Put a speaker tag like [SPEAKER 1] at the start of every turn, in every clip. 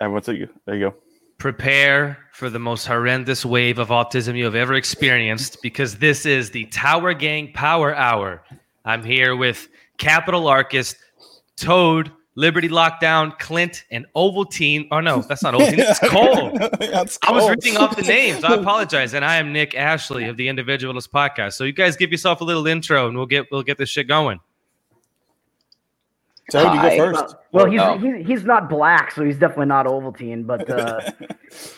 [SPEAKER 1] Everyone's at you. There you go.
[SPEAKER 2] Prepare for the most horrendous wave of autism you have ever experienced because this is the Tower Gang Power Hour. I'm here with Capital Archist, Toad, Liberty Lockdown, Clint, and Ovaltine. Oh, no, that's not Ovaltine. It's Cole.
[SPEAKER 1] That's
[SPEAKER 2] I was
[SPEAKER 1] cool.
[SPEAKER 2] reading off the names. I apologize. And I am Nick Ashley of the Individualist Podcast. So you guys give yourself a little intro and we'll get we'll get this shit going.
[SPEAKER 1] Toad, you go
[SPEAKER 3] Hi.
[SPEAKER 1] first.
[SPEAKER 4] Well, he's,
[SPEAKER 3] Oh.
[SPEAKER 4] he's he's not black, so he's definitely not Ovaltine. But uh,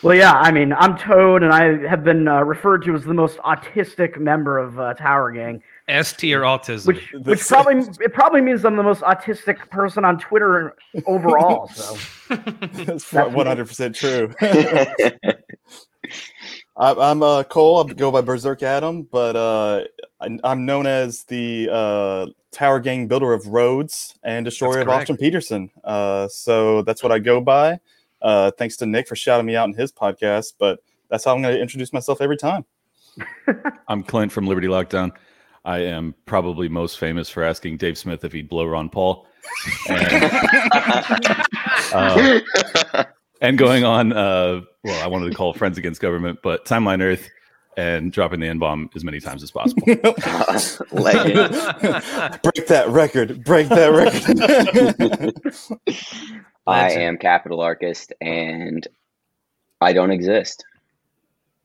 [SPEAKER 4] well, yeah, I mean, I'm Toad, and I have been uh, referred to as the most autistic member of uh, Tower Gang,
[SPEAKER 2] S tier autism.
[SPEAKER 4] which
[SPEAKER 1] This
[SPEAKER 4] which
[SPEAKER 1] is-
[SPEAKER 4] probably it probably means I'm the most autistic person on Twitter overall. So E,
[SPEAKER 1] That's
[SPEAKER 4] That's me.
[SPEAKER 1] one hundred percent true. I, I'm uh, Cole. I go by Berserk Adam, but uh, I, I'm known as the uh, Tower Gang Builder of Roads and Destroyer
[SPEAKER 2] That's
[SPEAKER 1] of
[SPEAKER 2] correct.
[SPEAKER 1] Austin Peterson. Uh, so that's what I go by. Uh, thanks to Nick for shouting me out in his podcast, but that's how I'm going to introduce myself every time.
[SPEAKER 5] I'm Clint from Liberty Lockdown. I am probably most famous for asking Dave Smith if he'd blow Ron Paul. And, uh, and going on, uh, well, I wanted to call Friends Against Government, but Timeline Earth and dropping the N bomb as many times as possible.
[SPEAKER 3] Legend.
[SPEAKER 1] break that record. Break that record.
[SPEAKER 3] I
[SPEAKER 2] Legend.
[SPEAKER 3] am Capital Archist, and I don't exist.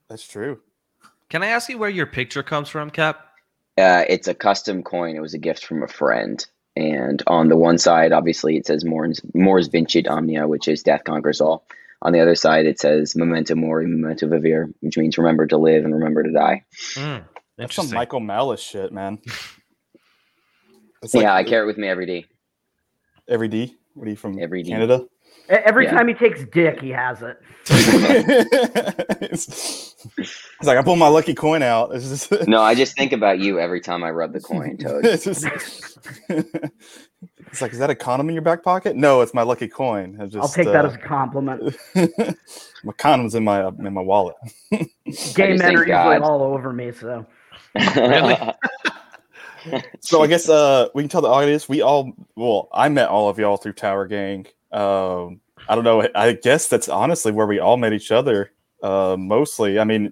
[SPEAKER 1] that's true.
[SPEAKER 2] Can I ask you where your picture comes from, Cap?
[SPEAKER 3] Uh, it's a custom coin. It was a gift from a friend. And on the one side, obviously, it says Mors, Mors Vincit Omnia, which is death conquers all. On the other side, it says Memento Mori, Memento Vivere, which means remember to live and remember to die.
[SPEAKER 2] Mm,
[SPEAKER 1] That's some
[SPEAKER 2] interesting.
[SPEAKER 1] Michael Malice shit, man. It's
[SPEAKER 3] yeah, I carry it with me every day.
[SPEAKER 1] Every D. What are you from?
[SPEAKER 3] Every D.
[SPEAKER 1] Canada.
[SPEAKER 4] E- every
[SPEAKER 3] Yeah.
[SPEAKER 4] time he takes dick, he has it.
[SPEAKER 1] it's, it's like I pulled my lucky coin out. It's just,
[SPEAKER 3] No, I just think about you every time I rub the coin, Toad.
[SPEAKER 1] it's, just- it's like, is that a condom in your back pocket? No, it's my lucky coin. I just, uh,
[SPEAKER 4] I'll take that as a compliment.
[SPEAKER 1] that as my condom's in my uh, in my wallet.
[SPEAKER 4] Gay
[SPEAKER 3] just
[SPEAKER 4] men
[SPEAKER 3] thank
[SPEAKER 4] are usually
[SPEAKER 3] God.
[SPEAKER 4] all over me, so
[SPEAKER 2] Really?
[SPEAKER 1] So I guess uh, we can tell the audience we all well I met all of y'all through Tower Gang. Um, I don't know. I guess that's honestly where we all met each other. Uh, mostly, I mean,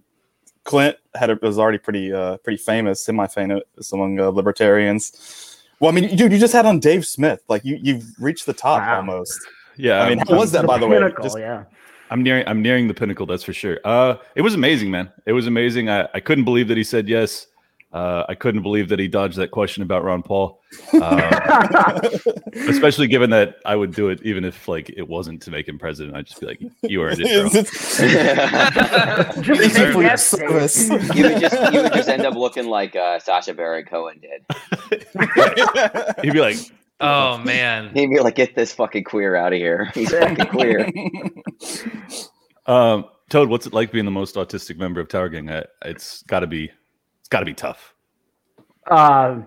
[SPEAKER 1] Clint had a, was already pretty uh, pretty famous, semi famous among uh, libertarians. Well, I mean, dude, you just had on Dave Smith. Like you you've reached the top
[SPEAKER 4] Wow.
[SPEAKER 1] almost.
[SPEAKER 5] Yeah,
[SPEAKER 1] I mean,
[SPEAKER 5] I'm-
[SPEAKER 1] how was
[SPEAKER 5] I'm-
[SPEAKER 1] that by the way?
[SPEAKER 4] pinnacle,
[SPEAKER 1] Just-
[SPEAKER 4] yeah.
[SPEAKER 5] I'm nearing I'm nearing the pinnacle, that's for sure. Uh it was amazing, man. It was amazing. I, I couldn't believe that he said yes. Uh, I couldn't believe that he dodged that question about Ron Paul. Uh, especially given that I would do it even if like it wasn't to make him president. I'd just be like, You earned it, bro.
[SPEAKER 4] Just
[SPEAKER 1] Thank you
[SPEAKER 4] say
[SPEAKER 1] for your
[SPEAKER 4] yes, Dave.
[SPEAKER 1] service.
[SPEAKER 3] you, would just, you would just end up looking like uh, Sasha Baron Cohen did.
[SPEAKER 5] He'd be like,
[SPEAKER 2] Oh man.
[SPEAKER 3] He'd be like, get this fucking queer out of here. He's fucking queer.
[SPEAKER 5] um, Toad, what's it like being the most autistic member of Tower Gang? I, it's got to be, it's got to be tough.
[SPEAKER 4] uh,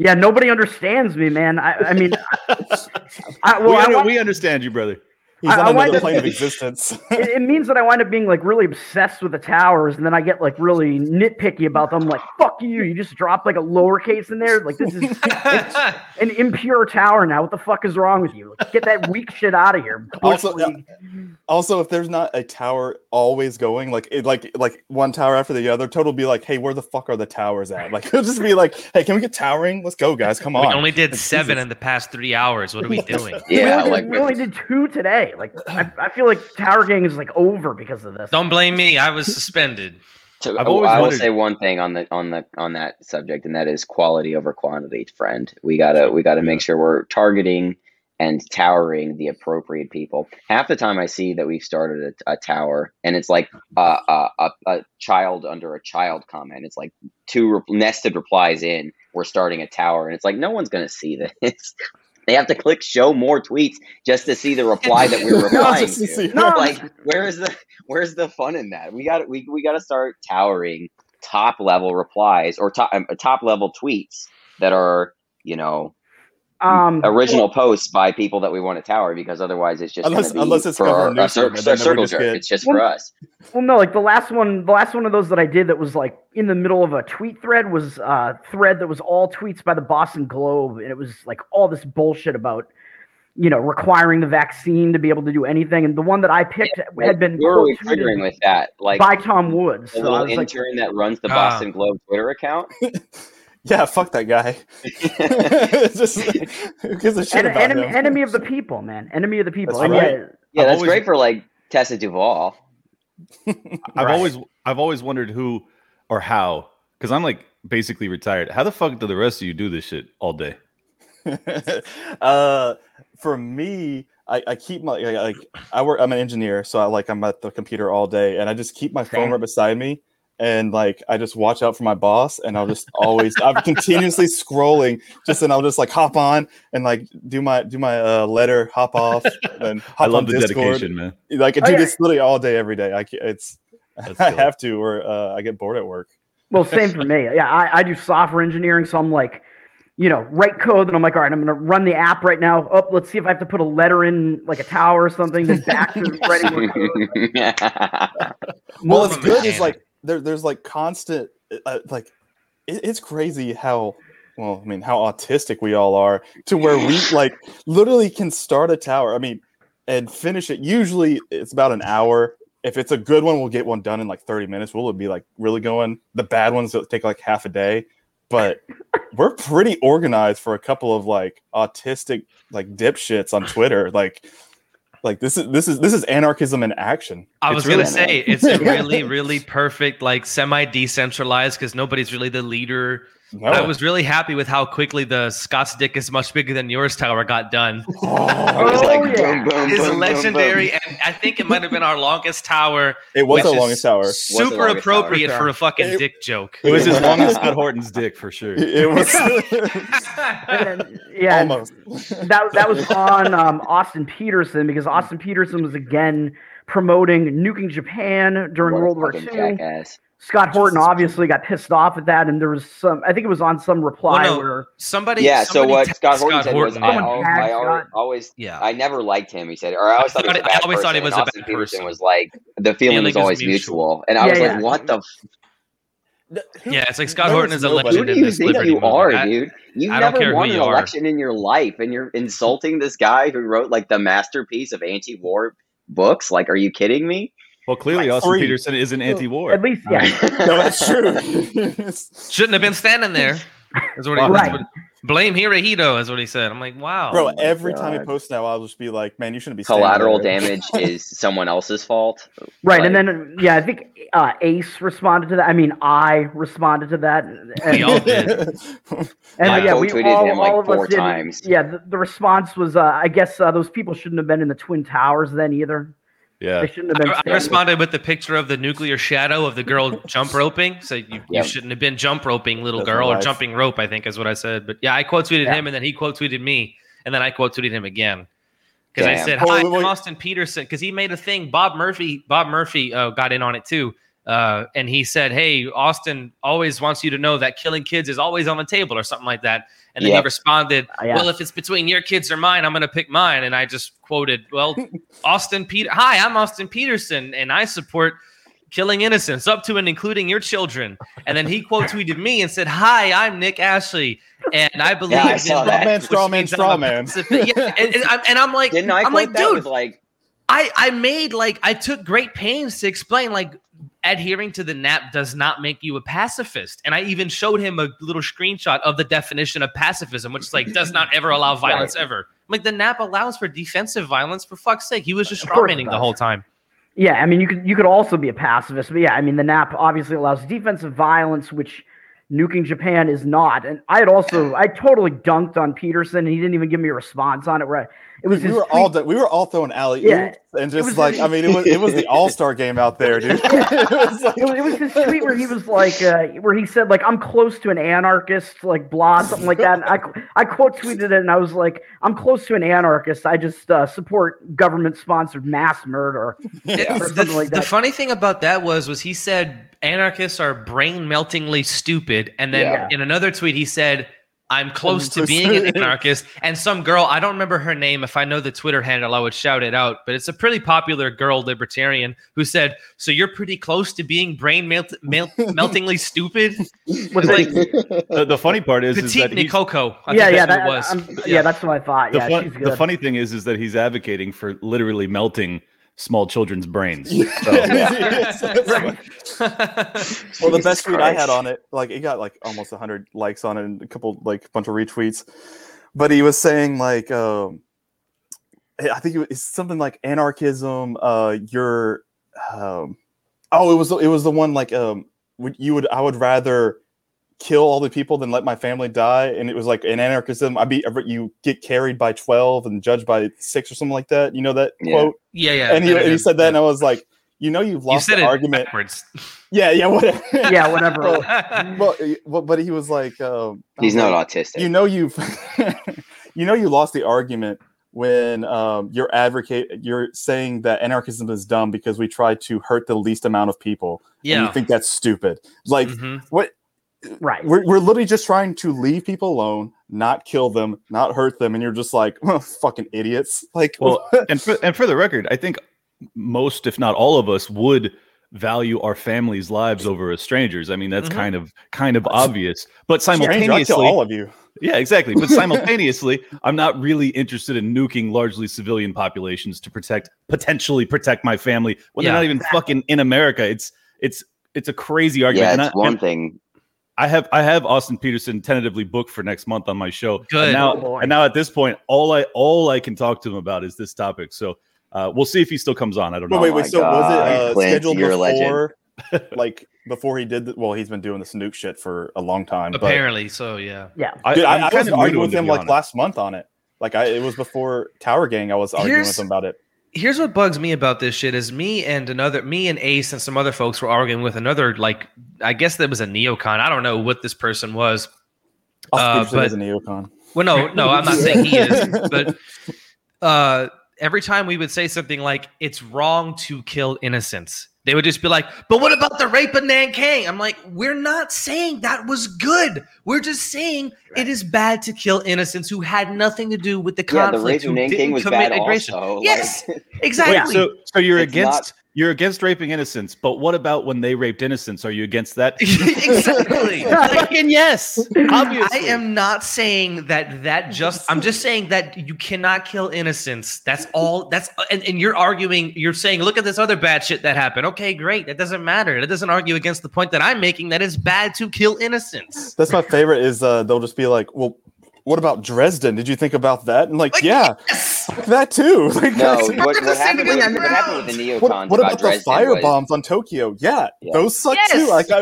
[SPEAKER 4] yeah, nobody understands me, man. I, I mean, I, well,
[SPEAKER 5] we,
[SPEAKER 4] I
[SPEAKER 5] under-
[SPEAKER 4] want-
[SPEAKER 5] we understand you, brother.
[SPEAKER 1] He's
[SPEAKER 4] I-
[SPEAKER 1] on
[SPEAKER 4] I
[SPEAKER 1] another
[SPEAKER 4] wanted-
[SPEAKER 1] plane of existence.
[SPEAKER 4] it, it means that I wind up being like really obsessed with the towers, and then I get like really nitpicky about them. Like, fuck you, you just dropped like a lowercase in there. Like, this is an impure tower now. What the fuck is wrong with you? Like, get that weak shit out of here. Bush
[SPEAKER 1] Also,
[SPEAKER 4] League.
[SPEAKER 1] Also, if there's not a tower always going, like it, like like one tower after the other, total be like, hey, where the fuck are the towers at? Like it'll just be like, hey, can we get towering? Let's go, guys, come
[SPEAKER 2] We
[SPEAKER 1] on.
[SPEAKER 2] only did seven in the past three hours. What are we doing?
[SPEAKER 3] Yeah,
[SPEAKER 4] we, only
[SPEAKER 3] like
[SPEAKER 4] did, we only did two today. Like, I, I feel like Tower Gang is like over because of this.
[SPEAKER 2] Don't blame me. I was suspended.
[SPEAKER 3] to,
[SPEAKER 5] I've always
[SPEAKER 3] I will
[SPEAKER 5] wondered-
[SPEAKER 3] say one thing on the on the on that subject, and that is quality over quantity, friend. We gotta we gotta make sure we're targeting and towering the appropriate people. Half the time, I see that we've started a, a tower, and it's like a, a, a, a child under a child comment. It's like two re- nested replies in. We're starting a tower, and it's like no one's gonna see this. They have to click show more tweets just to see the reply that we're replying
[SPEAKER 1] Just to
[SPEAKER 3] to
[SPEAKER 1] see-
[SPEAKER 4] No,
[SPEAKER 3] like where is the where's the fun in that we got we, we got to start towering top level replies or top um, top level tweets that are you know
[SPEAKER 4] um,
[SPEAKER 3] original posts by people that we want to tower because otherwise it's just gonna
[SPEAKER 1] Unless-
[SPEAKER 3] be
[SPEAKER 1] unless it's
[SPEAKER 3] for
[SPEAKER 1] Governor
[SPEAKER 3] our, our,
[SPEAKER 1] Newsom, and
[SPEAKER 3] cir- our
[SPEAKER 1] then we
[SPEAKER 3] circle
[SPEAKER 1] just
[SPEAKER 3] jerk
[SPEAKER 1] get-
[SPEAKER 3] it's just for us
[SPEAKER 4] Well, no, like the last one, the last one of those that I did that was like in the middle of a tweet thread was a thread that was all tweets by the Boston Globe, and it was like all this bullshit about you know, requiring the vaccine to be able to do anything. And the one that I picked had been
[SPEAKER 3] Where are we
[SPEAKER 4] quote-tweeted
[SPEAKER 3] figuring with that? Like
[SPEAKER 4] by Tom Woods.
[SPEAKER 3] the
[SPEAKER 4] So I
[SPEAKER 3] little
[SPEAKER 4] was like,
[SPEAKER 3] intern that runs the
[SPEAKER 2] Ah.
[SPEAKER 3] Boston Globe Twitter account.
[SPEAKER 1] Yeah, fuck that guy. Just, who gives a shit
[SPEAKER 4] en-
[SPEAKER 1] about
[SPEAKER 4] enemy,
[SPEAKER 1] him?
[SPEAKER 4] enemy of the people, man. enemy of the people.
[SPEAKER 1] That's
[SPEAKER 4] And
[SPEAKER 1] right.
[SPEAKER 4] yeah,
[SPEAKER 3] Yeah,
[SPEAKER 5] I've
[SPEAKER 3] that's
[SPEAKER 5] always-
[SPEAKER 3] great for like Tessa Duvall.
[SPEAKER 5] I've
[SPEAKER 4] Right.
[SPEAKER 5] always I've always wondered who or how because I'm like basically retired. How the fuck do the rest of you do this shit all day?
[SPEAKER 1] uh, for me, I, I keep my like I work. I'm an engineer, so I like I'm at the computer all day, and I just keep my phone
[SPEAKER 4] Same.
[SPEAKER 1] right beside me, and like I just watch out for my boss, and I'll just always I'm continuously scrolling, just and I'll just like hop on and like do my do my uh, letter, hop off, and then hop
[SPEAKER 5] I love
[SPEAKER 1] on
[SPEAKER 5] the
[SPEAKER 1] Discord.
[SPEAKER 5] dedication, man.
[SPEAKER 1] Like I
[SPEAKER 4] Oh,
[SPEAKER 1] do
[SPEAKER 4] yeah.
[SPEAKER 1] this literally all day, every day. I ca- it's
[SPEAKER 5] That's
[SPEAKER 1] I
[SPEAKER 5] dope.
[SPEAKER 1] have to, or uh, I get bored at work.
[SPEAKER 4] Well, same for me. Yeah, I, I do software engineering, so I'm like, you know, write code, and I'm like, all right, I'm gonna run the app right now. Up, oh, let's see if I have to put a letter in like a tower or something. Then back to writing more code.
[SPEAKER 1] well
[SPEAKER 4] More
[SPEAKER 1] it's
[SPEAKER 2] of a
[SPEAKER 1] good is
[SPEAKER 2] man.
[SPEAKER 1] like there, there's like constant uh, like it, it's crazy how well i mean how autistic we all are to where we like literally can start a tower i mean and finish it usually it's about an hour if it's a good one we'll get one done in like 30 minutes we'll be like really going the bad ones will take like half a day but we're pretty organized for a couple of like autistic like dipshits on twitter like like this is this is this is anarchism in action
[SPEAKER 2] I
[SPEAKER 1] It's
[SPEAKER 2] was
[SPEAKER 1] really
[SPEAKER 2] gonna say it's a really, really perfect, like semi decentralized because nobody's really the leader.
[SPEAKER 1] no.
[SPEAKER 2] I was really happy with how quickly the Scott's dick is much bigger than yours tower got done.
[SPEAKER 1] Oh,
[SPEAKER 4] Oh, yeah.
[SPEAKER 3] boom,
[SPEAKER 2] It's
[SPEAKER 3] boom, boom,
[SPEAKER 2] legendary,
[SPEAKER 3] boom.
[SPEAKER 2] and I think it might have been our longest tower.
[SPEAKER 1] It was
[SPEAKER 2] which
[SPEAKER 1] the
[SPEAKER 2] is
[SPEAKER 1] longest tower.
[SPEAKER 3] Was the
[SPEAKER 2] Super
[SPEAKER 3] longest tower.
[SPEAKER 2] appropriate for a fucking
[SPEAKER 1] It-
[SPEAKER 2] dick joke.
[SPEAKER 5] It was as long as Scott Horton's dick for sure.
[SPEAKER 1] It was
[SPEAKER 4] And then, yeah, and
[SPEAKER 1] almost.
[SPEAKER 4] that that was on um, Austin Peterson because Austin Peterson was again promoting nuking Japan during
[SPEAKER 3] What a
[SPEAKER 4] World War
[SPEAKER 3] fucking
[SPEAKER 4] II.
[SPEAKER 3] Jackass.
[SPEAKER 4] Scott Horton obviously got pissed off at that, and there was some. I think it was on some reply
[SPEAKER 2] Well, no.
[SPEAKER 4] where
[SPEAKER 2] Somebody,
[SPEAKER 3] Yeah, so
[SPEAKER 2] somebody
[SPEAKER 3] what
[SPEAKER 2] tagged
[SPEAKER 3] Scott Horton said was, I,
[SPEAKER 4] Someone
[SPEAKER 3] al-
[SPEAKER 4] tagged
[SPEAKER 3] I al-
[SPEAKER 4] Scott.
[SPEAKER 3] always,
[SPEAKER 2] yeah,
[SPEAKER 3] I never liked him. He said, or I always
[SPEAKER 2] I
[SPEAKER 3] thought,
[SPEAKER 2] thought-
[SPEAKER 3] he was a bad
[SPEAKER 2] I always
[SPEAKER 3] person.
[SPEAKER 2] thought he was
[SPEAKER 3] and
[SPEAKER 2] a
[SPEAKER 3] Austin
[SPEAKER 2] bad
[SPEAKER 3] Peterson
[SPEAKER 2] person.
[SPEAKER 3] was like, the feeling
[SPEAKER 2] Feeling
[SPEAKER 3] was
[SPEAKER 2] is
[SPEAKER 3] always
[SPEAKER 2] mutual.
[SPEAKER 3] mutual, and I was
[SPEAKER 4] Yeah,
[SPEAKER 3] like,
[SPEAKER 4] yeah.
[SPEAKER 3] what the? F-
[SPEAKER 2] yeah. It's like Scott
[SPEAKER 1] There
[SPEAKER 2] Horton
[SPEAKER 1] was
[SPEAKER 2] is a
[SPEAKER 1] nobody.
[SPEAKER 3] who
[SPEAKER 2] legend
[SPEAKER 3] do
[SPEAKER 2] in
[SPEAKER 3] you
[SPEAKER 2] this
[SPEAKER 3] think
[SPEAKER 2] liberty
[SPEAKER 3] you are,
[SPEAKER 2] movement. I-
[SPEAKER 3] dude? You
[SPEAKER 2] I don't care
[SPEAKER 3] never
[SPEAKER 2] who
[SPEAKER 3] won an
[SPEAKER 2] you are.
[SPEAKER 3] election in your life, and you're insulting this guy who wrote like the masterpiece of anti-war books. Like, are you kidding me?
[SPEAKER 5] Well, clearly
[SPEAKER 1] Like
[SPEAKER 5] Austin
[SPEAKER 1] free.
[SPEAKER 5] Peterson isn't anti-war.
[SPEAKER 4] at least yeah,
[SPEAKER 1] No, that's true. It's-
[SPEAKER 2] Shouldn't have been standing there. Is what he,
[SPEAKER 4] Right.
[SPEAKER 2] what- blame Hirohito is what he said. I'm like, wow,
[SPEAKER 1] Bro,
[SPEAKER 3] my
[SPEAKER 1] every time he
[SPEAKER 3] God.
[SPEAKER 1] posts now, I'll just be like, man, you shouldn't be standing
[SPEAKER 3] Collateral
[SPEAKER 1] there."
[SPEAKER 3] damage is someone else's fault.
[SPEAKER 4] right.
[SPEAKER 3] Like-
[SPEAKER 4] and then yeah, I think uh, Ace responded to that. I mean, I responded to that. And,
[SPEAKER 2] We all did.
[SPEAKER 4] and,
[SPEAKER 3] I
[SPEAKER 4] yeah, we
[SPEAKER 3] co-tweeted
[SPEAKER 4] all,
[SPEAKER 3] him like
[SPEAKER 4] all of
[SPEAKER 3] four
[SPEAKER 4] us did.
[SPEAKER 3] times.
[SPEAKER 4] Yeah, the, the response was, uh, I guess uh, those people shouldn't have been in the Twin Towers then either.
[SPEAKER 5] Yeah,
[SPEAKER 4] They shouldn't have been.
[SPEAKER 2] I, I
[SPEAKER 4] standing.
[SPEAKER 2] responded with the picture of the nuclear shadow of the girl jump roping. So you,
[SPEAKER 3] Yeah.
[SPEAKER 2] you shouldn't have been jump roping, little
[SPEAKER 1] That's
[SPEAKER 2] girl,
[SPEAKER 1] my
[SPEAKER 2] or
[SPEAKER 1] life.
[SPEAKER 2] jumping rope. I think is what I said. But yeah, I quote tweeted
[SPEAKER 4] Yeah.
[SPEAKER 2] him, and then he quote tweeted me, and then I quote tweeted him again because I
[SPEAKER 3] Damn.
[SPEAKER 2] said
[SPEAKER 1] Well,
[SPEAKER 2] hi,
[SPEAKER 1] well,
[SPEAKER 2] I'm Austin Peterson, because he made a thing. Bob Murphy, Bob Murphy uh, got in on it too. Uh, and he said, "Hey, Austin always wants you to know that killing kids is always on the table, or something like that." And then he
[SPEAKER 3] Yep.
[SPEAKER 2] responded,
[SPEAKER 4] Uh, yeah.
[SPEAKER 2] well, if it's between your kids or mine, I'm going to pick mine. And I just quoted, well, Austin Peter. Hi, I'm Austin Peterson, and I support killing innocents up to and including your children. And then he quote tweeted me and said, hi, I'm Nick Ashley, and I believe
[SPEAKER 3] I
[SPEAKER 2] in
[SPEAKER 1] Straw
[SPEAKER 3] saw that.
[SPEAKER 1] man,
[SPEAKER 2] which
[SPEAKER 1] straw man,
[SPEAKER 2] means I'm
[SPEAKER 1] straw
[SPEAKER 2] a
[SPEAKER 1] man.
[SPEAKER 2] pacifist. Yeah, and, and I'm, and I'm like,
[SPEAKER 3] Didn't I
[SPEAKER 2] I'm
[SPEAKER 3] quote
[SPEAKER 2] like,
[SPEAKER 3] that
[SPEAKER 2] dude,
[SPEAKER 3] with like
[SPEAKER 2] I, I made like I took great pains to explain like adhering to the nap does not make you a pacifist. And I even showed him a little screenshot of the definition of pacifism, which is like does not ever allow violence ever. I'm like the nap allows for defensive violence for fuck's sake. He was just
[SPEAKER 4] Of course it
[SPEAKER 2] strawmanning the
[SPEAKER 4] does.
[SPEAKER 2] whole time.
[SPEAKER 4] Yeah, I mean, you could you could also be a pacifist, but yeah, I mean, the NAP obviously allows defensive violence, which nuking Japan is not. And I had also I totally dunked on Peterson, and he didn't even give me a response on it. Where I, it was
[SPEAKER 1] We
[SPEAKER 4] his
[SPEAKER 1] were all done. we were all throwing alley
[SPEAKER 4] Yeah.
[SPEAKER 1] and
[SPEAKER 4] was
[SPEAKER 1] just like I mean it was it was the all star game out there, dude. It was like-
[SPEAKER 4] it was, it was his tweet where he was like, uh, where he said like, "I'm close to an anarchist," like blah, something like that. And I, I quote tweeted it, and I was like, "I'm close to an anarchist. I just uh, support government sponsored mass murder."
[SPEAKER 2] It-
[SPEAKER 4] or
[SPEAKER 2] the,
[SPEAKER 4] something like
[SPEAKER 2] the
[SPEAKER 4] that.
[SPEAKER 2] funny thing about that was was he said anarchists are brain meltingly stupid, and then
[SPEAKER 4] Yeah.
[SPEAKER 2] in another tweet he said I'm close to being an anarchist. And some girl, I don't remember her name. If I know the Twitter handle, I would shout it out. But it's a pretty popular girl libertarian who said, "So you're pretty close to being brain melt- melt- meltingly stupid."
[SPEAKER 4] Was
[SPEAKER 2] Like-
[SPEAKER 4] it,
[SPEAKER 5] The, the funny part is, is
[SPEAKER 2] Petite
[SPEAKER 5] that he's-
[SPEAKER 2] Nikoko. I
[SPEAKER 4] yeah,
[SPEAKER 2] think
[SPEAKER 4] yeah,
[SPEAKER 2] that's
[SPEAKER 4] that,
[SPEAKER 2] who it was.
[SPEAKER 4] I'm- yeah,
[SPEAKER 2] Yeah.
[SPEAKER 4] that's what I thought.
[SPEAKER 5] the,
[SPEAKER 4] Yeah,
[SPEAKER 5] fun-
[SPEAKER 4] she's
[SPEAKER 5] the
[SPEAKER 4] good.
[SPEAKER 5] funny thing is, is that he's advocating for literally melting small children's brains. So,
[SPEAKER 1] Yes, that's
[SPEAKER 2] Right.
[SPEAKER 1] what-
[SPEAKER 3] Jesus
[SPEAKER 1] well, the best tweet I had
[SPEAKER 3] Christ.
[SPEAKER 1] on it, like it got like almost hundred likes on it and a couple like bunch of retweets. But he was saying like um I think it was it's something like anarchism, uh your um oh it was the- it was the one like um would you would I would rather kill all the people than let my family die and it was like an anarchism I'd be you get carried by 12 and judged by 6 or something like that you know that
[SPEAKER 3] Yeah.
[SPEAKER 1] quote
[SPEAKER 2] yeah, yeah.
[SPEAKER 1] and, he,
[SPEAKER 2] there it
[SPEAKER 1] and he
[SPEAKER 2] is.
[SPEAKER 1] said that and I was like you know you've
[SPEAKER 2] you
[SPEAKER 1] lost
[SPEAKER 2] said
[SPEAKER 1] the
[SPEAKER 2] it
[SPEAKER 1] argument
[SPEAKER 2] backwards.
[SPEAKER 1] yeah yeah whatever
[SPEAKER 4] Yeah, whatever.
[SPEAKER 1] well, he- well, but he was like, um, I
[SPEAKER 3] He's
[SPEAKER 1] was
[SPEAKER 3] not
[SPEAKER 1] like,
[SPEAKER 3] autistic.
[SPEAKER 1] You know, you've, you know, you lost the argument when um, you're advocate, you're saying that anarchism is dumb because we try to hurt the least amount of people. and
[SPEAKER 2] yeah.
[SPEAKER 1] you think that's stupid. Like
[SPEAKER 2] Mhm.
[SPEAKER 1] what?
[SPEAKER 4] right.
[SPEAKER 1] We're, we're literally just trying to leave people alone, not kill them, not hurt them, and you're just like fucking idiots. Like,
[SPEAKER 5] well, and for, and for the record, I think most, if not all of us, would value our families' lives over a stranger's. I mean, that's
[SPEAKER 2] Mhm.
[SPEAKER 5] kind of kind of obvious, but
[SPEAKER 1] stranger, I kill
[SPEAKER 5] simultaneously,
[SPEAKER 1] all of you.
[SPEAKER 5] Yeah, exactly. But simultaneously, I'm not really interested in nuking largely civilian populations to protect potentially protect my family when
[SPEAKER 2] Yeah.
[SPEAKER 5] they're not even fucking in America. It's it's it's a crazy argument.
[SPEAKER 3] yeah,
[SPEAKER 5] And
[SPEAKER 3] it's
[SPEAKER 5] I,
[SPEAKER 3] one
[SPEAKER 5] and
[SPEAKER 3] thing.
[SPEAKER 5] I have I have Austin Peterson tentatively booked for next month on my show.
[SPEAKER 2] Good.
[SPEAKER 5] And now
[SPEAKER 4] Oh, boy.
[SPEAKER 5] and now at this point, all I all I can talk to him about is this topic. So uh, we'll see if he still comes on. I don't
[SPEAKER 1] Wait,
[SPEAKER 5] know.
[SPEAKER 3] Oh
[SPEAKER 1] wait,
[SPEAKER 3] my
[SPEAKER 1] wait. So was
[SPEAKER 3] God,
[SPEAKER 1] it uh,
[SPEAKER 3] Clint,
[SPEAKER 1] scheduled
[SPEAKER 3] you're a legend.
[SPEAKER 1] before, like before he did? The, well, he's been doing this nuke shit for a long time. But
[SPEAKER 2] Apparently, so yeah.
[SPEAKER 4] Yeah.
[SPEAKER 1] dude,
[SPEAKER 5] uh, I'm
[SPEAKER 1] I, I
[SPEAKER 5] kinda
[SPEAKER 1] was
[SPEAKER 5] new to
[SPEAKER 1] arguing with
[SPEAKER 5] to
[SPEAKER 1] him
[SPEAKER 5] be
[SPEAKER 1] like
[SPEAKER 5] honest.
[SPEAKER 1] last month on it. Like I, it was before Tower Gang. I was arguing
[SPEAKER 2] Here's-
[SPEAKER 1] with him about it.
[SPEAKER 2] here's what bugs me about this shit is me and another me and ace and some other folks were arguing with another like i guess that was a neocon i don't know what this person was Uh,
[SPEAKER 1] Uh,
[SPEAKER 2] but-
[SPEAKER 1] a neocon.
[SPEAKER 2] well no no i'm not saying he is but uh every time we would say something like it's wrong to kill innocents they would just be like but what about the rape of nankang i'm like we're not saying that was good we're just saying it is bad to kill innocents who had nothing to do with the
[SPEAKER 3] Yeah,
[SPEAKER 2] conflict
[SPEAKER 3] the rape of
[SPEAKER 2] who
[SPEAKER 3] Nanking
[SPEAKER 2] didn't
[SPEAKER 3] was
[SPEAKER 2] commit
[SPEAKER 3] bad.
[SPEAKER 2] aggression
[SPEAKER 3] Also, like-
[SPEAKER 2] yes
[SPEAKER 5] Wait,
[SPEAKER 2] exactly
[SPEAKER 5] so so you're
[SPEAKER 3] It's
[SPEAKER 5] against
[SPEAKER 3] not-
[SPEAKER 5] you're against raping innocents, but what about when they raped innocents? Are you against that?
[SPEAKER 2] exactly. Like,
[SPEAKER 5] Fucking yes,
[SPEAKER 2] I
[SPEAKER 5] obviously.
[SPEAKER 2] am not saying that that just I'm just saying that you cannot kill innocence. That's all that's and, and you're arguing you're saying look at this other bad shit that happened. Okay, great. That doesn't matter. That doesn't argue against the point that I'm making that it's bad to kill innocence.
[SPEAKER 1] That's my favorite. Is uh, they'll just be like, "Well, what about Dresden? Did you think about that?" And like,
[SPEAKER 2] Like,
[SPEAKER 1] yeah,
[SPEAKER 2] Yes.
[SPEAKER 1] fuck that too. Like,
[SPEAKER 3] No,
[SPEAKER 1] that's-
[SPEAKER 3] what, what,
[SPEAKER 2] the same
[SPEAKER 3] happened with,
[SPEAKER 2] thing
[SPEAKER 3] what happened with the neocons
[SPEAKER 1] What, what about the
[SPEAKER 3] Dresden was-
[SPEAKER 1] firebombs on Tokyo? Yeah,
[SPEAKER 3] Yeah.
[SPEAKER 1] those suck too.
[SPEAKER 2] Yes.
[SPEAKER 1] Like, I,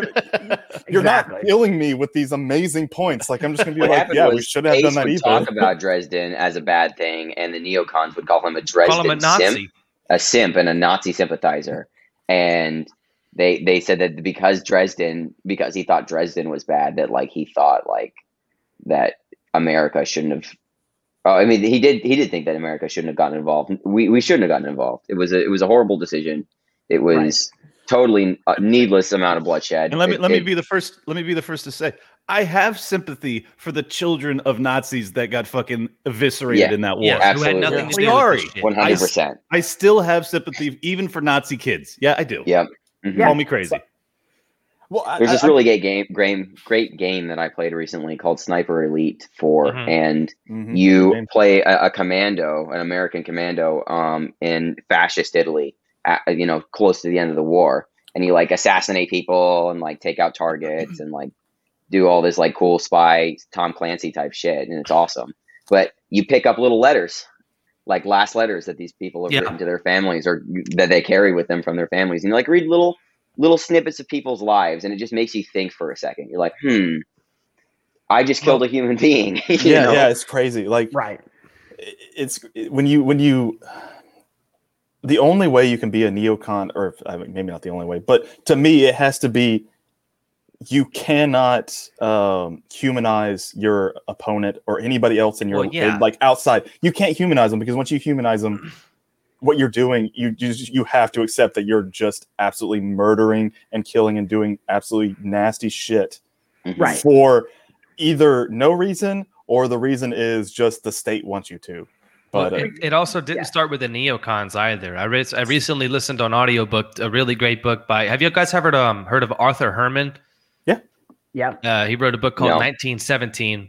[SPEAKER 1] you're
[SPEAKER 4] Exactly.
[SPEAKER 1] not killing me with these amazing points. Like, I'm just gonna be
[SPEAKER 3] What
[SPEAKER 1] like,
[SPEAKER 3] happened
[SPEAKER 1] yeah, we
[SPEAKER 3] was
[SPEAKER 1] should have
[SPEAKER 3] Ace
[SPEAKER 1] done that
[SPEAKER 3] would
[SPEAKER 1] either.
[SPEAKER 3] talk about Dresden as a bad thing, and the neocons would call him a Dresden
[SPEAKER 2] Call him a
[SPEAKER 3] simp,
[SPEAKER 2] Nazi.
[SPEAKER 3] a simp, and a Nazi sympathizer. And they they said that because Dresden, because he thought Dresden was bad, that like he thought like that America shouldn't have. Oh, I mean, he did. He did think that America shouldn't have gotten involved. We we shouldn't have gotten involved. It was a it was a horrible decision. It was totally uh, needless amount of bloodshed.
[SPEAKER 5] And let me
[SPEAKER 3] It-
[SPEAKER 5] let me
[SPEAKER 3] it-
[SPEAKER 5] be the first. Let me be the first to say I have sympathy for the children of Nazis that got fucking eviscerated
[SPEAKER 3] Yeah.
[SPEAKER 5] in that war.
[SPEAKER 2] Yes, who had
[SPEAKER 3] absolutely.
[SPEAKER 2] nothing to do
[SPEAKER 5] Sorry.
[SPEAKER 2] with this shit.
[SPEAKER 3] One hundred percent.
[SPEAKER 5] I still have sympathy even for Nazi kids. Yeah, I do. Mm-hmm.
[SPEAKER 3] Yeah.
[SPEAKER 5] Call me crazy.
[SPEAKER 1] Well, I,
[SPEAKER 3] There's this
[SPEAKER 1] I-
[SPEAKER 3] really great game, great, great game that I played recently called Sniper Elite 4
[SPEAKER 5] Mm-hmm.
[SPEAKER 2] Mhm.
[SPEAKER 3] and
[SPEAKER 1] Mhm.
[SPEAKER 3] you
[SPEAKER 1] Same.
[SPEAKER 3] play a, a commando, an American commando, um, in fascist Italy, at, uh, you know, close to the end of the war, and you like assassinate people and like take out targets and like do all this like cool spy Tom Clancy type shit, and it's awesome. But you pick up little letters, like last letters that these people have
[SPEAKER 2] Yeah.
[SPEAKER 3] written to their families or that they carry with them from their families, and you like read little little snippets of people's lives, and it just makes you think for a second. You're like, hmm. I just killed a human being. you
[SPEAKER 1] yeah,
[SPEAKER 3] know?
[SPEAKER 1] yeah, it's crazy. Like,
[SPEAKER 4] Right.
[SPEAKER 1] it- it's it- when you when you the only way you can be a neocon or I mean, maybe not the only way but to me it has to be you cannot um, humanize your opponent or anybody else in your
[SPEAKER 2] Well, yeah.
[SPEAKER 1] like outside you can't humanize them because once you humanize them what you're doing you you just- you have to accept that you're just absolutely murdering and killing and doing absolutely nasty shit
[SPEAKER 3] Mhm.
[SPEAKER 4] Right.
[SPEAKER 1] for either no reason or the reason is just the state wants you to. But
[SPEAKER 2] Well,
[SPEAKER 1] uh,
[SPEAKER 2] it, it also didn't
[SPEAKER 4] yeah.
[SPEAKER 2] start with the neocons either. I re- I recently listened on audiobook a really great book by Have you guys ever um, heard of Arthur Herman?
[SPEAKER 4] Yeah.
[SPEAKER 2] Uh, he wrote a book called
[SPEAKER 3] No.
[SPEAKER 2] 1917.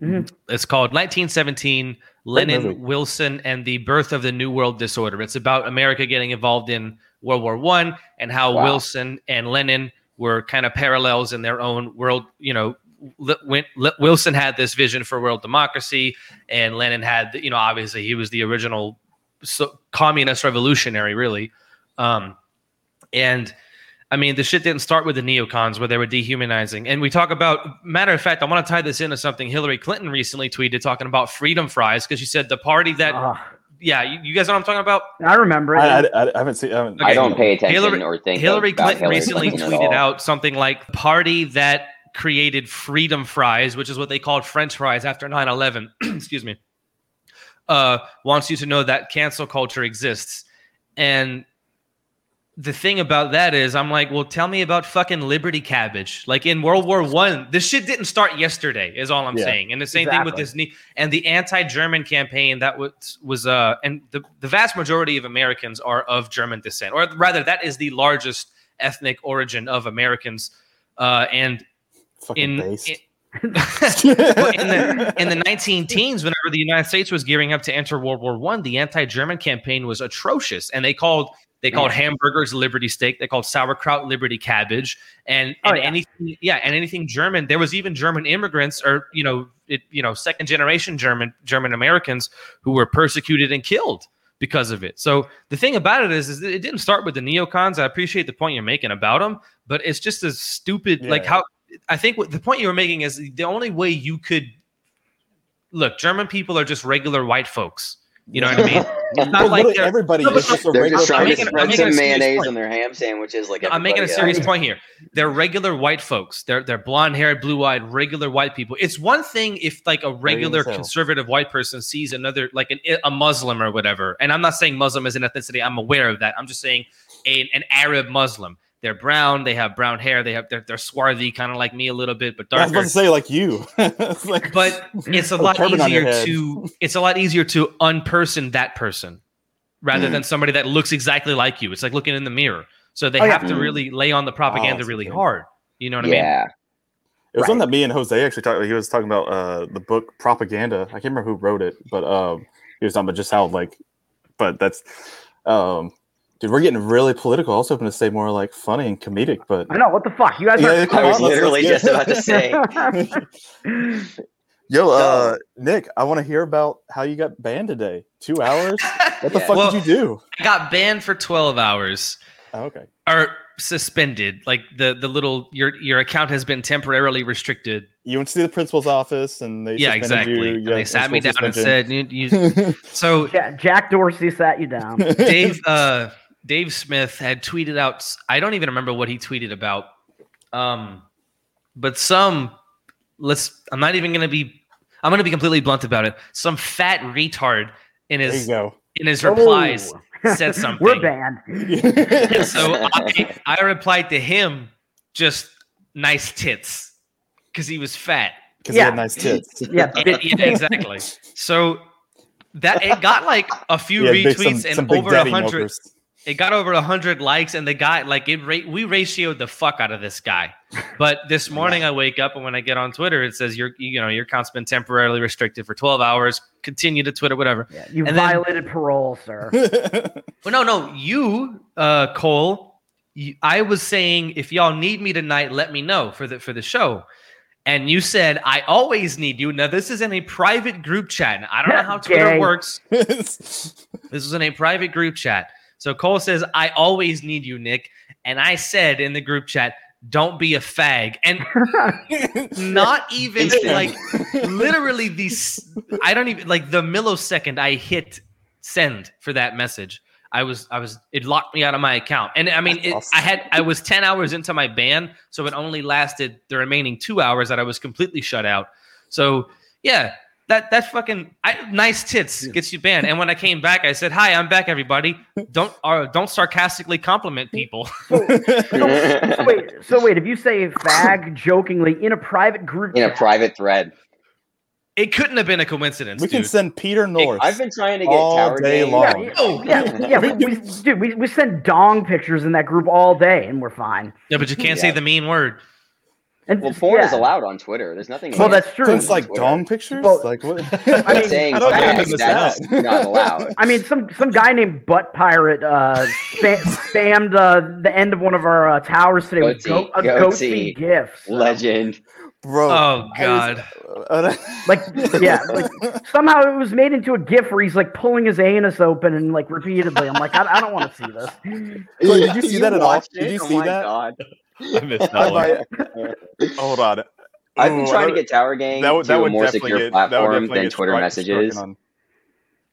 [SPEAKER 4] Mhm.
[SPEAKER 2] It's called 1917
[SPEAKER 1] movie.
[SPEAKER 2] Lenin, Wilson, and the Birth of the New World Disorder. It's about America getting involved in World War One and how
[SPEAKER 3] Wow.
[SPEAKER 2] Wilson and Lenin were kind of parallels in their own world. You know, li- when li- Wilson had this vision for world democracy, and Lenin had, you know, obviously he was the original so, communist revolutionary, really. Um, and I mean, the shit didn't start with the neocons where they were dehumanizing. And we talk about, matter of fact, I want to tie this into something Hillary Clinton recently tweeted talking about freedom fries because she said the party that,
[SPEAKER 3] Uh-huh.
[SPEAKER 4] Ah,
[SPEAKER 2] yeah, you, you guys know what I'm talking about?
[SPEAKER 4] I remember it.
[SPEAKER 1] uh, I, I, I haven't seen. I, haven't,
[SPEAKER 3] I don't pay attention
[SPEAKER 2] Hillary-
[SPEAKER 3] or think
[SPEAKER 2] Hillary
[SPEAKER 3] about
[SPEAKER 2] Clinton
[SPEAKER 3] Hillary
[SPEAKER 2] recently
[SPEAKER 3] Clinton at
[SPEAKER 2] tweeted
[SPEAKER 3] all.
[SPEAKER 2] out something like party that created freedom fries, which is what they called French fries after 9 11. Excuse me. Uh, wants you to know that cancel culture exists. And the thing about that is, I'm like, well, tell me about fucking Liberty Cabbage. Like in World War One, this shit didn't start yesterday, is all I'm
[SPEAKER 1] Yeah.
[SPEAKER 2] saying. And the same thing with
[SPEAKER 4] Exactly.
[SPEAKER 2] this knee and the anti-German campaign that was was uh, and the the vast majority of Americans are of German descent, or rather, that is the largest ethnic origin of Americans. Uh, and
[SPEAKER 1] fucking
[SPEAKER 2] in,
[SPEAKER 1] based.
[SPEAKER 2] in but in the in the 19 teens, whenever the United States was gearing up to enter World War One, the anti-German campaign was atrocious, and they called they
[SPEAKER 4] Mm.
[SPEAKER 2] called hamburgers liberty steak, they called sauerkraut liberty cabbage, and,
[SPEAKER 4] Oh,
[SPEAKER 2] and
[SPEAKER 4] yeah.
[SPEAKER 2] anything yeah, and anything German. There was even German immigrants or you know it, you know second generation German German Americans who were persecuted and killed because of it. So the thing about it is, is it didn't start with the neocons. I appreciate the point you're making about them, but it's just a stupid like
[SPEAKER 1] Yeah.
[SPEAKER 2] how I think what the point you were making is the only way you could look German people are just regular white folks. You know what I mean? It's
[SPEAKER 1] Well,
[SPEAKER 2] not like
[SPEAKER 1] literally
[SPEAKER 2] they're,
[SPEAKER 1] everybody
[SPEAKER 2] No, but
[SPEAKER 1] is just a
[SPEAKER 3] They're
[SPEAKER 1] regular
[SPEAKER 3] just trying
[SPEAKER 2] I'm
[SPEAKER 3] to
[SPEAKER 2] making- I'm
[SPEAKER 3] spread
[SPEAKER 2] making a
[SPEAKER 3] some
[SPEAKER 2] serious
[SPEAKER 3] mayonnaise
[SPEAKER 2] point.
[SPEAKER 3] on their ham sandwiches. Like
[SPEAKER 2] I'm making a
[SPEAKER 3] everybody
[SPEAKER 2] serious
[SPEAKER 3] else.
[SPEAKER 2] point here. They're regular white folks. They're they're blonde haired, blue eyed, regular white people. It's one thing if like a regular
[SPEAKER 1] so.
[SPEAKER 2] conservative white person sees another like an, a Muslim or whatever. And I'm not saying Muslim is an ethnicity. I'm aware of that. I'm just saying a, an Arab Muslim. They're brown. They have brown hair. They have they're, they're swarthy, kind of like me a little bit, but
[SPEAKER 1] I was about
[SPEAKER 2] darker.
[SPEAKER 1] to say like you. It's like-
[SPEAKER 2] but it's a
[SPEAKER 1] Put a
[SPEAKER 2] lot
[SPEAKER 1] turban on your
[SPEAKER 2] easier
[SPEAKER 1] head.
[SPEAKER 2] to it's a lot easier to unperson that person rather
[SPEAKER 1] Hmm.
[SPEAKER 3] Mm.
[SPEAKER 2] than somebody that looks exactly like you. It's like looking in the mirror. So they
[SPEAKER 4] Oh, yeah.
[SPEAKER 2] have to
[SPEAKER 3] Mm.
[SPEAKER 1] Hmm.
[SPEAKER 2] really lay on the propaganda
[SPEAKER 1] that's
[SPEAKER 2] really
[SPEAKER 1] good.
[SPEAKER 2] hard. You know what I mean?
[SPEAKER 3] Yeah.
[SPEAKER 1] It was one
[SPEAKER 4] Right.
[SPEAKER 1] that me and Jose actually talked. He was talking about uh, the book Propaganda. I can't remember who wrote it, but um, he was talking about just how like, but that's, um, dude, we're getting really political. I was hoping to say more like funny and comedic, but
[SPEAKER 4] I know. What the fuck? You guys
[SPEAKER 1] Yeah,
[SPEAKER 4] are.
[SPEAKER 1] it-
[SPEAKER 3] I was
[SPEAKER 1] Come on, let's-
[SPEAKER 3] literally
[SPEAKER 1] let's
[SPEAKER 3] just
[SPEAKER 1] get-
[SPEAKER 3] about to say.
[SPEAKER 1] yo, uh,
[SPEAKER 3] uh,
[SPEAKER 1] Nick, I want to hear about how you got banned today. Two hours? What the
[SPEAKER 3] Yeah.
[SPEAKER 1] fuck
[SPEAKER 2] Well-
[SPEAKER 1] did you do?
[SPEAKER 2] I got banned for 12 hours
[SPEAKER 1] Oh, okay,
[SPEAKER 2] or suspended. Like the the little your your account has been temporarily restricted.
[SPEAKER 1] you went to the principal's office and they
[SPEAKER 2] yeah,
[SPEAKER 1] suspended
[SPEAKER 2] exactly.
[SPEAKER 1] You,
[SPEAKER 2] and
[SPEAKER 1] yeah,
[SPEAKER 2] they sat me down
[SPEAKER 1] principal
[SPEAKER 2] and said, you, you
[SPEAKER 1] suspension.
[SPEAKER 2] so
[SPEAKER 4] Ja- Jack Dorsey sat you down.
[SPEAKER 2] Dave uh, Dave Smith had tweeted out. s- I don't even remember what he tweeted about. Um, but some let's. I'm not even gonna be. I'm gonna be completely blunt about it. Some fat retard in
[SPEAKER 1] there you
[SPEAKER 2] his
[SPEAKER 1] go.
[SPEAKER 2] in his replies
[SPEAKER 4] Oh.
[SPEAKER 2] said something.
[SPEAKER 4] We're banned.
[SPEAKER 2] And so uh, I, I replied to him just nice tits because he was fat.
[SPEAKER 1] Because he
[SPEAKER 4] Yeah.
[SPEAKER 1] had nice tits.
[SPEAKER 4] Yeah,
[SPEAKER 2] Yeah, yeah, exactly. So that it got like a few retweets and over a hundred. it got over 100 likes and the guy like it ra- we ratioed the fuck out of this guy but this morning i wake up and when i get on twitter it says your you know your account's been temporarily restricted for 12 hours continue to twitter whatever
[SPEAKER 4] Yeah, you
[SPEAKER 2] And then-
[SPEAKER 4] violated parole, sir.
[SPEAKER 2] well no no you uh cole you, i was saying if y'all need me tonight let me know for the for the show and you said i always need you now this is in a private group chat and i don't know how twitter
[SPEAKER 4] Gang.
[SPEAKER 2] works
[SPEAKER 1] That's
[SPEAKER 2] This was in a private group chat. So Cole says, I always need you, Nick. And I said in the group chat, don't be a fag. And not even
[SPEAKER 3] Instant.
[SPEAKER 2] like literally these, I don't even like the millisecond I hit send for that message. I was, I was, it locked me out of my account. And I mean,
[SPEAKER 1] That's
[SPEAKER 2] it,
[SPEAKER 1] awesome.
[SPEAKER 2] I had, I was 10 hours into my ban. So it only lasted the remaining two hours that I was completely shut out. So yeah, That that fucking I, nice tits gets you banned. And when I came back, I said, "Hi, I'm back, everybody. Don't uh, don't sarcastically compliment people."
[SPEAKER 4] So, so wait, so wait. If you say fag jokingly in a private group,
[SPEAKER 3] in a
[SPEAKER 4] chat-
[SPEAKER 3] private thread.
[SPEAKER 2] It couldn't have been a coincidence,
[SPEAKER 1] We can
[SPEAKER 2] dude.
[SPEAKER 1] send Peter North.
[SPEAKER 3] I've been trying to get
[SPEAKER 1] All
[SPEAKER 3] Tower
[SPEAKER 1] day
[SPEAKER 3] Gang-
[SPEAKER 1] long.
[SPEAKER 4] yeah, yeah, yeah. we, we, dude, we, we send dong pictures in that group all day, and we're fine.
[SPEAKER 2] yeah, but you can't say
[SPEAKER 3] Yeah.
[SPEAKER 2] the mean word.
[SPEAKER 4] And
[SPEAKER 3] Well, porn
[SPEAKER 4] yeah.
[SPEAKER 3] is allowed on Twitter. There's nothing.
[SPEAKER 4] Well,
[SPEAKER 3] against
[SPEAKER 4] that's true.
[SPEAKER 3] porn
[SPEAKER 1] It's
[SPEAKER 3] on
[SPEAKER 1] like
[SPEAKER 3] Twitter.
[SPEAKER 1] dong pictures.
[SPEAKER 4] Well,
[SPEAKER 1] like what?
[SPEAKER 4] I mean,
[SPEAKER 3] saying
[SPEAKER 1] I don't think
[SPEAKER 3] facts,
[SPEAKER 1] this is
[SPEAKER 3] that's
[SPEAKER 1] allowed.
[SPEAKER 3] not allowed.
[SPEAKER 4] I mean, some some guy named Butt Pirate uh, spam, spammed uh, the end of one of our uh, towers today with
[SPEAKER 3] Goatee,
[SPEAKER 4] goat, a
[SPEAKER 3] goatee.
[SPEAKER 4] goatee gifts.
[SPEAKER 3] Legend.
[SPEAKER 1] Bro.
[SPEAKER 2] Oh
[SPEAKER 1] I was-
[SPEAKER 2] God!
[SPEAKER 1] uh,
[SPEAKER 4] Like, yeah, like somehow it was made into a gif where he's like pulling his anus open and like repeatedly. I'm like, I, I don't want to see this.
[SPEAKER 1] Clay, did you see that at all?
[SPEAKER 3] watched
[SPEAKER 1] Did
[SPEAKER 3] it?
[SPEAKER 1] you
[SPEAKER 3] Oh
[SPEAKER 1] see
[SPEAKER 3] my
[SPEAKER 1] that?
[SPEAKER 3] God.
[SPEAKER 5] I missed
[SPEAKER 1] I
[SPEAKER 5] that one.
[SPEAKER 1] might- Oh, hold on.
[SPEAKER 3] I've been
[SPEAKER 1] Ooh,
[SPEAKER 3] trying to
[SPEAKER 1] I-
[SPEAKER 3] get Tower Gang
[SPEAKER 1] Oh, that would
[SPEAKER 3] to
[SPEAKER 1] that
[SPEAKER 3] a
[SPEAKER 1] would
[SPEAKER 3] more
[SPEAKER 1] definitely
[SPEAKER 3] secure
[SPEAKER 1] get that would
[SPEAKER 3] platform
[SPEAKER 1] definitely
[SPEAKER 3] than
[SPEAKER 1] get
[SPEAKER 3] Twitter
[SPEAKER 1] struck-
[SPEAKER 3] messages.
[SPEAKER 1] struck on-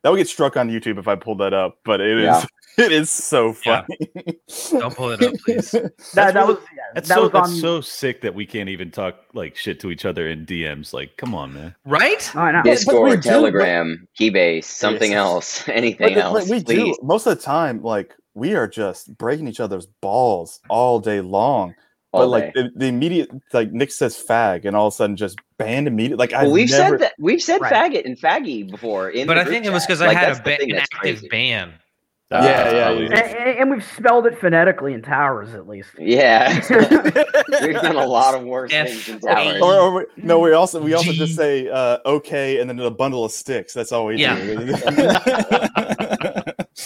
[SPEAKER 1] that would get struck on YouTube if I pulled that up, but it is
[SPEAKER 3] Yeah.
[SPEAKER 1] it is so
[SPEAKER 2] Yeah.
[SPEAKER 1] funny.
[SPEAKER 2] Don't pull it up, please.
[SPEAKER 4] That, that
[SPEAKER 5] really-
[SPEAKER 4] was yeah,
[SPEAKER 5] That's
[SPEAKER 4] that
[SPEAKER 5] so
[SPEAKER 4] was
[SPEAKER 5] that's
[SPEAKER 4] on.
[SPEAKER 5] so sick that we can't even talk like shit to each other in DMs. Like, come on, man.
[SPEAKER 2] Right?
[SPEAKER 4] I know.
[SPEAKER 1] Yes. but we do,
[SPEAKER 3] Discord,
[SPEAKER 1] but-
[SPEAKER 3] Telegram, Keybase, something
[SPEAKER 1] Yes.
[SPEAKER 3] else,
[SPEAKER 1] But
[SPEAKER 3] anything
[SPEAKER 1] the-
[SPEAKER 3] else,
[SPEAKER 1] but we
[SPEAKER 3] please.
[SPEAKER 1] do most of the time, like we are just breaking each other's balls all day long.
[SPEAKER 3] all
[SPEAKER 1] but like
[SPEAKER 3] day.
[SPEAKER 1] the, the immediate, like Nick says fag, and all of a sudden just banned immediately. Like I
[SPEAKER 3] Well, we've
[SPEAKER 1] never,
[SPEAKER 3] said that we've said
[SPEAKER 4] Right.
[SPEAKER 3] faggot and faggy before. In
[SPEAKER 2] But
[SPEAKER 3] the
[SPEAKER 2] I
[SPEAKER 3] group
[SPEAKER 2] think it was
[SPEAKER 3] chat.
[SPEAKER 2] because
[SPEAKER 3] Like,
[SPEAKER 2] I had
[SPEAKER 3] that's
[SPEAKER 2] a
[SPEAKER 3] the
[SPEAKER 2] ba-
[SPEAKER 3] thing
[SPEAKER 2] an
[SPEAKER 3] that's
[SPEAKER 2] active
[SPEAKER 3] crazy.
[SPEAKER 2] ban.
[SPEAKER 1] Yeah,
[SPEAKER 5] That's
[SPEAKER 1] yeah,
[SPEAKER 5] probably
[SPEAKER 4] And,
[SPEAKER 1] yeah.
[SPEAKER 5] it.
[SPEAKER 4] and, and we've spelled it phonetically in towers, at least.
[SPEAKER 3] Yeah, we've done a lot of worse
[SPEAKER 2] F-
[SPEAKER 3] things in
[SPEAKER 2] A-
[SPEAKER 1] Or,
[SPEAKER 3] towers.
[SPEAKER 1] or we, no, we also we also
[SPEAKER 2] G.
[SPEAKER 1] just say uh, okay, and then a bundle of sticks. That's all we
[SPEAKER 2] Yeah.
[SPEAKER 1] do.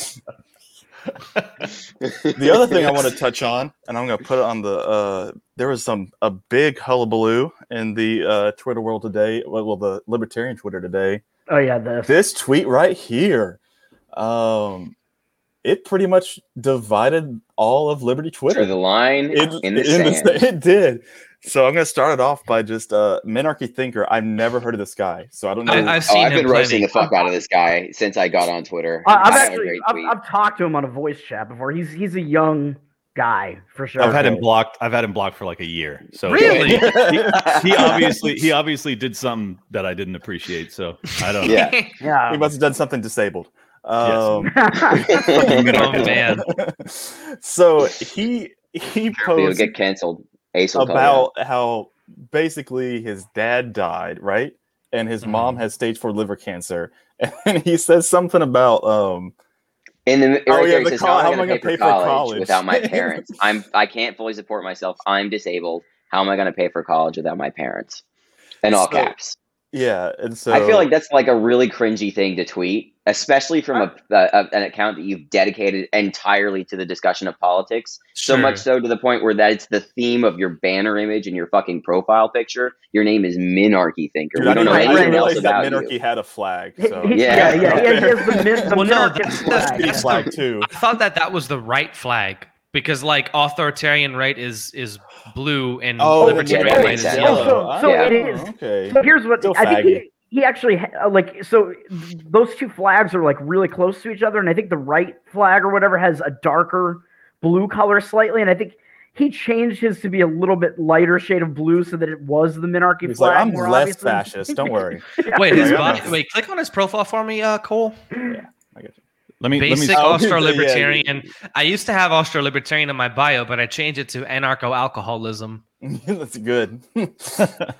[SPEAKER 1] the other thing I want to touch on, and I'm going to put it on the uh, there was some a big hullabaloo in the uh, Twitter world today. Well, well, the libertarian Twitter today.
[SPEAKER 4] Oh yeah, this.
[SPEAKER 1] This tweet right here, um, it pretty much divided all of Liberty Twitter
[SPEAKER 3] Or the line in, the sand.
[SPEAKER 1] sa- it did. So I'm gonna start it off by just uh Menarchy Thinker. I've never heard of this guy, so I don't know.
[SPEAKER 2] I, I've
[SPEAKER 3] oh,
[SPEAKER 2] seen
[SPEAKER 3] I've
[SPEAKER 2] him
[SPEAKER 3] been roasting
[SPEAKER 2] plenty.
[SPEAKER 3] the fuck out of this guy since I got on Twitter.
[SPEAKER 4] I, I've
[SPEAKER 3] I have a
[SPEAKER 4] actually
[SPEAKER 3] great
[SPEAKER 4] I've,
[SPEAKER 3] tweet.
[SPEAKER 4] I've talked to him on a voice chat before. He's he's a young guy for sure.
[SPEAKER 5] I've had him
[SPEAKER 1] Okay.
[SPEAKER 5] blocked. I've had him blocked for like a year. So
[SPEAKER 2] Really?
[SPEAKER 5] he obviously he obviously did something that I didn't appreciate. So I don't know.
[SPEAKER 3] Yeah.
[SPEAKER 1] he
[SPEAKER 4] Yeah.
[SPEAKER 1] must have done something disabled. Um,
[SPEAKER 2] oh man.
[SPEAKER 1] so he he
[SPEAKER 3] You'll
[SPEAKER 1] posted
[SPEAKER 3] get canceled. Ace will call
[SPEAKER 1] about how basically his dad died, right? And his
[SPEAKER 3] Mm-hmm.
[SPEAKER 1] mom has stage four liver cancer, and he says something about um
[SPEAKER 3] you. in the right
[SPEAKER 1] Oh, yeah,
[SPEAKER 3] there, he
[SPEAKER 1] the
[SPEAKER 3] says,
[SPEAKER 1] col-
[SPEAKER 3] how
[SPEAKER 1] how
[SPEAKER 3] am I going to pay, for college, without my parents? I'm I can't fully support myself. I'm disabled. How am I going to pay for college without my parents? In all
[SPEAKER 1] So-
[SPEAKER 3] caps.
[SPEAKER 1] yeah, and so
[SPEAKER 3] I feel like that's like a really cringy thing to tweet, especially from a, a, an account that you've dedicated entirely to the discussion of politics. So
[SPEAKER 2] Sure.
[SPEAKER 3] much so to the point where that's the theme of your banner image and your fucking profile picture. Your name is Minarchy Thinker.
[SPEAKER 1] Dude,
[SPEAKER 3] we
[SPEAKER 1] I didn't,
[SPEAKER 3] don't know
[SPEAKER 1] I didn't
[SPEAKER 3] anything else
[SPEAKER 1] realize that
[SPEAKER 3] about
[SPEAKER 1] Menarchy
[SPEAKER 3] you.
[SPEAKER 1] had a flag.
[SPEAKER 4] He-
[SPEAKER 1] So.
[SPEAKER 4] he-
[SPEAKER 3] Yeah.
[SPEAKER 4] yeah, yeah, yeah, He has the, min- the
[SPEAKER 2] Well, no,
[SPEAKER 4] American
[SPEAKER 2] that's- that's-
[SPEAKER 4] flag.
[SPEAKER 1] flag
[SPEAKER 2] that's-
[SPEAKER 1] too.
[SPEAKER 2] I thought that that was the right flag because like authoritarian right is is blue and
[SPEAKER 1] Oh,
[SPEAKER 2] libertarian
[SPEAKER 3] Oh, yeah, that
[SPEAKER 2] right
[SPEAKER 3] makes
[SPEAKER 2] is
[SPEAKER 3] sense.
[SPEAKER 2] yellow.
[SPEAKER 4] so- so
[SPEAKER 3] Yeah.
[SPEAKER 4] it is.
[SPEAKER 1] Okay.
[SPEAKER 4] So here's what
[SPEAKER 1] Still
[SPEAKER 4] I think.
[SPEAKER 1] faggy.
[SPEAKER 4] He, he actually ha- uh, like so th- those two flags are like really close to each other, and I think the right flag or whatever has a darker blue color slightly, and I think. He changed his to be a little bit lighter shade of blue so that it was the monarchy
[SPEAKER 1] He's
[SPEAKER 4] flag.
[SPEAKER 1] like, I'm
[SPEAKER 4] more
[SPEAKER 1] less
[SPEAKER 4] obviously."
[SPEAKER 1] fascist. Don't worry.
[SPEAKER 2] Wait, his
[SPEAKER 1] Yeah.
[SPEAKER 2] body, wait, click on his profile for me, uh, Cole.
[SPEAKER 5] Let me
[SPEAKER 2] Basic
[SPEAKER 5] let me.
[SPEAKER 1] Oh, yeah,
[SPEAKER 2] Austro
[SPEAKER 1] yeah.
[SPEAKER 2] libertarian. I used to have Austro libertarian in my bio, but I changed it to anarcho alcoholism.
[SPEAKER 1] That's good.
[SPEAKER 5] I got-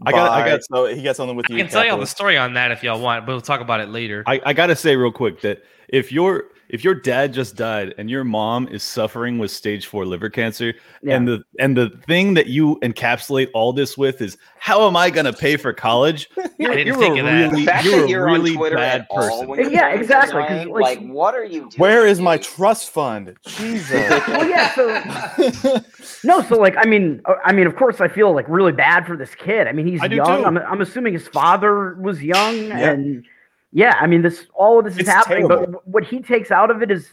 [SPEAKER 5] I
[SPEAKER 1] Bye.
[SPEAKER 5] got-
[SPEAKER 1] So he got something with
[SPEAKER 2] I
[SPEAKER 1] you.
[SPEAKER 2] can tell you all the
[SPEAKER 1] Capital.
[SPEAKER 2] story on that if y'all want, but we'll talk about it later.
[SPEAKER 5] I, I gotta say real quick that if your if your dad just died and your mom is suffering with stage four liver cancer
[SPEAKER 4] Yeah.
[SPEAKER 5] and the and the thing that you encapsulate all this with is how am I gonna pay for college?
[SPEAKER 2] I didn't think of that.
[SPEAKER 3] The fact
[SPEAKER 5] you're a
[SPEAKER 3] that you're on
[SPEAKER 5] really
[SPEAKER 3] Twitter
[SPEAKER 5] bad
[SPEAKER 3] at all
[SPEAKER 5] person.
[SPEAKER 3] when your
[SPEAKER 4] Yeah,
[SPEAKER 3] parents are
[SPEAKER 4] exactly, 'cause,
[SPEAKER 3] dying,
[SPEAKER 4] like-
[SPEAKER 3] Like, what are you doing?
[SPEAKER 1] Where is my
[SPEAKER 3] dude?
[SPEAKER 1] trust fund? Jesus.
[SPEAKER 4] well, yeah. So no, so like I mean, uh, I mean, of course, I feel like really bad for this kid. I mean, he's
[SPEAKER 5] I do
[SPEAKER 4] young.
[SPEAKER 5] too.
[SPEAKER 4] I'm, I'm assuming his father was young,
[SPEAKER 1] Yeah.
[SPEAKER 4] and yeah, I mean, this all of this is
[SPEAKER 1] It's
[SPEAKER 4] happening. But
[SPEAKER 1] terrible.
[SPEAKER 4] But what he takes out of it is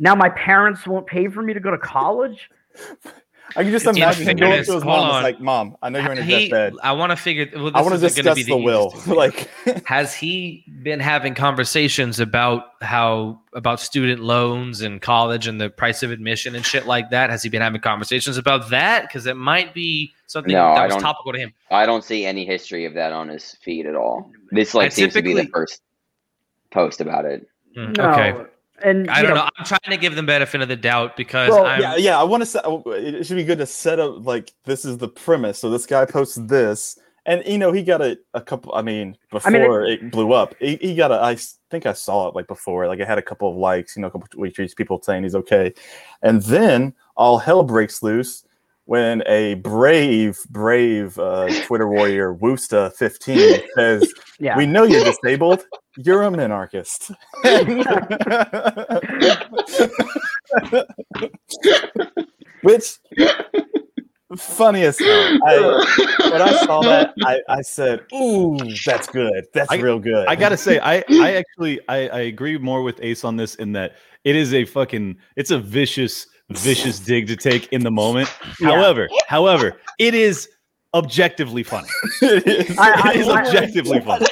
[SPEAKER 4] now my parents won't pay for me to go to college.
[SPEAKER 1] I can just
[SPEAKER 2] It's
[SPEAKER 1] imagine him going to
[SPEAKER 2] infamous.
[SPEAKER 1] his
[SPEAKER 2] Hold
[SPEAKER 1] mom.
[SPEAKER 2] on.
[SPEAKER 1] It's like, mom, I know you're in a
[SPEAKER 2] He-
[SPEAKER 1] deathbed.
[SPEAKER 2] I want to figure. Well,
[SPEAKER 1] I
[SPEAKER 2] this
[SPEAKER 1] want to
[SPEAKER 2] isn't
[SPEAKER 1] discuss
[SPEAKER 2] gonna be
[SPEAKER 1] the will.
[SPEAKER 2] easiest thing.
[SPEAKER 1] like,
[SPEAKER 2] has he been having conversations about how about student loans and college and the price of admission and shit like that? Has he been having conversations about that? Because it might be something
[SPEAKER 3] No,
[SPEAKER 2] that
[SPEAKER 3] I
[SPEAKER 2] was
[SPEAKER 3] don't-
[SPEAKER 2] topical to him.
[SPEAKER 3] I don't see any history of that on his feed at all. This like
[SPEAKER 2] I
[SPEAKER 3] seems to be the
[SPEAKER 2] typically-
[SPEAKER 3] first post about it.
[SPEAKER 2] Hmm,
[SPEAKER 4] No.
[SPEAKER 2] Okay,
[SPEAKER 4] And
[SPEAKER 2] I
[SPEAKER 4] you
[SPEAKER 2] don't know. I'm trying to give them benefit of the doubt because
[SPEAKER 4] Well,
[SPEAKER 2] I'm,
[SPEAKER 1] yeah, yeah. I want to. Set, it should be good to set up like this is the premise. So this guy posts this, and you know he got a, a couple. I mean, before
[SPEAKER 4] I mean, it-
[SPEAKER 1] it, blew up, he, he got a. I s- think I saw it like before. Like it had a couple of likes. You know, a couple of tweets, people saying he's okay, and then all hell breaks loose when a brave, brave uh, Twitter warrior Woosta fifteen says,
[SPEAKER 4] Yeah.
[SPEAKER 1] "We know you're disabled. You're a minarchist." Which funniest though, I, when I saw that, I, I said, "Ooh, that's good. That's
[SPEAKER 5] I-
[SPEAKER 1] real good."
[SPEAKER 5] I gotta say, I I actually I, I agree more with Ace on this in that it is a fucking it's a vicious vicious dig to take in the moment.
[SPEAKER 4] Yeah.
[SPEAKER 5] However, however, it is objectively funny.
[SPEAKER 4] I-
[SPEAKER 5] It is
[SPEAKER 4] I-
[SPEAKER 5] objectively funny.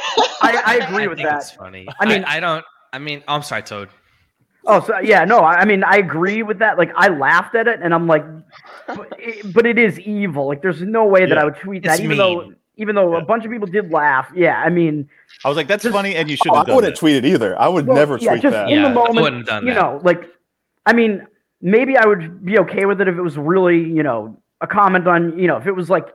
[SPEAKER 4] I, I agree with
[SPEAKER 2] think
[SPEAKER 4] that.
[SPEAKER 2] It's funny.
[SPEAKER 4] I
[SPEAKER 2] I
[SPEAKER 4] mean-
[SPEAKER 2] mean, I, don't. I mean, I'm sorry, Toad.
[SPEAKER 4] Oh, so yeah, no, I I mean, I agree with that. Like, I laughed at it, and I'm like, but it, but it is evil. Like, there's no way that
[SPEAKER 5] Yeah.
[SPEAKER 4] I would tweet
[SPEAKER 2] It's
[SPEAKER 4] that, even though
[SPEAKER 2] mean.
[SPEAKER 4] even though a
[SPEAKER 5] Yeah.
[SPEAKER 4] bunch of people did laugh. Yeah, I mean,
[SPEAKER 5] I was like, that's funny, and you should
[SPEAKER 1] Oh, I
[SPEAKER 5] have done
[SPEAKER 1] wouldn't
[SPEAKER 5] that.
[SPEAKER 1] tweet it either. I would
[SPEAKER 4] well,
[SPEAKER 1] never
[SPEAKER 4] yeah,
[SPEAKER 1] tweet
[SPEAKER 4] just
[SPEAKER 1] that.
[SPEAKER 4] in
[SPEAKER 2] Yeah,
[SPEAKER 4] the
[SPEAKER 2] I
[SPEAKER 4] moment,
[SPEAKER 2] wouldn't done
[SPEAKER 4] you
[SPEAKER 2] that.
[SPEAKER 4] know, like, I mean, maybe I would be okay with it if it was really, you know, a comment on, you know, if it was like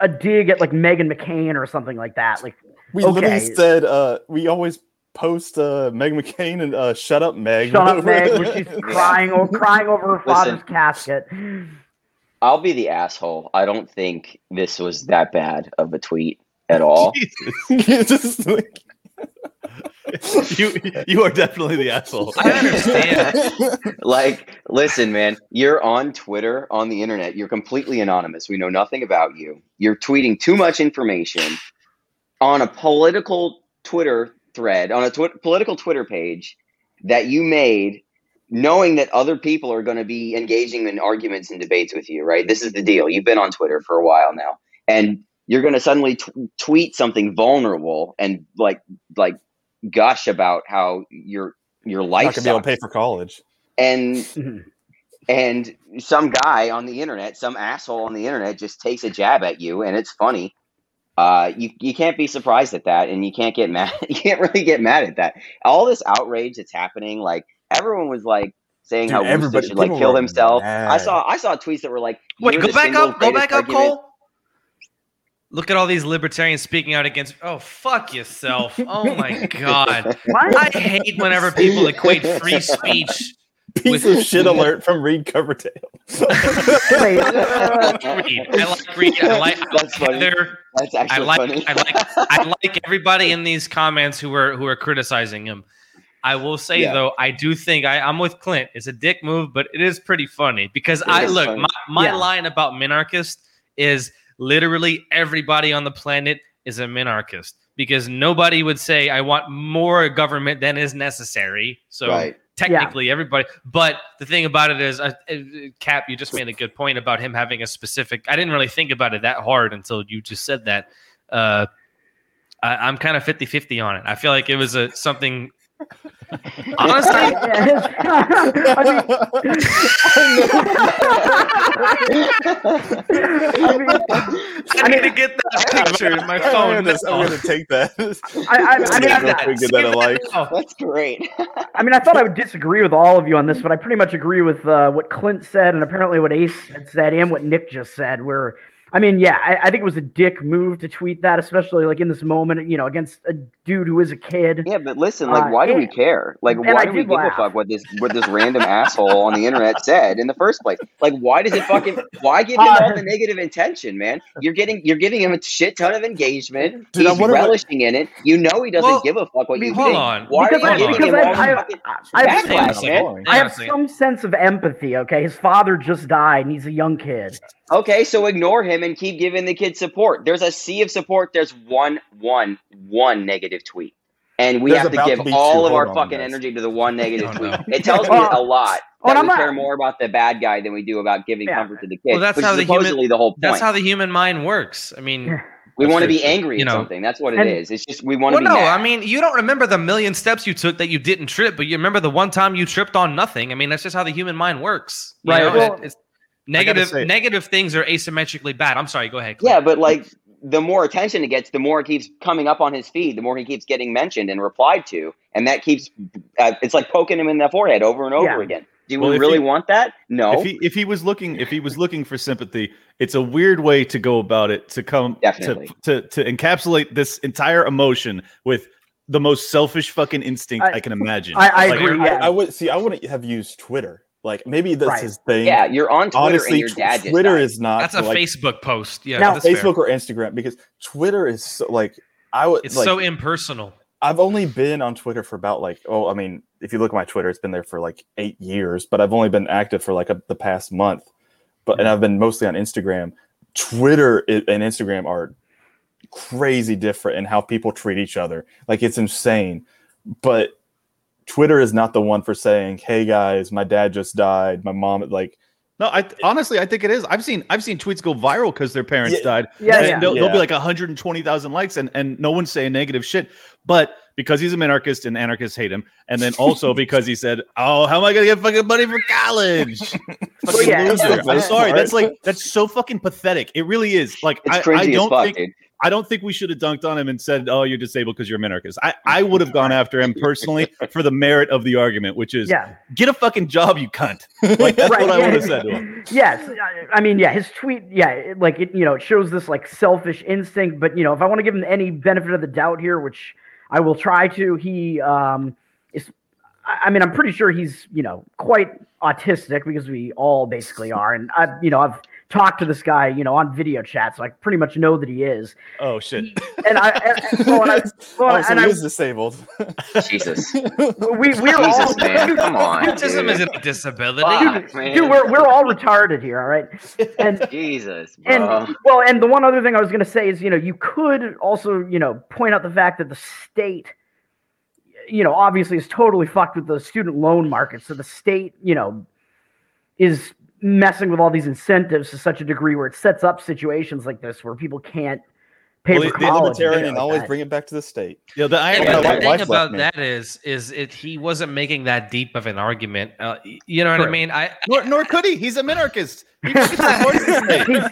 [SPEAKER 4] a dig at like Megan McCain or something like that. Like,
[SPEAKER 1] We
[SPEAKER 4] Okay.
[SPEAKER 1] literally said uh, we always post uh, Meg McCain and uh, "Shut Up, Meg."
[SPEAKER 4] shut up, Meg, where she's crying over crying over her father's
[SPEAKER 3] Listen.
[SPEAKER 4] casket.
[SPEAKER 3] I'll be the asshole. I don't think this was that bad of a tweet at all.
[SPEAKER 1] It's just like-
[SPEAKER 5] you you are definitely the asshole.
[SPEAKER 2] I understand.
[SPEAKER 3] like, listen, man, you're on Twitter, on the internet. You're completely anonymous. We know nothing about you. You're tweeting too much information on a political Twitter thread, on a tw- political Twitter page that you made, knowing that other people are going to be engaging in arguments and debates with you, right? This is the deal. You've been on Twitter for a while now, and you're going to suddenly t- tweet something vulnerable and like, like, gush about how your your
[SPEAKER 1] not
[SPEAKER 3] life
[SPEAKER 1] gonna be able to pay for college.
[SPEAKER 3] and
[SPEAKER 4] Mhm.
[SPEAKER 1] Mm-hmm.
[SPEAKER 3] and some guy on the internet, some asshole on the internet, just takes a jab at you, and it's funny. Uh, you you can't be surprised at that, and you can't get mad. You can't really get mad at that. All this outrage that's happening, like everyone was like saying
[SPEAKER 1] Dude,
[SPEAKER 3] how everybody
[SPEAKER 1] everybody-
[SPEAKER 3] should like
[SPEAKER 1] people
[SPEAKER 3] kill
[SPEAKER 1] were
[SPEAKER 3] himself. I
[SPEAKER 1] mad.
[SPEAKER 3] saw I saw tweets that were like,
[SPEAKER 2] Wait,
[SPEAKER 3] "You're
[SPEAKER 2] go
[SPEAKER 3] the
[SPEAKER 2] back
[SPEAKER 3] single
[SPEAKER 2] up. Go
[SPEAKER 3] greatest
[SPEAKER 2] back up,
[SPEAKER 3] argument."
[SPEAKER 2] Cole. Look at all these libertarians speaking out against. Oh, fuck yourself. Oh my god.
[SPEAKER 4] What?
[SPEAKER 2] I hate whenever people equate free speech
[SPEAKER 1] Piece
[SPEAKER 2] With-
[SPEAKER 1] of shit alert from Reed Coverdale.
[SPEAKER 4] Wait, uh,
[SPEAKER 2] Reed. I like Reed. I like, I like
[SPEAKER 3] That's funny.
[SPEAKER 2] Heather.
[SPEAKER 3] That's actually
[SPEAKER 2] I like.
[SPEAKER 3] funny.
[SPEAKER 2] I like. I like everybody in these comments who are who are criticizing him. I will say
[SPEAKER 3] Yeah.
[SPEAKER 2] though, I do think I, I'm with Clint. It's a dick move, but it is pretty funny because I
[SPEAKER 3] is
[SPEAKER 2] look
[SPEAKER 3] funny.
[SPEAKER 2] my, my
[SPEAKER 4] Yeah.
[SPEAKER 2] line about minarchist is literally everybody on the planet is a minarchist because nobody would say I want more government than is necessary. So
[SPEAKER 3] right.
[SPEAKER 2] technically everybody but the thing about it is uh, uh, cap you just made a good point about him having a specific i didn't really think about it that hard until you just said that uh I, i'm kind of 50-50 on it i feel like it was a something honestly
[SPEAKER 4] I mean, I mean,
[SPEAKER 2] i need to get that picture in my
[SPEAKER 1] I'm
[SPEAKER 2] phone
[SPEAKER 1] gonna,
[SPEAKER 2] now.
[SPEAKER 1] I'm gonna take that.
[SPEAKER 4] I, I, I, mean,
[SPEAKER 1] Yeah,
[SPEAKER 4] I,
[SPEAKER 1] go for it. give that a
[SPEAKER 2] Save
[SPEAKER 1] like.
[SPEAKER 2] now.
[SPEAKER 3] That's great.
[SPEAKER 4] I mean, I thought I would disagree with all of you on this, but I pretty much agree with uh, what Clint said and apparently what Ace had said and what Nick just said. Where, I mean, yeah, I, I think it was a dick move to tweet that, especially like in this moment, you know, against a dude who is a kid.
[SPEAKER 3] Yeah, but listen, like,
[SPEAKER 4] Uh,
[SPEAKER 3] why do we
[SPEAKER 4] and-
[SPEAKER 3] care? Like,
[SPEAKER 4] and
[SPEAKER 3] why
[SPEAKER 4] I
[SPEAKER 3] do we
[SPEAKER 4] did
[SPEAKER 3] give a
[SPEAKER 4] laugh.
[SPEAKER 3] fuck what this what this random asshole on the internet said in the first place? Like, why does it fucking why give him
[SPEAKER 4] Uh,
[SPEAKER 3] all the negative intention, man? You're getting you're giving him a shit ton of engagement.
[SPEAKER 1] Dude, I
[SPEAKER 3] He's
[SPEAKER 1] wonder what-
[SPEAKER 3] relishing in it. You know he doesn't
[SPEAKER 2] Well,
[SPEAKER 3] give a fuck what
[SPEAKER 2] I mean,
[SPEAKER 3] you
[SPEAKER 2] hold
[SPEAKER 3] think.
[SPEAKER 2] on.
[SPEAKER 3] Why
[SPEAKER 4] because
[SPEAKER 3] are
[SPEAKER 4] I,
[SPEAKER 3] you
[SPEAKER 4] because
[SPEAKER 3] giving him all the
[SPEAKER 4] I, I,
[SPEAKER 3] fucking
[SPEAKER 4] I, I,
[SPEAKER 3] That's
[SPEAKER 4] have
[SPEAKER 2] Hang on a
[SPEAKER 3] Backlash,
[SPEAKER 2] second.
[SPEAKER 3] man.
[SPEAKER 2] Hang on a
[SPEAKER 4] I have
[SPEAKER 2] second.
[SPEAKER 4] some sense of empathy. Okay, his father just died, and he's a young kid.
[SPEAKER 3] Okay, so ignore him and keep giving the kid support. There's a sea of support. There's one, one, one negative tweet. and we
[SPEAKER 1] There's
[SPEAKER 3] have to
[SPEAKER 1] about
[SPEAKER 3] give
[SPEAKER 1] to be
[SPEAKER 3] all
[SPEAKER 1] two.
[SPEAKER 3] of our
[SPEAKER 1] Hold on,
[SPEAKER 3] fucking
[SPEAKER 1] guys.
[SPEAKER 3] energy to the one negative
[SPEAKER 2] Oh, no.
[SPEAKER 3] tweet. It tells me a lot
[SPEAKER 4] Oh, and
[SPEAKER 3] that
[SPEAKER 4] I'm
[SPEAKER 3] we
[SPEAKER 4] not-
[SPEAKER 3] care more about the bad guy than we do about giving
[SPEAKER 4] Yeah.
[SPEAKER 3] comfort to the kid.
[SPEAKER 2] Well, that's
[SPEAKER 3] which
[SPEAKER 2] how
[SPEAKER 3] is
[SPEAKER 2] the human-
[SPEAKER 3] supposedly the whole point.
[SPEAKER 2] That's how the human mind works. I mean,
[SPEAKER 4] Yeah.
[SPEAKER 3] we
[SPEAKER 5] That's
[SPEAKER 3] want to
[SPEAKER 5] very
[SPEAKER 3] be
[SPEAKER 5] true.
[SPEAKER 3] angry
[SPEAKER 2] You
[SPEAKER 3] at
[SPEAKER 2] know.
[SPEAKER 3] something. That's what it
[SPEAKER 4] And-
[SPEAKER 3] is. It's just we want to
[SPEAKER 2] well,
[SPEAKER 3] be
[SPEAKER 2] no,
[SPEAKER 3] mad.
[SPEAKER 2] I mean, you don't remember the million steps you took that you didn't trip, but you remember the one time you tripped on nothing. I mean, that's just how the human mind works. you
[SPEAKER 4] Right,
[SPEAKER 2] know?
[SPEAKER 4] well-
[SPEAKER 2] It- it's- negative
[SPEAKER 1] say-
[SPEAKER 2] negative things are asymmetrically bad. I'm sorry. Go ahead. Clint.
[SPEAKER 3] yeah, but like the more attention it gets, the more it keeps coming up on his feed. The more he keeps getting mentioned and replied to, and that keeps uh, it's like poking him in the forehead over and over
[SPEAKER 4] Yeah.
[SPEAKER 3] again. Do
[SPEAKER 5] Well,
[SPEAKER 3] we
[SPEAKER 5] if
[SPEAKER 3] really
[SPEAKER 5] he-
[SPEAKER 3] want that? No,
[SPEAKER 5] If he if he was looking if he was looking for sympathy, it's a weird way to go about it to come to,
[SPEAKER 3] Definitely.
[SPEAKER 5] to to encapsulate this entire emotion with the most selfish fucking instinct I,
[SPEAKER 4] I-
[SPEAKER 5] can imagine.
[SPEAKER 4] I, I
[SPEAKER 2] Like,
[SPEAKER 4] agree.
[SPEAKER 1] I,
[SPEAKER 4] Yeah.
[SPEAKER 1] I would see. I wouldn't have used Twitter. Like maybe that's
[SPEAKER 4] Right.
[SPEAKER 1] his thing.
[SPEAKER 3] yeah, you're on Twitter and
[SPEAKER 1] Honestly,
[SPEAKER 3] your
[SPEAKER 1] tw-
[SPEAKER 3] dad just
[SPEAKER 1] Twitter
[SPEAKER 3] died.
[SPEAKER 1] is not
[SPEAKER 2] that's a
[SPEAKER 1] like,
[SPEAKER 2] Facebook post. Yeah,
[SPEAKER 4] Now,
[SPEAKER 2] that's fair.
[SPEAKER 1] Facebook or Instagram because Twitter is so, like I would.
[SPEAKER 2] It's
[SPEAKER 1] like,
[SPEAKER 2] so impersonal.
[SPEAKER 1] I've only been on Twitter for about like oh I mean if you look at my Twitter it's been there for like eight years but I've only been active for like a, the past month but
[SPEAKER 4] Mm-hmm.
[SPEAKER 1] and I've been mostly on Instagram. Twitter i- and Instagram are crazy different in how people treat each other. Like it's insane. But Twitter is not the one for saying hey guys my dad just died my mom like
[SPEAKER 5] no, I honestly I think it is. I've seen I've seen tweets go viral because their parents
[SPEAKER 1] Yeah.
[SPEAKER 5] died.
[SPEAKER 4] yeah,
[SPEAKER 5] and
[SPEAKER 4] yeah.
[SPEAKER 5] They'll, they'll be
[SPEAKER 1] Yeah.
[SPEAKER 5] like 120,000 likes and, and no one's saying negative shit. But because he's an anarchist and anarchists hate him. And then also because he said, Oh, how am I going to get fucking money for college? Fucking
[SPEAKER 4] yeah,
[SPEAKER 5] loser.
[SPEAKER 4] that's the
[SPEAKER 5] I'm
[SPEAKER 4] best
[SPEAKER 5] sorry.
[SPEAKER 1] part.
[SPEAKER 5] That's like, that's so fucking pathetic. It really is. Like,
[SPEAKER 3] It's
[SPEAKER 5] I,
[SPEAKER 3] cringy
[SPEAKER 5] I
[SPEAKER 3] as
[SPEAKER 5] don't
[SPEAKER 3] fuck,
[SPEAKER 5] think,
[SPEAKER 3] dude.
[SPEAKER 5] I don't think we should have dunked on him and said, Oh, you're disabled because you're an anarchist. I, I would have gone after him personally for the merit of the argument, which is
[SPEAKER 4] yeah.
[SPEAKER 5] get a fucking job, you cunt. Like, that's what I
[SPEAKER 4] yeah.
[SPEAKER 5] would have said to him.
[SPEAKER 4] Yes, I- I mean, yeah, his tweet, yeah, it, like it, you know, it shows this like selfish instinct. But you know, if I want to give him any benefit of the doubt here, which I will try to, he um is. I I mean, I'm pretty sure he's you know quite autistic because we all basically are. And I, have you know, I've talked to this guy, you know, on video chat, so I pretty much know that he is.
[SPEAKER 5] Oh, shit.
[SPEAKER 4] And I, and, and- well, and I, well,
[SPEAKER 1] oh so
[SPEAKER 4] and Oh,
[SPEAKER 1] he
[SPEAKER 4] I,
[SPEAKER 1] is disabled
[SPEAKER 3] Jesus,
[SPEAKER 4] we we're all
[SPEAKER 3] Jesus, man, come on,
[SPEAKER 2] Autism
[SPEAKER 3] dude.
[SPEAKER 2] isn't a disability.
[SPEAKER 3] Fuck, man.
[SPEAKER 4] dude, we're we're all retarded here, all right. And
[SPEAKER 3] Jesus, bro.
[SPEAKER 4] And well, and the one other thing I was going to say is, you know, you could also, you know, point out the fact that the state, you know, obviously is totally fucked with the student loan market. So the state, you know, is messing with all these incentives to such a degree where it sets up situations like this where people can't pay
[SPEAKER 5] Well,
[SPEAKER 4] for
[SPEAKER 5] the- the
[SPEAKER 4] college.
[SPEAKER 1] libertarian and
[SPEAKER 4] like
[SPEAKER 1] always
[SPEAKER 4] that.
[SPEAKER 1] bring it back to the state.
[SPEAKER 5] Yeah, the irony
[SPEAKER 1] Yeah,
[SPEAKER 2] Yeah,
[SPEAKER 5] of
[SPEAKER 1] but like
[SPEAKER 2] but the
[SPEAKER 5] that-
[SPEAKER 2] thing
[SPEAKER 1] life
[SPEAKER 2] about
[SPEAKER 1] lesson.
[SPEAKER 2] that is, is it he wasn't making that deep of an argument. Uh, y- you know what I
[SPEAKER 4] True.
[SPEAKER 2] mean? I,
[SPEAKER 5] Nor, nor could he. He's a minarchist. He fucking supports this thing.
[SPEAKER 4] He's,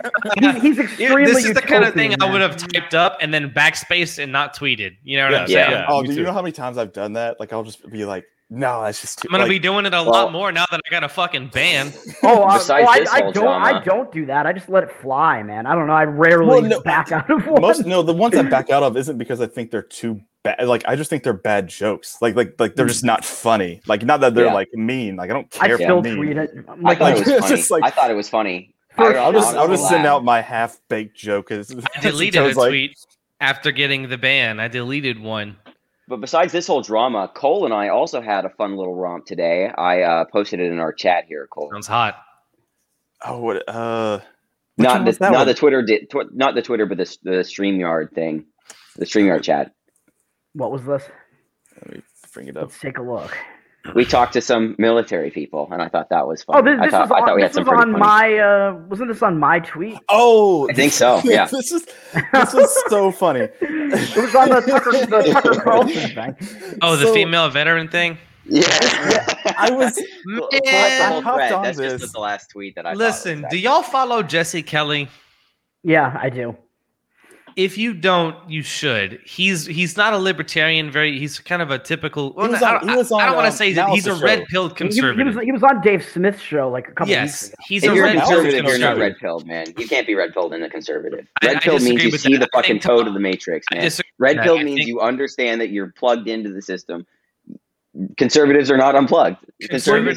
[SPEAKER 4] he's, he's extremely.
[SPEAKER 2] this is the kind of
[SPEAKER 4] utopian,
[SPEAKER 2] thing I
[SPEAKER 4] man.
[SPEAKER 2] would have typed up and then backspaced and not tweeted. You know what I'm
[SPEAKER 5] Yeah,
[SPEAKER 2] saying?
[SPEAKER 5] yeah.
[SPEAKER 1] Oh,
[SPEAKER 5] me
[SPEAKER 1] do you
[SPEAKER 5] too.
[SPEAKER 1] know how many times I've done that? Like I'll just be like, no, that's just too
[SPEAKER 2] I'm gonna
[SPEAKER 1] like,
[SPEAKER 2] be doing it a
[SPEAKER 3] well-
[SPEAKER 2] lot more now that I got a fucking ban.
[SPEAKER 4] Oh, I,
[SPEAKER 3] Besides
[SPEAKER 4] well, I,
[SPEAKER 3] this
[SPEAKER 4] I
[SPEAKER 3] whole
[SPEAKER 4] don't.
[SPEAKER 3] drama.
[SPEAKER 4] I don't do that. I just let it fly, man. I don't know. I rarely
[SPEAKER 1] Well, no,
[SPEAKER 4] back out of one.
[SPEAKER 1] most no the ones i back out of isn't because i think they're too bad like i just think they're bad jokes like like like
[SPEAKER 2] Mm.
[SPEAKER 1] they're just not funny like not that they're
[SPEAKER 3] Yeah.
[SPEAKER 1] like mean like i don't care
[SPEAKER 4] I
[SPEAKER 1] if
[SPEAKER 4] still
[SPEAKER 1] they're mean.
[SPEAKER 4] tweet it. I'm
[SPEAKER 3] I
[SPEAKER 4] like,
[SPEAKER 1] like,
[SPEAKER 3] thought it
[SPEAKER 1] it's
[SPEAKER 3] was funny.
[SPEAKER 1] just like-
[SPEAKER 3] I thought it was funny.
[SPEAKER 4] First-
[SPEAKER 1] i'll just i'll just send
[SPEAKER 3] laugh.
[SPEAKER 1] out my half-baked joke as
[SPEAKER 2] I deleted a
[SPEAKER 1] sounds like-
[SPEAKER 2] tweet after getting the ban. I deleted one.
[SPEAKER 3] But besides this whole drama, Cole and I also had a fun little romp today. I uh, posted it in our chat here, Cole.
[SPEAKER 2] Sounds hot.
[SPEAKER 1] oh what uh which
[SPEAKER 3] Not
[SPEAKER 1] one
[SPEAKER 3] the
[SPEAKER 1] was that
[SPEAKER 3] not
[SPEAKER 1] one?
[SPEAKER 3] the Twitter di- tw- not the Twitter, but the s- the Streamyard thing, the Streamyard chat.
[SPEAKER 4] what was this?
[SPEAKER 1] Let me bring it up
[SPEAKER 4] Let's take a look.
[SPEAKER 3] We talked to some military people, and I thought that was fun.
[SPEAKER 4] Oh, this,
[SPEAKER 3] I
[SPEAKER 4] this
[SPEAKER 3] thought,
[SPEAKER 4] was
[SPEAKER 3] I thought
[SPEAKER 4] on,
[SPEAKER 3] we had
[SPEAKER 4] this
[SPEAKER 3] some
[SPEAKER 4] was
[SPEAKER 3] pretty
[SPEAKER 4] on
[SPEAKER 3] funny.
[SPEAKER 4] my. Uh, wasn't this on my tweet?
[SPEAKER 1] oh
[SPEAKER 3] I think so, yeah.
[SPEAKER 1] this is this is so funny
[SPEAKER 4] it was on the Tucker, the Tucker Carlson thing.
[SPEAKER 2] Oh, the
[SPEAKER 1] So,
[SPEAKER 2] female veteran thing.
[SPEAKER 3] yeah,
[SPEAKER 1] i was
[SPEAKER 3] Well,
[SPEAKER 2] Man,
[SPEAKER 3] it's not the
[SPEAKER 1] I
[SPEAKER 3] whole
[SPEAKER 1] hopped
[SPEAKER 3] thread.
[SPEAKER 1] on
[SPEAKER 3] That's
[SPEAKER 1] this.
[SPEAKER 3] just the last tweet that I. thought was
[SPEAKER 2] listen, do
[SPEAKER 3] actually-
[SPEAKER 2] y'all follow Jesse Kelly?
[SPEAKER 4] Yeah, I do.
[SPEAKER 2] If you don't, you should. He's he's not a libertarian. Very, he's kind of a typical. Well,
[SPEAKER 1] was
[SPEAKER 2] I
[SPEAKER 1] on-
[SPEAKER 2] don't,
[SPEAKER 1] he was
[SPEAKER 2] I- I
[SPEAKER 1] on,
[SPEAKER 2] don't want
[SPEAKER 1] um,
[SPEAKER 2] to say that he's a
[SPEAKER 1] Analysis
[SPEAKER 2] red
[SPEAKER 1] Show.
[SPEAKER 2] pill
[SPEAKER 4] He, he
[SPEAKER 2] conservative.
[SPEAKER 4] was he was on Dave Smith's show like a couple
[SPEAKER 2] yes,
[SPEAKER 4] weeks ago.
[SPEAKER 2] he's
[SPEAKER 3] if
[SPEAKER 2] a
[SPEAKER 3] you're a
[SPEAKER 2] red pill
[SPEAKER 3] conservative,
[SPEAKER 1] pilled
[SPEAKER 3] you're not
[SPEAKER 2] conservative.
[SPEAKER 3] red pilled, man. You can't be red pilled and a conservative.
[SPEAKER 2] I-
[SPEAKER 3] Red
[SPEAKER 2] I
[SPEAKER 3] pilled means
[SPEAKER 2] disagree
[SPEAKER 3] you
[SPEAKER 2] with
[SPEAKER 3] see
[SPEAKER 2] that.
[SPEAKER 3] the
[SPEAKER 2] I
[SPEAKER 3] fucking
[SPEAKER 2] think-
[SPEAKER 3] toad of the matrix,
[SPEAKER 2] I
[SPEAKER 3] man.
[SPEAKER 2] disagree.
[SPEAKER 3] Red
[SPEAKER 2] Yeah,
[SPEAKER 3] pill
[SPEAKER 2] I
[SPEAKER 3] means
[SPEAKER 2] think-
[SPEAKER 3] you understand that you're plugged into the system. Conservatives are not unplugged. Conservatives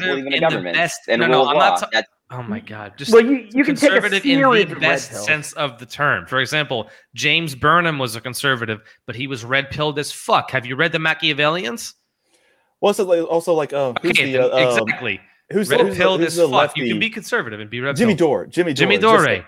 [SPEAKER 2] Conservative
[SPEAKER 3] believe in
[SPEAKER 2] in
[SPEAKER 3] the
[SPEAKER 2] the
[SPEAKER 3] government
[SPEAKER 2] best-
[SPEAKER 3] and
[SPEAKER 2] no, no,
[SPEAKER 3] rule of
[SPEAKER 2] I'm not
[SPEAKER 3] law.
[SPEAKER 2] ta-
[SPEAKER 3] That's-
[SPEAKER 2] Oh my god! Just
[SPEAKER 4] Well, you you can take a
[SPEAKER 2] conservative in
[SPEAKER 4] series
[SPEAKER 2] the
[SPEAKER 4] of
[SPEAKER 2] best
[SPEAKER 4] red pills.
[SPEAKER 2] sense of the term. For example, James Burnham was a conservative, but he was red pilled as fuck. Have you read the Machiavellians?
[SPEAKER 1] what's it like also like uh who's
[SPEAKER 2] Okay,
[SPEAKER 1] the
[SPEAKER 2] then-
[SPEAKER 1] uh, um,
[SPEAKER 2] exactly.
[SPEAKER 1] who's
[SPEAKER 2] Red
[SPEAKER 1] who's the-
[SPEAKER 2] pilled
[SPEAKER 1] who's
[SPEAKER 2] as
[SPEAKER 1] the
[SPEAKER 2] fuck. You can
[SPEAKER 1] lefty-
[SPEAKER 2] be conservative and be red
[SPEAKER 1] Jimmy
[SPEAKER 2] pilled.
[SPEAKER 1] Dore. Jimmy Dore.
[SPEAKER 2] Jimmy
[SPEAKER 1] just
[SPEAKER 2] Dore.
[SPEAKER 1] like-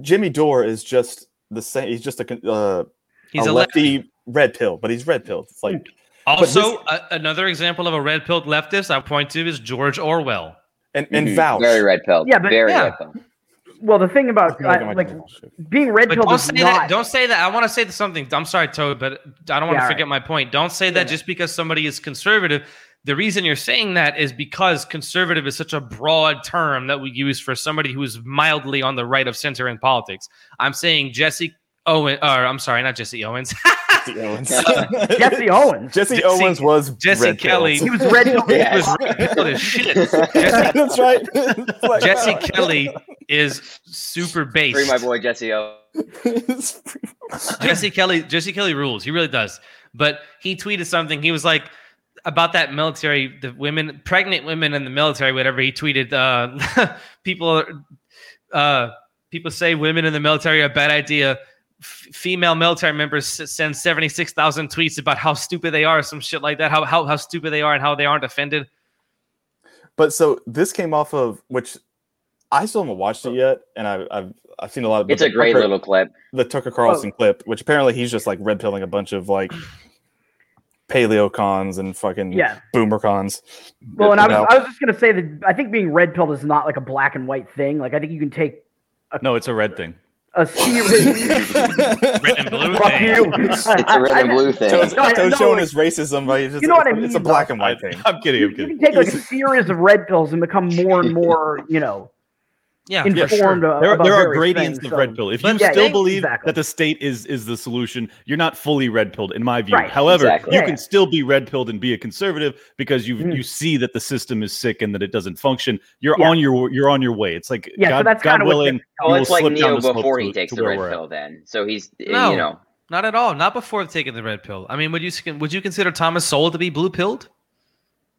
[SPEAKER 1] Jimmy Dore is just the same. He's just a con- uh,
[SPEAKER 2] he's
[SPEAKER 1] a,
[SPEAKER 2] a lefty.
[SPEAKER 1] lefty red pill, but he's red pill. It's like
[SPEAKER 2] Also, a- another example of a red pilled leftist I point to is George Orwell.
[SPEAKER 1] And and
[SPEAKER 3] Mhm.
[SPEAKER 1] vouch.
[SPEAKER 3] Very red pill.
[SPEAKER 4] Yeah, but-
[SPEAKER 3] very
[SPEAKER 2] yeah.
[SPEAKER 3] red pill.
[SPEAKER 4] Well, the thing about
[SPEAKER 1] Look at
[SPEAKER 4] uh,
[SPEAKER 1] my
[SPEAKER 4] like
[SPEAKER 1] damn shit.
[SPEAKER 4] being red
[SPEAKER 2] But
[SPEAKER 4] pilled
[SPEAKER 2] don't
[SPEAKER 4] is
[SPEAKER 2] say
[SPEAKER 4] not.
[SPEAKER 2] that. Don't say that. I want to say something. I'm sorry, Toad, but I don't want
[SPEAKER 4] Yeah,
[SPEAKER 2] to
[SPEAKER 4] all
[SPEAKER 2] forget my point. Don't say that
[SPEAKER 4] Yeah.
[SPEAKER 2] just because somebody is conservative. The reason you're saying that is because conservative is such a broad term that we use for somebody who's mildly on the right of center in politics. I'm saying Jesse Owen, or I'm sorry, not Jesse Owens,
[SPEAKER 1] Jesse Owens.
[SPEAKER 4] Jesse Owens.
[SPEAKER 1] Jesse
[SPEAKER 2] Jesse-
[SPEAKER 1] Owens was
[SPEAKER 2] Jesse
[SPEAKER 1] red
[SPEAKER 2] Kelly.
[SPEAKER 4] He was red pilled.
[SPEAKER 3] Yeah.
[SPEAKER 2] was red-pilled as shit. Jesse,
[SPEAKER 1] That's right. It's like,
[SPEAKER 2] Jesse
[SPEAKER 1] wow.
[SPEAKER 2] Kelly is super based.
[SPEAKER 3] Free my boy Jesse O.
[SPEAKER 1] It's-
[SPEAKER 2] Jesse Kelly, Jesse Kelly rules. He really does. But he tweeted something. He was like about that military, the women, pregnant women in the military, whatever. He tweeted, uh, people, are- uh, people say women in the military are a bad idea. F- female military members s- send seventy six thousand tweets about how stupid they are, some shit like that. How how how stupid they are and how they aren't offended.
[SPEAKER 1] but so this came off of which I still haven't watched it yet, and I, I've I've seen a lot of.
[SPEAKER 3] It's
[SPEAKER 1] but
[SPEAKER 3] a great
[SPEAKER 1] Tucker-
[SPEAKER 3] little clip.
[SPEAKER 1] the Tucker Carlson clip, which apparently he's just like red pilling a bunch of like paleo cons and fucking
[SPEAKER 4] Yeah.
[SPEAKER 1] boomer cons.
[SPEAKER 4] Well, and I was,
[SPEAKER 1] No.
[SPEAKER 4] I was just gonna say that I think being red pilled is not like a black and white thing. Like I think you can take
[SPEAKER 5] No, it's a red thing.
[SPEAKER 4] a serious.
[SPEAKER 2] Red and blue
[SPEAKER 4] Fuck
[SPEAKER 2] thing.
[SPEAKER 4] you.
[SPEAKER 3] It's a red and blue thing.
[SPEAKER 1] Toad's,
[SPEAKER 4] No, I-
[SPEAKER 1] Toad's
[SPEAKER 4] no,
[SPEAKER 1] showing
[SPEAKER 4] like-
[SPEAKER 1] his racism, but he's just,
[SPEAKER 4] You know what I
[SPEAKER 1] it's- It's a
[SPEAKER 4] mean,
[SPEAKER 1] black
[SPEAKER 4] though.
[SPEAKER 1] and white thing.
[SPEAKER 5] I'm kidding.
[SPEAKER 4] You
[SPEAKER 5] I'm
[SPEAKER 4] you
[SPEAKER 5] kidding.
[SPEAKER 4] can take like a series of red pills and become more and more, you know,
[SPEAKER 2] Yeah, for
[SPEAKER 4] informed.
[SPEAKER 2] sure.
[SPEAKER 4] a-
[SPEAKER 5] There,
[SPEAKER 4] about
[SPEAKER 5] there are
[SPEAKER 4] various
[SPEAKER 5] gradients
[SPEAKER 4] things,
[SPEAKER 5] of
[SPEAKER 4] so-
[SPEAKER 5] red pill. If
[SPEAKER 2] But
[SPEAKER 5] you
[SPEAKER 2] yeah,
[SPEAKER 5] still
[SPEAKER 2] yeah,
[SPEAKER 5] believe
[SPEAKER 4] exactly.
[SPEAKER 5] that the state is is the solution, you're not fully red pilled, in my view.
[SPEAKER 4] Right,
[SPEAKER 5] However,
[SPEAKER 3] exactly.
[SPEAKER 5] you
[SPEAKER 4] Yeah, yeah.
[SPEAKER 5] can still be red pilled and be a conservative because you
[SPEAKER 4] Mm.
[SPEAKER 5] you see that the system is sick and that it doesn't function. You're
[SPEAKER 4] Yeah.
[SPEAKER 5] on your you're on your way. It's like
[SPEAKER 4] Yeah, so
[SPEAKER 5] God,
[SPEAKER 4] that's
[SPEAKER 5] God
[SPEAKER 4] kinda what
[SPEAKER 5] willing,
[SPEAKER 3] Oh,
[SPEAKER 5] you
[SPEAKER 3] it's
[SPEAKER 5] will
[SPEAKER 3] like
[SPEAKER 5] slip down
[SPEAKER 3] Neo
[SPEAKER 5] the slope
[SPEAKER 3] before
[SPEAKER 5] to-
[SPEAKER 3] he takes
[SPEAKER 5] to
[SPEAKER 3] the
[SPEAKER 5] where
[SPEAKER 3] red
[SPEAKER 5] we're at.
[SPEAKER 3] pill. Then, so he's
[SPEAKER 2] No.
[SPEAKER 3] you know
[SPEAKER 2] Not at all. Not before taking the red pill. I mean, would you would you consider Thomas Sowell to be blue pilled?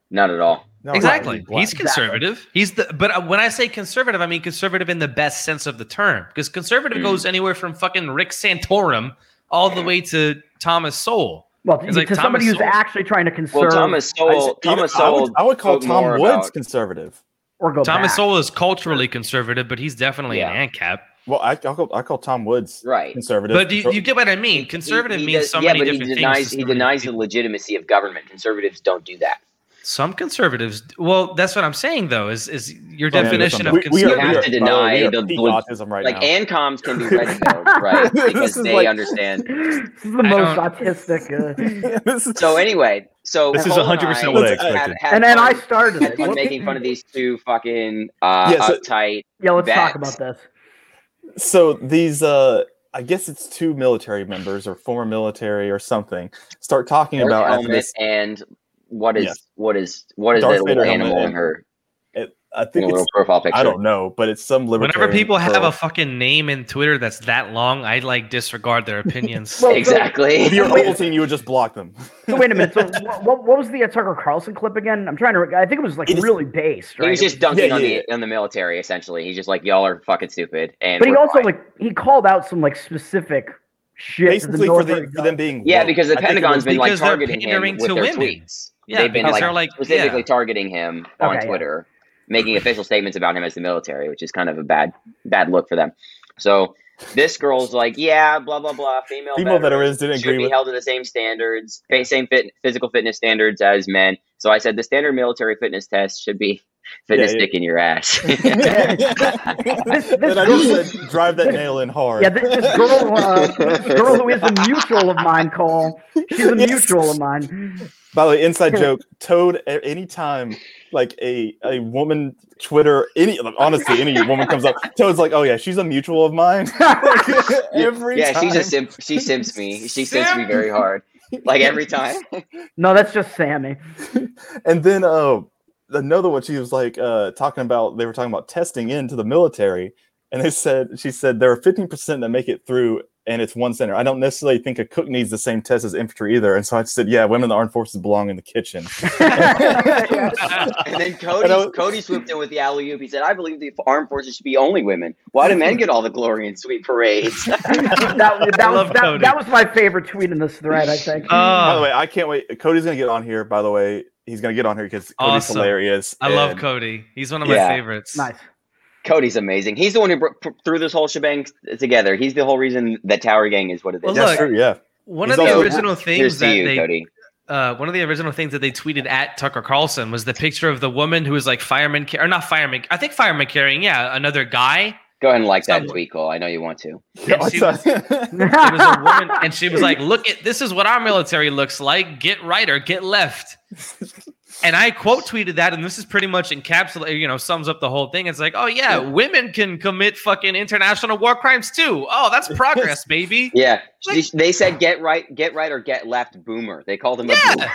[SPEAKER 3] not at all.
[SPEAKER 1] No,
[SPEAKER 2] exactly.
[SPEAKER 1] black.
[SPEAKER 2] He's conservative. He's the but uh, when I say conservative, I mean conservative in the best sense of the term because conservative
[SPEAKER 3] Mm.
[SPEAKER 2] goes anywhere from fucking Rick Santorum all the way to Thomas Sowell.
[SPEAKER 4] Well, to,
[SPEAKER 2] It's like
[SPEAKER 4] to somebody
[SPEAKER 2] Thomas
[SPEAKER 4] who's
[SPEAKER 2] Sowell.
[SPEAKER 4] actually trying to conserve
[SPEAKER 3] Well, Thomas
[SPEAKER 1] I
[SPEAKER 3] Sowell,
[SPEAKER 1] just- even-
[SPEAKER 3] Thomas
[SPEAKER 1] I would-
[SPEAKER 3] Sowell,
[SPEAKER 1] I would call
[SPEAKER 3] spoke
[SPEAKER 1] Tom
[SPEAKER 3] more
[SPEAKER 1] Woods
[SPEAKER 3] about-
[SPEAKER 1] conservative.
[SPEAKER 4] or go
[SPEAKER 2] Thomas
[SPEAKER 4] back.
[SPEAKER 2] Sowell is culturally conservative, but he's definitely
[SPEAKER 3] Yeah.
[SPEAKER 2] an ANCAP.
[SPEAKER 1] Well, I, I'll, call, I'll call Tom Woods
[SPEAKER 3] right?
[SPEAKER 1] conservative.
[SPEAKER 2] But do you,
[SPEAKER 1] Consor-
[SPEAKER 2] you get what I mean? Conservative
[SPEAKER 3] He- he
[SPEAKER 2] means
[SPEAKER 3] does-
[SPEAKER 2] so
[SPEAKER 3] yeah,
[SPEAKER 2] many
[SPEAKER 3] but he
[SPEAKER 2] different
[SPEAKER 3] denies
[SPEAKER 2] things. to
[SPEAKER 3] he
[SPEAKER 2] so many
[SPEAKER 3] denies the
[SPEAKER 2] people.
[SPEAKER 3] legitimacy of government. Conservatives don't do that.
[SPEAKER 2] Some conservatives. Well, that's what I'm saying though. Is is your
[SPEAKER 1] Oh, yeah,
[SPEAKER 2] definition
[SPEAKER 5] that's
[SPEAKER 2] of
[SPEAKER 5] on-
[SPEAKER 1] we, we are, we
[SPEAKER 2] conservative?
[SPEAKER 3] have
[SPEAKER 1] are-
[SPEAKER 3] to
[SPEAKER 1] by way,
[SPEAKER 3] deny
[SPEAKER 1] we are
[SPEAKER 3] the
[SPEAKER 1] peak
[SPEAKER 3] blue-
[SPEAKER 1] autism right
[SPEAKER 3] like
[SPEAKER 1] now.
[SPEAKER 3] ANCOMs can be red pilled, right? Because
[SPEAKER 1] This is
[SPEAKER 3] they
[SPEAKER 1] like-
[SPEAKER 3] understand.
[SPEAKER 4] this is the
[SPEAKER 2] I
[SPEAKER 4] most
[SPEAKER 2] don't-
[SPEAKER 4] autistic. Uh,
[SPEAKER 1] This is-
[SPEAKER 3] So anyway, so
[SPEAKER 5] This is
[SPEAKER 3] Cole and
[SPEAKER 5] 100%
[SPEAKER 3] I
[SPEAKER 1] what I
[SPEAKER 3] had-
[SPEAKER 5] expected.
[SPEAKER 3] had
[SPEAKER 4] and then I
[SPEAKER 3] fun-
[SPEAKER 4] started
[SPEAKER 3] had
[SPEAKER 4] it.
[SPEAKER 3] fun
[SPEAKER 4] What-
[SPEAKER 3] making fun of these two fucking uh,
[SPEAKER 1] Yeah, so-
[SPEAKER 3] uptight.
[SPEAKER 4] Yeah, let's
[SPEAKER 3] Vax.
[SPEAKER 4] talk about this.
[SPEAKER 1] so these uh i guess it's two military members or former military or something start talking
[SPEAKER 3] Earth
[SPEAKER 1] about after
[SPEAKER 3] helmet
[SPEAKER 1] this
[SPEAKER 3] and what is
[SPEAKER 1] Yeah.
[SPEAKER 3] what is what is
[SPEAKER 1] Darth
[SPEAKER 3] that little
[SPEAKER 1] Vader helmet
[SPEAKER 3] animal in
[SPEAKER 1] and-
[SPEAKER 3] her
[SPEAKER 1] i
[SPEAKER 3] in the
[SPEAKER 1] think
[SPEAKER 3] little
[SPEAKER 1] it's
[SPEAKER 3] profile picture?
[SPEAKER 1] i don't know but it's some libertarian
[SPEAKER 2] Whenever people have
[SPEAKER 1] girl.
[SPEAKER 2] a fucking name in Twitter that's that long, I like disregard their opinions.
[SPEAKER 4] Well,
[SPEAKER 1] if
[SPEAKER 4] so-
[SPEAKER 3] exactly.
[SPEAKER 1] you're a whole team you would just block them
[SPEAKER 4] So wait a minute. So what, what, what was the uh, Tucker Carlson clip again? I'm trying to. I think it was like
[SPEAKER 1] It is-
[SPEAKER 4] really based,
[SPEAKER 3] He
[SPEAKER 4] right?
[SPEAKER 3] was just dunking
[SPEAKER 1] Yeah,
[SPEAKER 3] on
[SPEAKER 1] yeah,
[SPEAKER 3] the on the military essentially. He's just like y'all are fucking stupid. And
[SPEAKER 4] but he
[SPEAKER 3] we're
[SPEAKER 4] also
[SPEAKER 3] fine."
[SPEAKER 4] like he called out some like specific shit. that
[SPEAKER 1] basically for,
[SPEAKER 4] military
[SPEAKER 1] the, for
[SPEAKER 4] does.
[SPEAKER 1] them being
[SPEAKER 3] yeah,
[SPEAKER 1] woke.
[SPEAKER 3] because the
[SPEAKER 1] I think it
[SPEAKER 3] Pentagon's
[SPEAKER 1] was
[SPEAKER 3] been like
[SPEAKER 2] because they're
[SPEAKER 3] targeting
[SPEAKER 2] pandering
[SPEAKER 3] him with
[SPEAKER 2] to
[SPEAKER 3] their
[SPEAKER 2] women.
[SPEAKER 3] tweets.
[SPEAKER 2] Yeah,
[SPEAKER 3] They've been
[SPEAKER 2] because
[SPEAKER 3] like,
[SPEAKER 2] they're like-
[SPEAKER 3] specifically
[SPEAKER 2] yeah.
[SPEAKER 3] targeting him on
[SPEAKER 4] Okay, yeah.
[SPEAKER 3] Twitter, making official statements about him as the military, which is kind of a bad bad look for them. So this girl's like, yeah, blah blah blah, female,
[SPEAKER 1] female veterans
[SPEAKER 3] veterans
[SPEAKER 1] didn't
[SPEAKER 3] should
[SPEAKER 1] agree
[SPEAKER 3] be
[SPEAKER 1] with
[SPEAKER 3] held to the same standards, fa- same fit, physical fitness standards as men. So I said the standard military fitness test should be fitness
[SPEAKER 1] yeah.
[SPEAKER 3] dick in your ass.
[SPEAKER 4] This-
[SPEAKER 1] and
[SPEAKER 4] this
[SPEAKER 1] I
[SPEAKER 4] girl-
[SPEAKER 1] just said, drive that nail in hard.
[SPEAKER 4] Yeah, this, this girl, uh, this girl who is a mutual of mine, Cole. She's a
[SPEAKER 1] Yes.
[SPEAKER 4] mutual of mine.
[SPEAKER 1] By the way, inside joke, Toad, a- anytime like a, a woman Twitter, any like, honestly, any woman comes up, Toad's like, oh yeah, she's a mutual of mine. Every
[SPEAKER 3] yeah, she's a
[SPEAKER 1] time.
[SPEAKER 3] simp. She simps me. She simps me very hard, like every time.
[SPEAKER 4] No, that's just Sammy.
[SPEAKER 1] And then uh, another one, she was like uh, talking about they were talking about testing into the military, and they said she said there are fifteen percent that make it through, and it's one center. I don't necessarily think a cook needs the same test as infantry either, and so I said, yeah, women in the armed forces belong in the kitchen.
[SPEAKER 3] And then
[SPEAKER 1] And
[SPEAKER 3] Cody,
[SPEAKER 1] I was-
[SPEAKER 3] Cody swooped in with the alley oop. He said, "I believe the armed forces should be only women. Why do men get all the glory and sweet parades?"
[SPEAKER 4] that, that, was,
[SPEAKER 2] love
[SPEAKER 4] that,
[SPEAKER 2] Cody.
[SPEAKER 4] that was my favorite tweet in this thread, I think.
[SPEAKER 1] by the
[SPEAKER 2] Uh,
[SPEAKER 1] way, I can't wait. Cody's gonna get on here. By the way, he's gonna get on here because Cody's
[SPEAKER 2] Awesome.
[SPEAKER 1] hilarious.
[SPEAKER 2] I love
[SPEAKER 1] and-
[SPEAKER 2] Cody. He's one of my
[SPEAKER 3] Yeah.
[SPEAKER 2] favorites.
[SPEAKER 4] nice.
[SPEAKER 3] Cody's amazing. He's the one who br- p- threw this whole shebang together. He's the whole reason that Tower Gang is what it is.
[SPEAKER 2] Well,
[SPEAKER 1] That's
[SPEAKER 2] look,
[SPEAKER 1] true. Yeah.
[SPEAKER 2] One
[SPEAKER 1] He's
[SPEAKER 2] of the
[SPEAKER 1] also-
[SPEAKER 2] original
[SPEAKER 3] Here's
[SPEAKER 2] things
[SPEAKER 3] to
[SPEAKER 2] that
[SPEAKER 3] you,
[SPEAKER 2] they
[SPEAKER 3] Cody.
[SPEAKER 2] uh, one of the original things that they tweeted at Tucker Carlson was the picture of the woman who was like fireman car- or not fireman. I think fireman carrying, yeah, another guy.
[SPEAKER 3] Go ahead and like that
[SPEAKER 2] Someone.
[SPEAKER 3] tweet, Cole. I know you want to.
[SPEAKER 2] And she was, it was a woman, and she was like, "Look at this is what our military looks like. Get right or get left." And I quote tweeted that, and this is pretty much encapsulated. You know, sums up the whole thing. It's like, oh yeah, women can commit fucking international war crimes too. Oh, that's progress, baby.
[SPEAKER 3] Yeah,
[SPEAKER 2] Like-
[SPEAKER 3] she- they said get right, get right, or get left. Boomer. They called him
[SPEAKER 2] Yeah.
[SPEAKER 3] a boomer.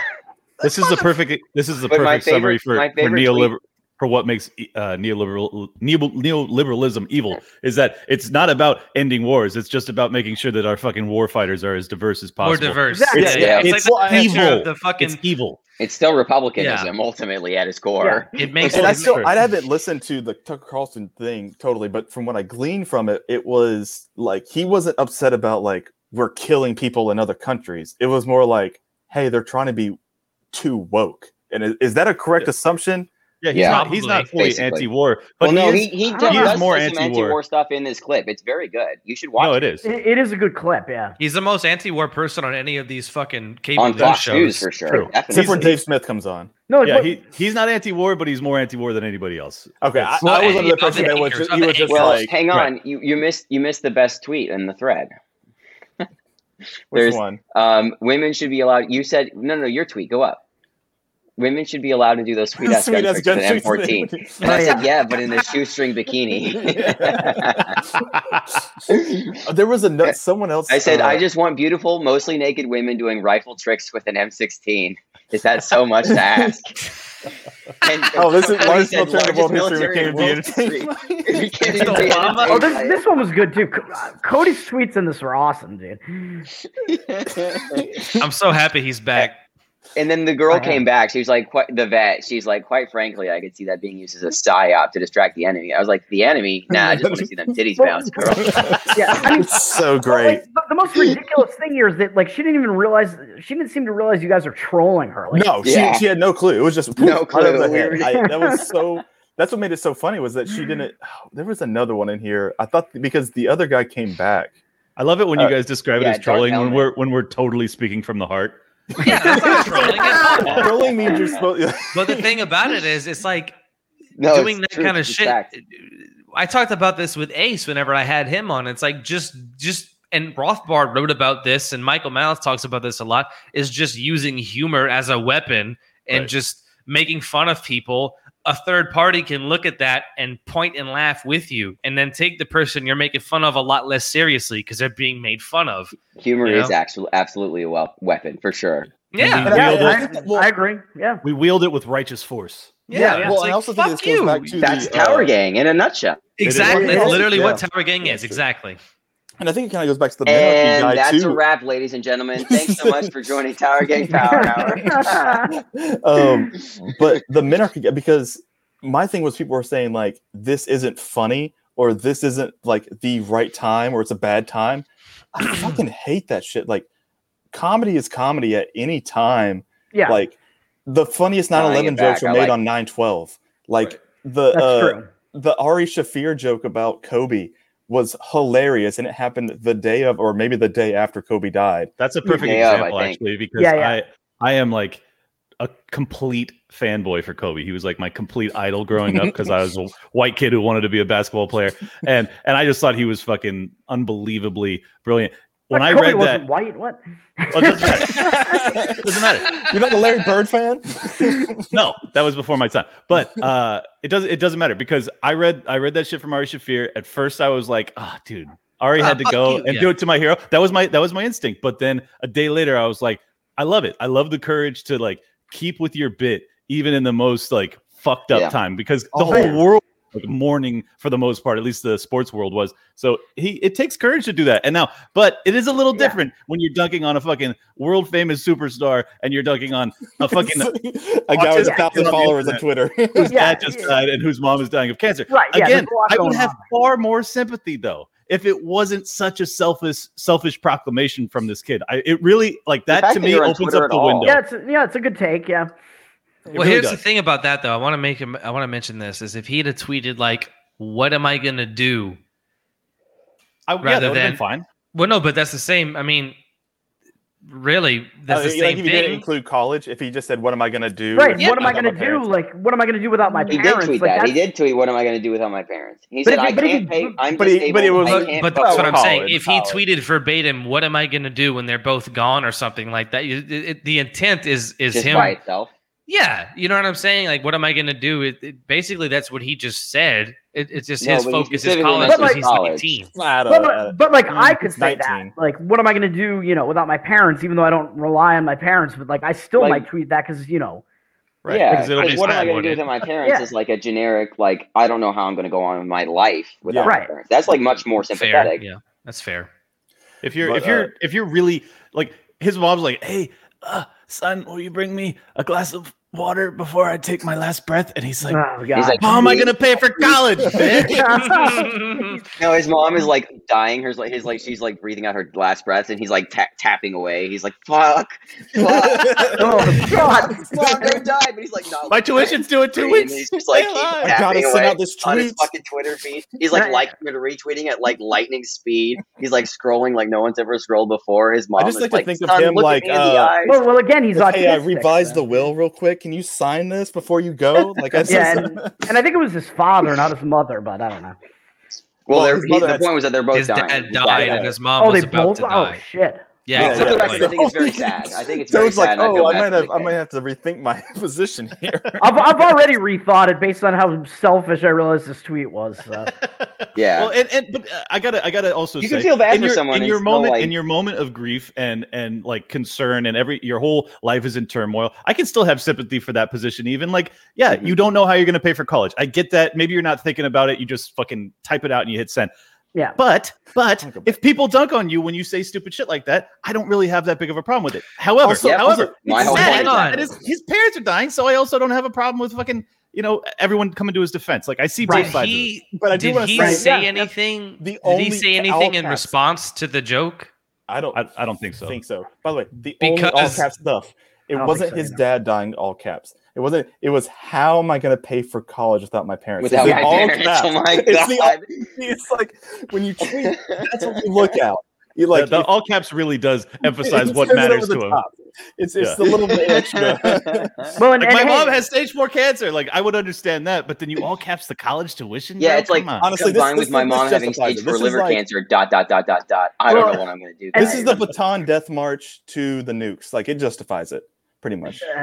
[SPEAKER 5] this is the perfect. This is the
[SPEAKER 3] But my
[SPEAKER 5] perfect summary
[SPEAKER 3] favorite-
[SPEAKER 5] for,
[SPEAKER 3] my
[SPEAKER 5] for
[SPEAKER 3] favorite
[SPEAKER 5] neoliberal for what makes uh, neoliberal neo, neoliberalism evil is that it's not about ending wars. It's just about making sure that our fucking war fighters are as diverse as
[SPEAKER 2] More
[SPEAKER 5] possible.
[SPEAKER 2] diverse.
[SPEAKER 4] Exactly.
[SPEAKER 5] It's-
[SPEAKER 2] Yeah, yeah.
[SPEAKER 5] yeah,
[SPEAKER 2] It's, like
[SPEAKER 5] it's
[SPEAKER 2] the picture
[SPEAKER 5] evil.
[SPEAKER 2] of the
[SPEAKER 5] It's
[SPEAKER 2] fucking.
[SPEAKER 5] evil.
[SPEAKER 3] It's still republicanism ultimately at its core.
[SPEAKER 2] It makes.
[SPEAKER 1] and I
[SPEAKER 2] it-
[SPEAKER 1] still I haven't listened to the Tucker Carlson thing totally, but from what I gleaned from it, it was like he wasn't upset about like we're killing people in other countries. It was more like, hey, they're trying to be too woke. And is, is that a correct
[SPEAKER 5] Yeah.
[SPEAKER 1] assumption?
[SPEAKER 5] Yeah, he's
[SPEAKER 3] Yeah.
[SPEAKER 5] not. He's not
[SPEAKER 3] Probably,
[SPEAKER 5] fully
[SPEAKER 3] basically.
[SPEAKER 5] anti-war, but
[SPEAKER 3] well, no, he,
[SPEAKER 5] he is,
[SPEAKER 3] he,
[SPEAKER 4] I
[SPEAKER 3] does,
[SPEAKER 4] don't know.
[SPEAKER 3] does
[SPEAKER 5] more
[SPEAKER 3] say some
[SPEAKER 5] anti-war.
[SPEAKER 3] anti-war stuff in this clip. It's very good. You should watch
[SPEAKER 5] no,
[SPEAKER 3] it.
[SPEAKER 5] it is.
[SPEAKER 4] It, it is a good clip, yeah.
[SPEAKER 2] He's the most anti-war person on any of these fucking cable
[SPEAKER 3] on
[SPEAKER 2] news
[SPEAKER 3] Fox
[SPEAKER 2] shows.
[SPEAKER 3] News for sure.
[SPEAKER 5] True.
[SPEAKER 1] Except
[SPEAKER 3] Definitely.
[SPEAKER 1] when Dave Smith comes on.
[SPEAKER 4] No, it's
[SPEAKER 5] Yeah,
[SPEAKER 4] what-
[SPEAKER 5] he, he's not anti-war, but he's more anti-war than anybody else.
[SPEAKER 1] Okay, I,
[SPEAKER 5] Well,
[SPEAKER 1] I was under
[SPEAKER 2] yeah,
[SPEAKER 1] the impression
[SPEAKER 2] other
[SPEAKER 1] that was
[SPEAKER 2] anchors,
[SPEAKER 1] just, he
[SPEAKER 2] other
[SPEAKER 1] was just
[SPEAKER 2] anchors.
[SPEAKER 3] Well,
[SPEAKER 1] like
[SPEAKER 3] hang on. You you missed you missed the best tweet in the thread.
[SPEAKER 1] which
[SPEAKER 3] there's-
[SPEAKER 1] one?
[SPEAKER 3] Um, women should be allowed. You said no, no. Your tweet, go up. Women should be allowed to do those sweet ass gun
[SPEAKER 1] Sweet-ass
[SPEAKER 3] tricks with an
[SPEAKER 1] gun tricks.
[SPEAKER 3] M14. And I said, yeah, but in a shoestring bikini.
[SPEAKER 1] there was another someone else.
[SPEAKER 3] I said,
[SPEAKER 1] uh,
[SPEAKER 3] I just want beautiful, mostly naked women doing rifle tricks with an M16. Is that so much to ask? And
[SPEAKER 1] Oh, this is
[SPEAKER 3] somebody
[SPEAKER 1] largest
[SPEAKER 3] said,
[SPEAKER 1] military in
[SPEAKER 3] largest
[SPEAKER 1] world history.
[SPEAKER 3] military
[SPEAKER 1] We
[SPEAKER 3] in
[SPEAKER 1] can't be
[SPEAKER 3] world
[SPEAKER 1] entertained. by
[SPEAKER 3] history. We
[SPEAKER 1] it.
[SPEAKER 3] can't even be
[SPEAKER 2] Obama?
[SPEAKER 3] entertained
[SPEAKER 4] oh,
[SPEAKER 3] by
[SPEAKER 4] this,
[SPEAKER 3] it.
[SPEAKER 4] this one was good too. Co- uh, Cody's tweets in this were awesome, dude.
[SPEAKER 2] I'm so happy he's back.
[SPEAKER 3] and then the girl
[SPEAKER 4] I
[SPEAKER 3] came
[SPEAKER 4] am.
[SPEAKER 3] back. She was like, quite, the vet. She's like, quite frankly, I could see that being used as a psyop to distract the enemy. I was like, the enemy? Nah, I just want to see them titties bounce, girl.
[SPEAKER 4] Yeah, I mean,
[SPEAKER 1] It's so
[SPEAKER 4] but,
[SPEAKER 1] great.
[SPEAKER 4] like, the, the most ridiculous thing here is that like she didn't even realize she didn't seem to realize you guys are trolling her. Like,
[SPEAKER 1] No,
[SPEAKER 3] Yeah.
[SPEAKER 1] she, she had no clue. It was just
[SPEAKER 3] No
[SPEAKER 1] out of the
[SPEAKER 3] clue.
[SPEAKER 1] head. I, that was so. That's what made it so funny was that she didn't. oh, there was another one in here. I thought because the other guy came back.
[SPEAKER 5] I love it when you
[SPEAKER 1] Uh,
[SPEAKER 5] guys describe
[SPEAKER 3] yeah,
[SPEAKER 5] it as
[SPEAKER 3] Dark
[SPEAKER 5] trolling when
[SPEAKER 3] Helmet.
[SPEAKER 5] we're when we're totally speaking from the heart.
[SPEAKER 2] Yeah, that's not trolling at all.
[SPEAKER 1] Trolling means you're supposed.
[SPEAKER 2] But the thing about it is, it's like
[SPEAKER 3] No,
[SPEAKER 2] doing that
[SPEAKER 3] it's true.
[SPEAKER 2] kind of
[SPEAKER 3] It's
[SPEAKER 2] shit.
[SPEAKER 3] fact.
[SPEAKER 2] I talked about this with Ace whenever I had him on. It's like just just and Rothbard wrote about this, and Michael Malice talks about this a lot. Is just using humor as a weapon and
[SPEAKER 5] Right.
[SPEAKER 2] just making fun of people. A third party can look at that and point and laugh with you, and then take the person you're making fun of a lot less seriously because they're being made fun of.
[SPEAKER 3] Humor
[SPEAKER 2] you
[SPEAKER 3] is
[SPEAKER 2] know?
[SPEAKER 3] actually absolutely a we- weapon for sure.
[SPEAKER 2] Yeah,
[SPEAKER 5] And
[SPEAKER 4] yeah,
[SPEAKER 5] wield it-
[SPEAKER 4] I, I agree. Yeah,
[SPEAKER 5] we wield it with righteous force.
[SPEAKER 2] yeah.
[SPEAKER 1] well,
[SPEAKER 2] It's
[SPEAKER 1] I
[SPEAKER 2] like,
[SPEAKER 1] also think this
[SPEAKER 2] fuck
[SPEAKER 1] goes
[SPEAKER 2] you.
[SPEAKER 1] back to
[SPEAKER 3] That's
[SPEAKER 1] the, uh,
[SPEAKER 3] Tower Gang in a nutshell.
[SPEAKER 2] Exactly.
[SPEAKER 1] It
[SPEAKER 2] That's
[SPEAKER 1] is.
[SPEAKER 2] literally what
[SPEAKER 1] Yeah.
[SPEAKER 2] Tower Gang
[SPEAKER 1] Yeah,
[SPEAKER 2] is.
[SPEAKER 1] true.
[SPEAKER 2] Exactly.
[SPEAKER 1] and I think it kind of goes back to the
[SPEAKER 3] And
[SPEAKER 1] Menarche guy
[SPEAKER 3] that's
[SPEAKER 1] too.
[SPEAKER 3] a wrap, ladies and gentlemen. Thanks so much for joining Tower Gang Power Hour.
[SPEAKER 1] um, but the monarchy because my thing was people were saying like this isn't funny or this isn't like the right time or it's a bad time. I fucking hate that shit. Like comedy is comedy at any time.
[SPEAKER 4] yeah,
[SPEAKER 1] Like the funniest
[SPEAKER 3] Tying
[SPEAKER 1] 9/11
[SPEAKER 3] it back,
[SPEAKER 1] jokes were
[SPEAKER 3] I
[SPEAKER 1] made
[SPEAKER 3] like-
[SPEAKER 1] on 9/12. Like
[SPEAKER 5] Right.
[SPEAKER 1] the
[SPEAKER 4] that's
[SPEAKER 1] uh,
[SPEAKER 4] true.
[SPEAKER 1] the Ari Shafir joke about Kobe was hilarious and it happened the day of or maybe the day after Kobe died.
[SPEAKER 5] That's a perfect
[SPEAKER 3] Yeah, I
[SPEAKER 5] example,
[SPEAKER 3] think.
[SPEAKER 5] actually, because
[SPEAKER 4] Yeah, yeah.
[SPEAKER 5] I I am like a complete fanboy for Kobe. He was like my complete idol growing up because I was a white kid who wanted to be a basketball player, and and I just thought he was fucking unbelievably brilliant. When
[SPEAKER 4] But
[SPEAKER 5] I
[SPEAKER 4] Kobe
[SPEAKER 5] read
[SPEAKER 4] wasn't
[SPEAKER 5] that,
[SPEAKER 4] white. What?
[SPEAKER 5] Well, it doesn't matter. Doesn't matter.
[SPEAKER 1] You're not a Larry Bird fan?
[SPEAKER 5] no, that was before my time. But uh, it doesn't it doesn't matter because I read I read that shit from Ari Shafir. At first, I was like, oh, dude, Ari
[SPEAKER 2] Ah,
[SPEAKER 5] had to
[SPEAKER 2] fuck
[SPEAKER 5] go
[SPEAKER 2] you,
[SPEAKER 5] and
[SPEAKER 2] yeah.
[SPEAKER 5] do it to my hero. That was my that was my instinct. But then a day later, I was like, I love it. I love the courage to like keep with your bit even in the most like fucked up
[SPEAKER 3] Yeah.
[SPEAKER 5] time because the
[SPEAKER 1] Oh,
[SPEAKER 5] whole
[SPEAKER 1] yeah.
[SPEAKER 5] world. Like mourning for the most part, at least the sports world was. So he it takes courage to do that. And now, but it is a little
[SPEAKER 4] Yeah.
[SPEAKER 5] different when you're dunking on a fucking world famous superstar and you're dunking on a fucking
[SPEAKER 1] a guy with a
[SPEAKER 5] Autistic
[SPEAKER 1] thousand
[SPEAKER 5] kid on the
[SPEAKER 1] followers on Twitter.
[SPEAKER 5] whose
[SPEAKER 4] Yeah,
[SPEAKER 5] dad just
[SPEAKER 4] yeah.
[SPEAKER 5] died and whose mom is dying of cancer.
[SPEAKER 4] Right. Yeah,
[SPEAKER 5] Again,
[SPEAKER 4] there's a lot
[SPEAKER 5] I would
[SPEAKER 4] going
[SPEAKER 5] have
[SPEAKER 4] on.
[SPEAKER 5] far more sympathy though if it wasn't such a selfish, selfish proclamation from this kid. I, it really like that
[SPEAKER 3] fact
[SPEAKER 5] to
[SPEAKER 3] that
[SPEAKER 5] me
[SPEAKER 3] you're on
[SPEAKER 5] opens
[SPEAKER 3] Twitter
[SPEAKER 5] up
[SPEAKER 3] at
[SPEAKER 5] the
[SPEAKER 3] all.
[SPEAKER 5] window.
[SPEAKER 4] Yeah, it's a, yeah, it's a good take. Yeah,
[SPEAKER 5] It
[SPEAKER 2] Well,
[SPEAKER 5] really
[SPEAKER 2] here's
[SPEAKER 5] does.
[SPEAKER 2] the thing about that though. I want to make him. I want to mention this is if he had tweeted like, "What am I gonna do?"
[SPEAKER 5] I, yeah,
[SPEAKER 2] rather
[SPEAKER 5] that would have
[SPEAKER 2] than-
[SPEAKER 5] been fine.
[SPEAKER 2] Well, no, but that's the same. I mean, really that's
[SPEAKER 1] Uh,
[SPEAKER 2] the
[SPEAKER 1] like,
[SPEAKER 2] same
[SPEAKER 1] if he didn't
[SPEAKER 2] thing.
[SPEAKER 1] include college, if he just said, "What am I going to do?"
[SPEAKER 4] Right.
[SPEAKER 1] if
[SPEAKER 2] Yeah.
[SPEAKER 4] What am I
[SPEAKER 1] without
[SPEAKER 4] going to
[SPEAKER 1] my
[SPEAKER 4] do?
[SPEAKER 1] parents?"
[SPEAKER 4] Like, what am I going to do without my
[SPEAKER 3] He did
[SPEAKER 4] parents?
[SPEAKER 3] tweet
[SPEAKER 4] like,
[SPEAKER 3] that. He
[SPEAKER 4] that's-
[SPEAKER 3] did tweet, "What am I going to do without my parents?" He
[SPEAKER 4] But
[SPEAKER 3] said,
[SPEAKER 4] if
[SPEAKER 3] "I
[SPEAKER 4] he- but if
[SPEAKER 3] can't
[SPEAKER 4] he-
[SPEAKER 3] pay. I'm
[SPEAKER 1] but he-
[SPEAKER 3] disabled.
[SPEAKER 1] but it was-
[SPEAKER 3] I
[SPEAKER 2] But,
[SPEAKER 3] can't
[SPEAKER 2] but
[SPEAKER 3] vote."
[SPEAKER 2] that's what I'm
[SPEAKER 1] College,
[SPEAKER 2] saying. If he
[SPEAKER 3] college.
[SPEAKER 2] tweeted verbatim, "What am I going to do when they're both gone?" or something like that, you- it, it- the intent is is
[SPEAKER 3] Just
[SPEAKER 2] him.
[SPEAKER 3] by itself.
[SPEAKER 2] Yeah, you know what I'm saying. Like, what am I going to do? It, it- basically, that's what he just said. It, it's just
[SPEAKER 3] No,
[SPEAKER 2] his
[SPEAKER 3] but he
[SPEAKER 2] focus is
[SPEAKER 3] specifically
[SPEAKER 2] college
[SPEAKER 4] mentioned
[SPEAKER 2] because he's
[SPEAKER 3] college.
[SPEAKER 2] 19.
[SPEAKER 1] I don't
[SPEAKER 4] But,
[SPEAKER 1] know.
[SPEAKER 4] but, but,
[SPEAKER 5] Mm,
[SPEAKER 4] like I could
[SPEAKER 1] He's
[SPEAKER 4] say
[SPEAKER 1] 19.
[SPEAKER 4] that. Like, what am I going to do? You know, without my parents, even though I don't rely on my parents, but like I still
[SPEAKER 3] Like-
[SPEAKER 4] might tweet that because you know.
[SPEAKER 5] Right.
[SPEAKER 3] Yeah.
[SPEAKER 2] Because it'll
[SPEAKER 3] like,
[SPEAKER 2] be
[SPEAKER 3] what am I
[SPEAKER 2] sad,
[SPEAKER 3] going to do
[SPEAKER 2] wouldn't
[SPEAKER 3] to my parents?
[SPEAKER 4] Yeah.
[SPEAKER 3] Is like a generic, like I don't know how I'm going to go on with my life without
[SPEAKER 4] Yeah.
[SPEAKER 3] my
[SPEAKER 4] Right.
[SPEAKER 3] parents. That's like much more
[SPEAKER 2] Fair,
[SPEAKER 3] sympathetic.
[SPEAKER 2] yeah, that's fair.
[SPEAKER 5] If you're
[SPEAKER 1] But,
[SPEAKER 3] uh,
[SPEAKER 5] if you're if you're really like his mom's like, hey, uh, son, will you bring me a glass of water before I take my last breath? And he's like,
[SPEAKER 4] oh god.
[SPEAKER 3] He's like,
[SPEAKER 5] how am I gonna pay for college? bitch?"
[SPEAKER 3] No, his mom is like dying. Hers like his like she's like breathing out her last breaths, and he's like ta- tapping away. He's like, "Fuck, fuck,
[SPEAKER 4] oh god.
[SPEAKER 3] fuck, I'm gonna die." But he's like, "No,
[SPEAKER 5] my tuition's due in two
[SPEAKER 3] free," and
[SPEAKER 5] weeks.
[SPEAKER 3] he's just like keep
[SPEAKER 5] alive. I
[SPEAKER 1] I gotta
[SPEAKER 3] tapping
[SPEAKER 1] send
[SPEAKER 3] away
[SPEAKER 1] out this
[SPEAKER 3] on his
[SPEAKER 1] tweet.
[SPEAKER 3] fucking Twitter feed. He's like liking and retweeting at like lightning speed. He's like scrolling like no one's ever scrolled before. His mom
[SPEAKER 1] just
[SPEAKER 3] is
[SPEAKER 1] like to
[SPEAKER 3] like,
[SPEAKER 1] think of
[SPEAKER 3] "Son,
[SPEAKER 1] him
[SPEAKER 3] look at
[SPEAKER 1] like,
[SPEAKER 3] me in the
[SPEAKER 1] uh,
[SPEAKER 3] eyes."
[SPEAKER 4] Well, well, again, he's autistic.
[SPEAKER 1] Hey, I revised
[SPEAKER 4] so-
[SPEAKER 1] the will real quick. Can you sign this before you go? Like, I
[SPEAKER 4] Yeah,
[SPEAKER 1] just,
[SPEAKER 4] and, and I think it was his father, not his mother, but I don't know.
[SPEAKER 3] Well,
[SPEAKER 1] Well,
[SPEAKER 3] they're,
[SPEAKER 1] his
[SPEAKER 3] he-
[SPEAKER 1] mother
[SPEAKER 3] the
[SPEAKER 1] had-
[SPEAKER 3] point was that they're both
[SPEAKER 2] His
[SPEAKER 3] dying.
[SPEAKER 2] dad
[SPEAKER 3] His dad
[SPEAKER 2] died,
[SPEAKER 3] died.
[SPEAKER 2] and his mom
[SPEAKER 4] Oh,
[SPEAKER 2] was
[SPEAKER 4] they
[SPEAKER 2] about
[SPEAKER 4] both.
[SPEAKER 2] to
[SPEAKER 4] Oh
[SPEAKER 2] die.
[SPEAKER 4] shit.
[SPEAKER 2] Yeah,
[SPEAKER 3] For the record, I
[SPEAKER 2] exactly.
[SPEAKER 3] think it's very sad. I think it's
[SPEAKER 1] so
[SPEAKER 3] very
[SPEAKER 1] it's like,
[SPEAKER 3] sad. and
[SPEAKER 1] oh,
[SPEAKER 3] feel
[SPEAKER 1] I
[SPEAKER 3] bad
[SPEAKER 1] might
[SPEAKER 3] for the
[SPEAKER 1] have, I
[SPEAKER 3] kid.
[SPEAKER 1] might have to rethink my position here.
[SPEAKER 4] I've, I've already rethought it based on how selfish I realized this tweet was. So.
[SPEAKER 3] Yeah.
[SPEAKER 5] Well, and, and but uh, I gotta I gotta also
[SPEAKER 3] You
[SPEAKER 5] say
[SPEAKER 3] can feel bad
[SPEAKER 5] in
[SPEAKER 3] for
[SPEAKER 5] your,
[SPEAKER 3] someone
[SPEAKER 5] in
[SPEAKER 3] and
[SPEAKER 5] your
[SPEAKER 3] still,
[SPEAKER 5] moment
[SPEAKER 3] like-
[SPEAKER 5] in your moment of grief and and like concern and every your whole life is in turmoil. I can still have sympathy for that position. Even like yeah,
[SPEAKER 3] Mhm.
[SPEAKER 5] you don't know how you're gonna pay for college. I get that. Maybe you're not thinking about it. You just fucking type it out and you hit send.
[SPEAKER 4] Yeah.
[SPEAKER 5] But but
[SPEAKER 1] Dunk 'em.
[SPEAKER 5] if people dunk on you when you say stupid shit like that, I don't really have that big of a problem with it. However,
[SPEAKER 1] Also-
[SPEAKER 3] Yeah,
[SPEAKER 5] however,
[SPEAKER 1] also,
[SPEAKER 3] my
[SPEAKER 5] it's
[SPEAKER 3] whole
[SPEAKER 5] sad
[SPEAKER 3] point is
[SPEAKER 2] that-
[SPEAKER 5] that his, his parents are dying, so I also don't have a problem with fucking you know everyone coming to his defense. Like I see
[SPEAKER 4] Right.
[SPEAKER 5] both sides. of it.
[SPEAKER 2] He,
[SPEAKER 1] But I do
[SPEAKER 2] did
[SPEAKER 1] wanna
[SPEAKER 2] he
[SPEAKER 1] say-
[SPEAKER 2] say
[SPEAKER 1] Right, yeah,
[SPEAKER 2] anything?
[SPEAKER 1] the
[SPEAKER 2] Did
[SPEAKER 1] only
[SPEAKER 2] he say
[SPEAKER 1] all
[SPEAKER 2] anything in
[SPEAKER 1] caps.
[SPEAKER 2] response to the joke?
[SPEAKER 1] I don't,
[SPEAKER 5] I, I don't think so.
[SPEAKER 1] think so. By the way, the only all
[SPEAKER 2] Because-
[SPEAKER 1] caps stuff. It
[SPEAKER 4] I don't
[SPEAKER 1] wasn't
[SPEAKER 4] think so
[SPEAKER 1] his
[SPEAKER 4] either.
[SPEAKER 1] dad dying all caps. It wasn't. It was how am I going to pay for college without my parents?
[SPEAKER 3] Without
[SPEAKER 1] it's
[SPEAKER 3] my
[SPEAKER 1] the all
[SPEAKER 3] parents,
[SPEAKER 1] caps.
[SPEAKER 3] oh my
[SPEAKER 1] It's the
[SPEAKER 3] god!
[SPEAKER 1] It's like when you tweet, that's what you look out. You like
[SPEAKER 5] like the, all caps really does emphasize
[SPEAKER 1] it
[SPEAKER 5] what
[SPEAKER 1] says it
[SPEAKER 5] matters
[SPEAKER 1] over
[SPEAKER 5] to
[SPEAKER 1] the
[SPEAKER 5] him.
[SPEAKER 1] top. It's it's
[SPEAKER 5] Yeah.
[SPEAKER 1] the little bit extra.
[SPEAKER 4] Well, and, and
[SPEAKER 5] Like my
[SPEAKER 4] hey,
[SPEAKER 5] mom has stage four cancer. Like I would understand that, but then you all caps the college tuition.
[SPEAKER 3] Yeah,
[SPEAKER 5] bro?
[SPEAKER 3] it's like-
[SPEAKER 5] Come on.
[SPEAKER 1] Honestly, this,
[SPEAKER 3] Combined
[SPEAKER 1] this,
[SPEAKER 3] with my
[SPEAKER 1] this
[SPEAKER 3] mom having
[SPEAKER 1] justifies
[SPEAKER 3] stage
[SPEAKER 1] it.
[SPEAKER 3] four
[SPEAKER 1] This is
[SPEAKER 3] liver
[SPEAKER 1] like-
[SPEAKER 3] cancer. Dot dot dot dot dot. I don't
[SPEAKER 4] Well,
[SPEAKER 3] know what I'm gonna do.
[SPEAKER 4] and-
[SPEAKER 1] This is the baton death march to the nukes. Like it justifies it pretty much.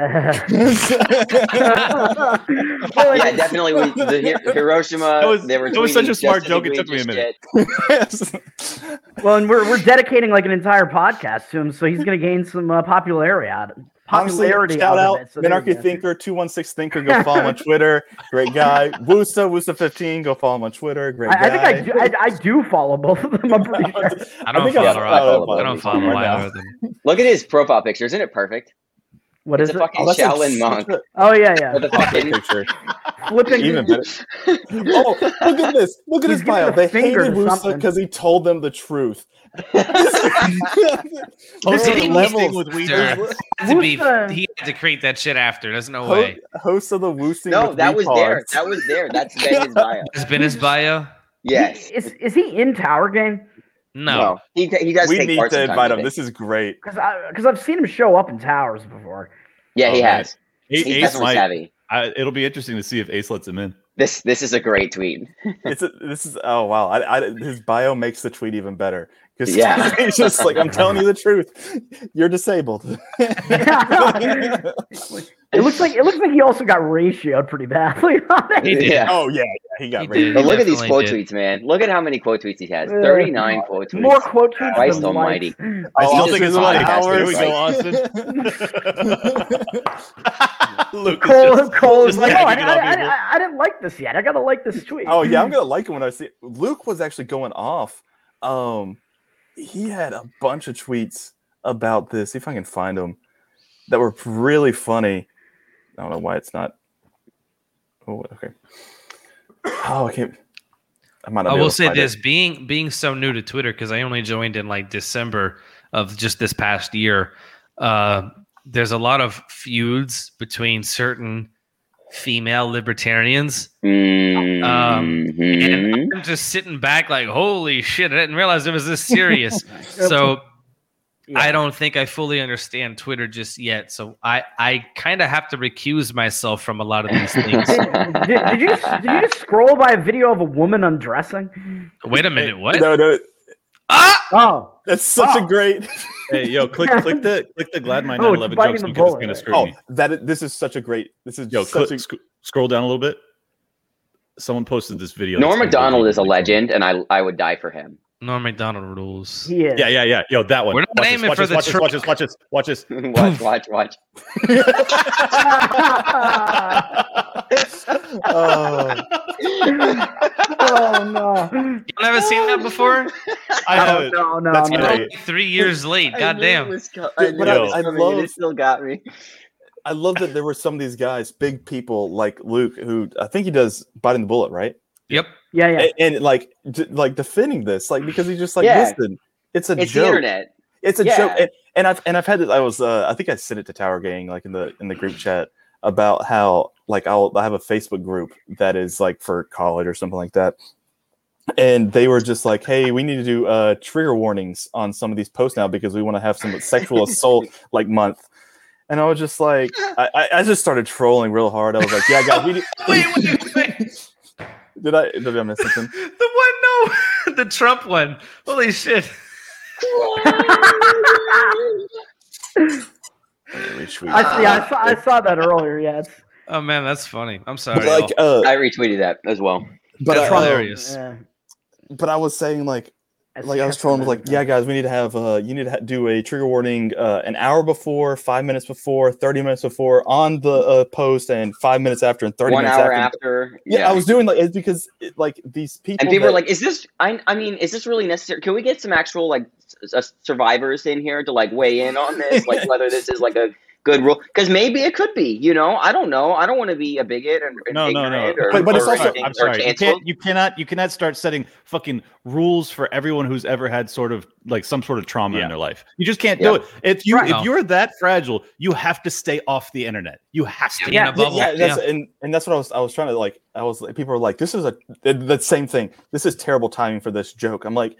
[SPEAKER 4] well, and-
[SPEAKER 3] yeah, definitely. We, the Hi- Hiroshima.
[SPEAKER 5] That was-
[SPEAKER 3] they were
[SPEAKER 5] that was such
[SPEAKER 3] tweeting
[SPEAKER 5] a smart
[SPEAKER 3] just
[SPEAKER 5] joke, it
[SPEAKER 3] as
[SPEAKER 5] took me a
[SPEAKER 3] egregious
[SPEAKER 5] minute.
[SPEAKER 3] shit.
[SPEAKER 1] Yes.
[SPEAKER 4] well, and we're, we're dedicating like an entire podcast to him, so he's going to gain some uh, popularity out
[SPEAKER 1] Honestly,
[SPEAKER 4] popularity
[SPEAKER 1] shout
[SPEAKER 4] out,
[SPEAKER 1] out
[SPEAKER 4] of it. So there
[SPEAKER 1] Minarchy
[SPEAKER 4] you go.
[SPEAKER 1] Thinker, 216 Thinker. Go follow him on Twitter. Great guy. Wusa, Wusa15. Go follow him on Twitter. Great
[SPEAKER 4] I, I
[SPEAKER 1] guy.
[SPEAKER 4] think I do, I, I do follow both of them. I'm pretty sure.
[SPEAKER 2] I don't
[SPEAKER 1] think
[SPEAKER 2] follow.
[SPEAKER 1] I- Oh
[SPEAKER 2] either.
[SPEAKER 1] I don't
[SPEAKER 2] I
[SPEAKER 1] follow
[SPEAKER 2] don't follow
[SPEAKER 1] right now.
[SPEAKER 2] either of them.
[SPEAKER 3] Look at his profile picture. Isn't it perfect?
[SPEAKER 4] What is
[SPEAKER 3] It's a
[SPEAKER 4] it?
[SPEAKER 3] fucking
[SPEAKER 1] that's like
[SPEAKER 3] Shaolin
[SPEAKER 1] such
[SPEAKER 3] monk.
[SPEAKER 1] a
[SPEAKER 4] Oh yeah, yeah.
[SPEAKER 3] With a fucking.
[SPEAKER 1] picture.
[SPEAKER 4] Flipping.
[SPEAKER 1] Even better. Oh, look at this. Look at
[SPEAKER 4] He's
[SPEAKER 1] his
[SPEAKER 4] giving
[SPEAKER 1] bio.
[SPEAKER 4] a
[SPEAKER 1] They hated
[SPEAKER 4] finger to
[SPEAKER 1] Wusa
[SPEAKER 4] something.
[SPEAKER 1] because he told them the truth.
[SPEAKER 5] Oh,
[SPEAKER 1] This
[SPEAKER 5] so
[SPEAKER 1] is
[SPEAKER 5] the
[SPEAKER 1] levels.
[SPEAKER 5] listing with weed.
[SPEAKER 2] Sir,
[SPEAKER 1] Who's-
[SPEAKER 2] had to be,
[SPEAKER 4] Who's the-
[SPEAKER 2] he had to create that shit after. There's no
[SPEAKER 1] Ho-
[SPEAKER 2] way.
[SPEAKER 1] host of the Wusa.
[SPEAKER 3] No,
[SPEAKER 1] with
[SPEAKER 3] that was there.
[SPEAKER 1] retards.
[SPEAKER 3] That was there. That's been his bio.
[SPEAKER 2] Has been his bio?
[SPEAKER 3] Yes.
[SPEAKER 4] Is is he in Tower Gang?
[SPEAKER 2] No.
[SPEAKER 3] He, he does
[SPEAKER 1] we
[SPEAKER 3] take
[SPEAKER 1] need
[SPEAKER 3] part
[SPEAKER 1] to
[SPEAKER 3] sometimes,
[SPEAKER 1] invite
[SPEAKER 3] I
[SPEAKER 1] him.
[SPEAKER 3] think.
[SPEAKER 1] This is great.
[SPEAKER 4] Because I because I've seen him show up in towers before.
[SPEAKER 3] Yeah, he
[SPEAKER 5] Oh, man.
[SPEAKER 3] has.
[SPEAKER 5] Ace,
[SPEAKER 3] He's
[SPEAKER 5] Ace
[SPEAKER 3] definitely
[SPEAKER 5] might.
[SPEAKER 3] savvy.
[SPEAKER 5] I, it'll be interesting to see if Ace lets him in.
[SPEAKER 3] This this is a great tweet.
[SPEAKER 1] It's a, this is oh wow. I, I, his bio makes the tweet even better because
[SPEAKER 3] Yeah.
[SPEAKER 1] he's just like I'm telling you the truth. You're disabled.
[SPEAKER 4] it looks like it looks like he also got ratioed pretty badly. on
[SPEAKER 2] He
[SPEAKER 4] it.
[SPEAKER 2] did.
[SPEAKER 3] Yeah.
[SPEAKER 1] oh yeah, yeah, he got
[SPEAKER 2] He
[SPEAKER 1] raped.
[SPEAKER 2] did.
[SPEAKER 3] But look at these
[SPEAKER 2] definitely
[SPEAKER 3] quote
[SPEAKER 2] did.
[SPEAKER 3] tweets, man. Look at how many quote tweets he has.
[SPEAKER 4] Uh,
[SPEAKER 3] 39 quote tweets.
[SPEAKER 4] More quote tweets.
[SPEAKER 3] Christ
[SPEAKER 4] than
[SPEAKER 3] almighty.
[SPEAKER 4] likes.
[SPEAKER 5] I
[SPEAKER 1] Oh,
[SPEAKER 5] still
[SPEAKER 1] I'll
[SPEAKER 5] think
[SPEAKER 1] do
[SPEAKER 5] it's
[SPEAKER 1] the
[SPEAKER 5] funny.
[SPEAKER 1] podcast.
[SPEAKER 5] Here we go, Austin. Luke, is
[SPEAKER 4] Cole,
[SPEAKER 5] just-
[SPEAKER 4] Cole is
[SPEAKER 5] just
[SPEAKER 4] like, oh, I,
[SPEAKER 5] hacking it on
[SPEAKER 4] I,
[SPEAKER 5] people.
[SPEAKER 4] I, I didn't like this yet. I gotta like this tweet.
[SPEAKER 1] oh yeah, I'm gonna like it when I see it. Luke was actually going off. Um, he had a bunch of tweets about this. See if I can find them that were really funny. I don't know why it's not. Oh okay. Oh okay. I might not.
[SPEAKER 2] I
[SPEAKER 1] be able
[SPEAKER 2] will
[SPEAKER 1] to
[SPEAKER 2] say
[SPEAKER 1] find it.
[SPEAKER 2] this: being being so new to Twitter because I only joined in like December of just this past year. Uh, there's a lot of feuds between certain female libertarians.
[SPEAKER 3] Mhm.
[SPEAKER 2] I'm just sitting back like, holy shit! I didn't realize it was this serious. so I don't think I fully understand Twitter just yet, so I I kind of have to recuse myself from a lot of these things.
[SPEAKER 4] Did, did you just, did you just scroll by a video of a woman undressing?
[SPEAKER 2] Wait a minute, what?
[SPEAKER 1] No, no,
[SPEAKER 2] Ah!
[SPEAKER 4] Oh,
[SPEAKER 1] that's such a
[SPEAKER 4] Oh.
[SPEAKER 1] great.
[SPEAKER 5] Hey, yo, click click the click the Gladmine
[SPEAKER 4] Oh, it's
[SPEAKER 5] 911
[SPEAKER 4] biting
[SPEAKER 5] jokes
[SPEAKER 4] the
[SPEAKER 5] because it's
[SPEAKER 4] bullet,
[SPEAKER 5] gonna
[SPEAKER 4] right?
[SPEAKER 5] screw
[SPEAKER 1] Oh,
[SPEAKER 5] me.
[SPEAKER 1] that is- this is such a great. This is
[SPEAKER 5] Yo,
[SPEAKER 1] such
[SPEAKER 5] click,
[SPEAKER 1] a,
[SPEAKER 5] sc- scroll down a little bit. Someone posted this video.
[SPEAKER 3] Norm
[SPEAKER 5] that's
[SPEAKER 3] Macdonald is a
[SPEAKER 5] unbelievable.
[SPEAKER 3] legend, and I I would die for him.
[SPEAKER 2] Norm Macdonald rules.
[SPEAKER 4] he is.
[SPEAKER 5] Yeah, yeah, yeah. Yo, that one.
[SPEAKER 2] We're not
[SPEAKER 5] Watch this,
[SPEAKER 2] aiming
[SPEAKER 5] watch
[SPEAKER 2] for
[SPEAKER 5] this,
[SPEAKER 2] the
[SPEAKER 5] watch this,
[SPEAKER 2] truck.
[SPEAKER 5] watch this, watch this, watch this.
[SPEAKER 3] watch, watch, watch.
[SPEAKER 1] oh,
[SPEAKER 4] oh no!
[SPEAKER 2] Y'all never seen that before?
[SPEAKER 5] I have it.
[SPEAKER 4] no, no,
[SPEAKER 1] That's
[SPEAKER 4] no.
[SPEAKER 2] You're
[SPEAKER 1] great.
[SPEAKER 2] only three years late. Goddamn.
[SPEAKER 1] I knew
[SPEAKER 5] it
[SPEAKER 1] was I coming, and it love-
[SPEAKER 3] still got me.
[SPEAKER 1] I love that there were some of these guys, big people like Luke, who I think he does biting the bullet, right?
[SPEAKER 2] Yep.
[SPEAKER 4] Yeah, yeah.
[SPEAKER 1] A- And, like, d- like defending this, like because he's just like,
[SPEAKER 3] Yeah.
[SPEAKER 1] listen, it's a
[SPEAKER 3] It's the
[SPEAKER 1] joke.
[SPEAKER 3] internet.
[SPEAKER 1] It's a
[SPEAKER 3] Yeah.
[SPEAKER 1] joke, and, and I've and I've had it. I was, uh, I think I sent it to Tower Gang, like in the in the group chat about how like I'll I have a Facebook group that is like for college or something like that, and they were just like, hey, we need to do uh, trigger warnings on some of these posts now because we want to have some sexual assault like month. And I was just like, I, I- I just started trolling real hard. I was like, yeah, guys, we need,
[SPEAKER 2] Wait, wait, wait.
[SPEAKER 1] did I did I miss
[SPEAKER 2] the
[SPEAKER 1] something?
[SPEAKER 2] one, no, the Trump one. Holy shit.
[SPEAKER 4] I see.
[SPEAKER 3] Uh,
[SPEAKER 4] I saw, I saw that earlier. Yeah, it's,
[SPEAKER 2] Oh man, that's funny. I'm sorry.
[SPEAKER 1] But like, uh,
[SPEAKER 3] I retweeted that as well.
[SPEAKER 1] but
[SPEAKER 2] that's
[SPEAKER 1] I, uh,
[SPEAKER 2] hilarious.
[SPEAKER 4] yeah.
[SPEAKER 1] but I was saying like.
[SPEAKER 4] That's
[SPEAKER 1] like I was telling him, like, yeah, guys, we need to have uh, you need to ha- do a trigger warning uh, an hour before, five minutes before, thirty minutes before on the uh, post, and five minutes after, and thirty
[SPEAKER 3] One
[SPEAKER 1] minutes
[SPEAKER 3] hour
[SPEAKER 1] after.
[SPEAKER 3] after.
[SPEAKER 1] Yeah, I was doing like it's because it, like these people
[SPEAKER 3] and people
[SPEAKER 1] that-
[SPEAKER 3] are like, "Is this? I, I mean, is this really necessary? Can we get some actual like s- s- survivors in here to like weigh in on this, like whether this is like a good rule? Because maybe it could be. You know, I don't know. I don't want to be a bigot and, and
[SPEAKER 5] No, no, no.
[SPEAKER 3] ignorant or,
[SPEAKER 1] But- but it's
[SPEAKER 3] or
[SPEAKER 1] also-
[SPEAKER 3] anything-
[SPEAKER 5] I'm
[SPEAKER 3] or
[SPEAKER 5] sorry. You
[SPEAKER 3] cancel.
[SPEAKER 5] can't. You cannot. You cannot start setting fucking rules for everyone who's ever had sort of like some sort of trauma
[SPEAKER 2] Yeah.
[SPEAKER 5] in their life. You just can't
[SPEAKER 3] Yeah.
[SPEAKER 5] do it. If you
[SPEAKER 2] Right.
[SPEAKER 5] if
[SPEAKER 2] No.
[SPEAKER 5] you're that fragile, you have to stay off the internet. You have to.
[SPEAKER 2] Yeah. in a
[SPEAKER 1] Yeah,
[SPEAKER 2] bubble.
[SPEAKER 1] Yeah, that's, and and that's what I was I was trying to like I was like, people are like this is a th- the same thing. This is terrible timing for this joke. I'm like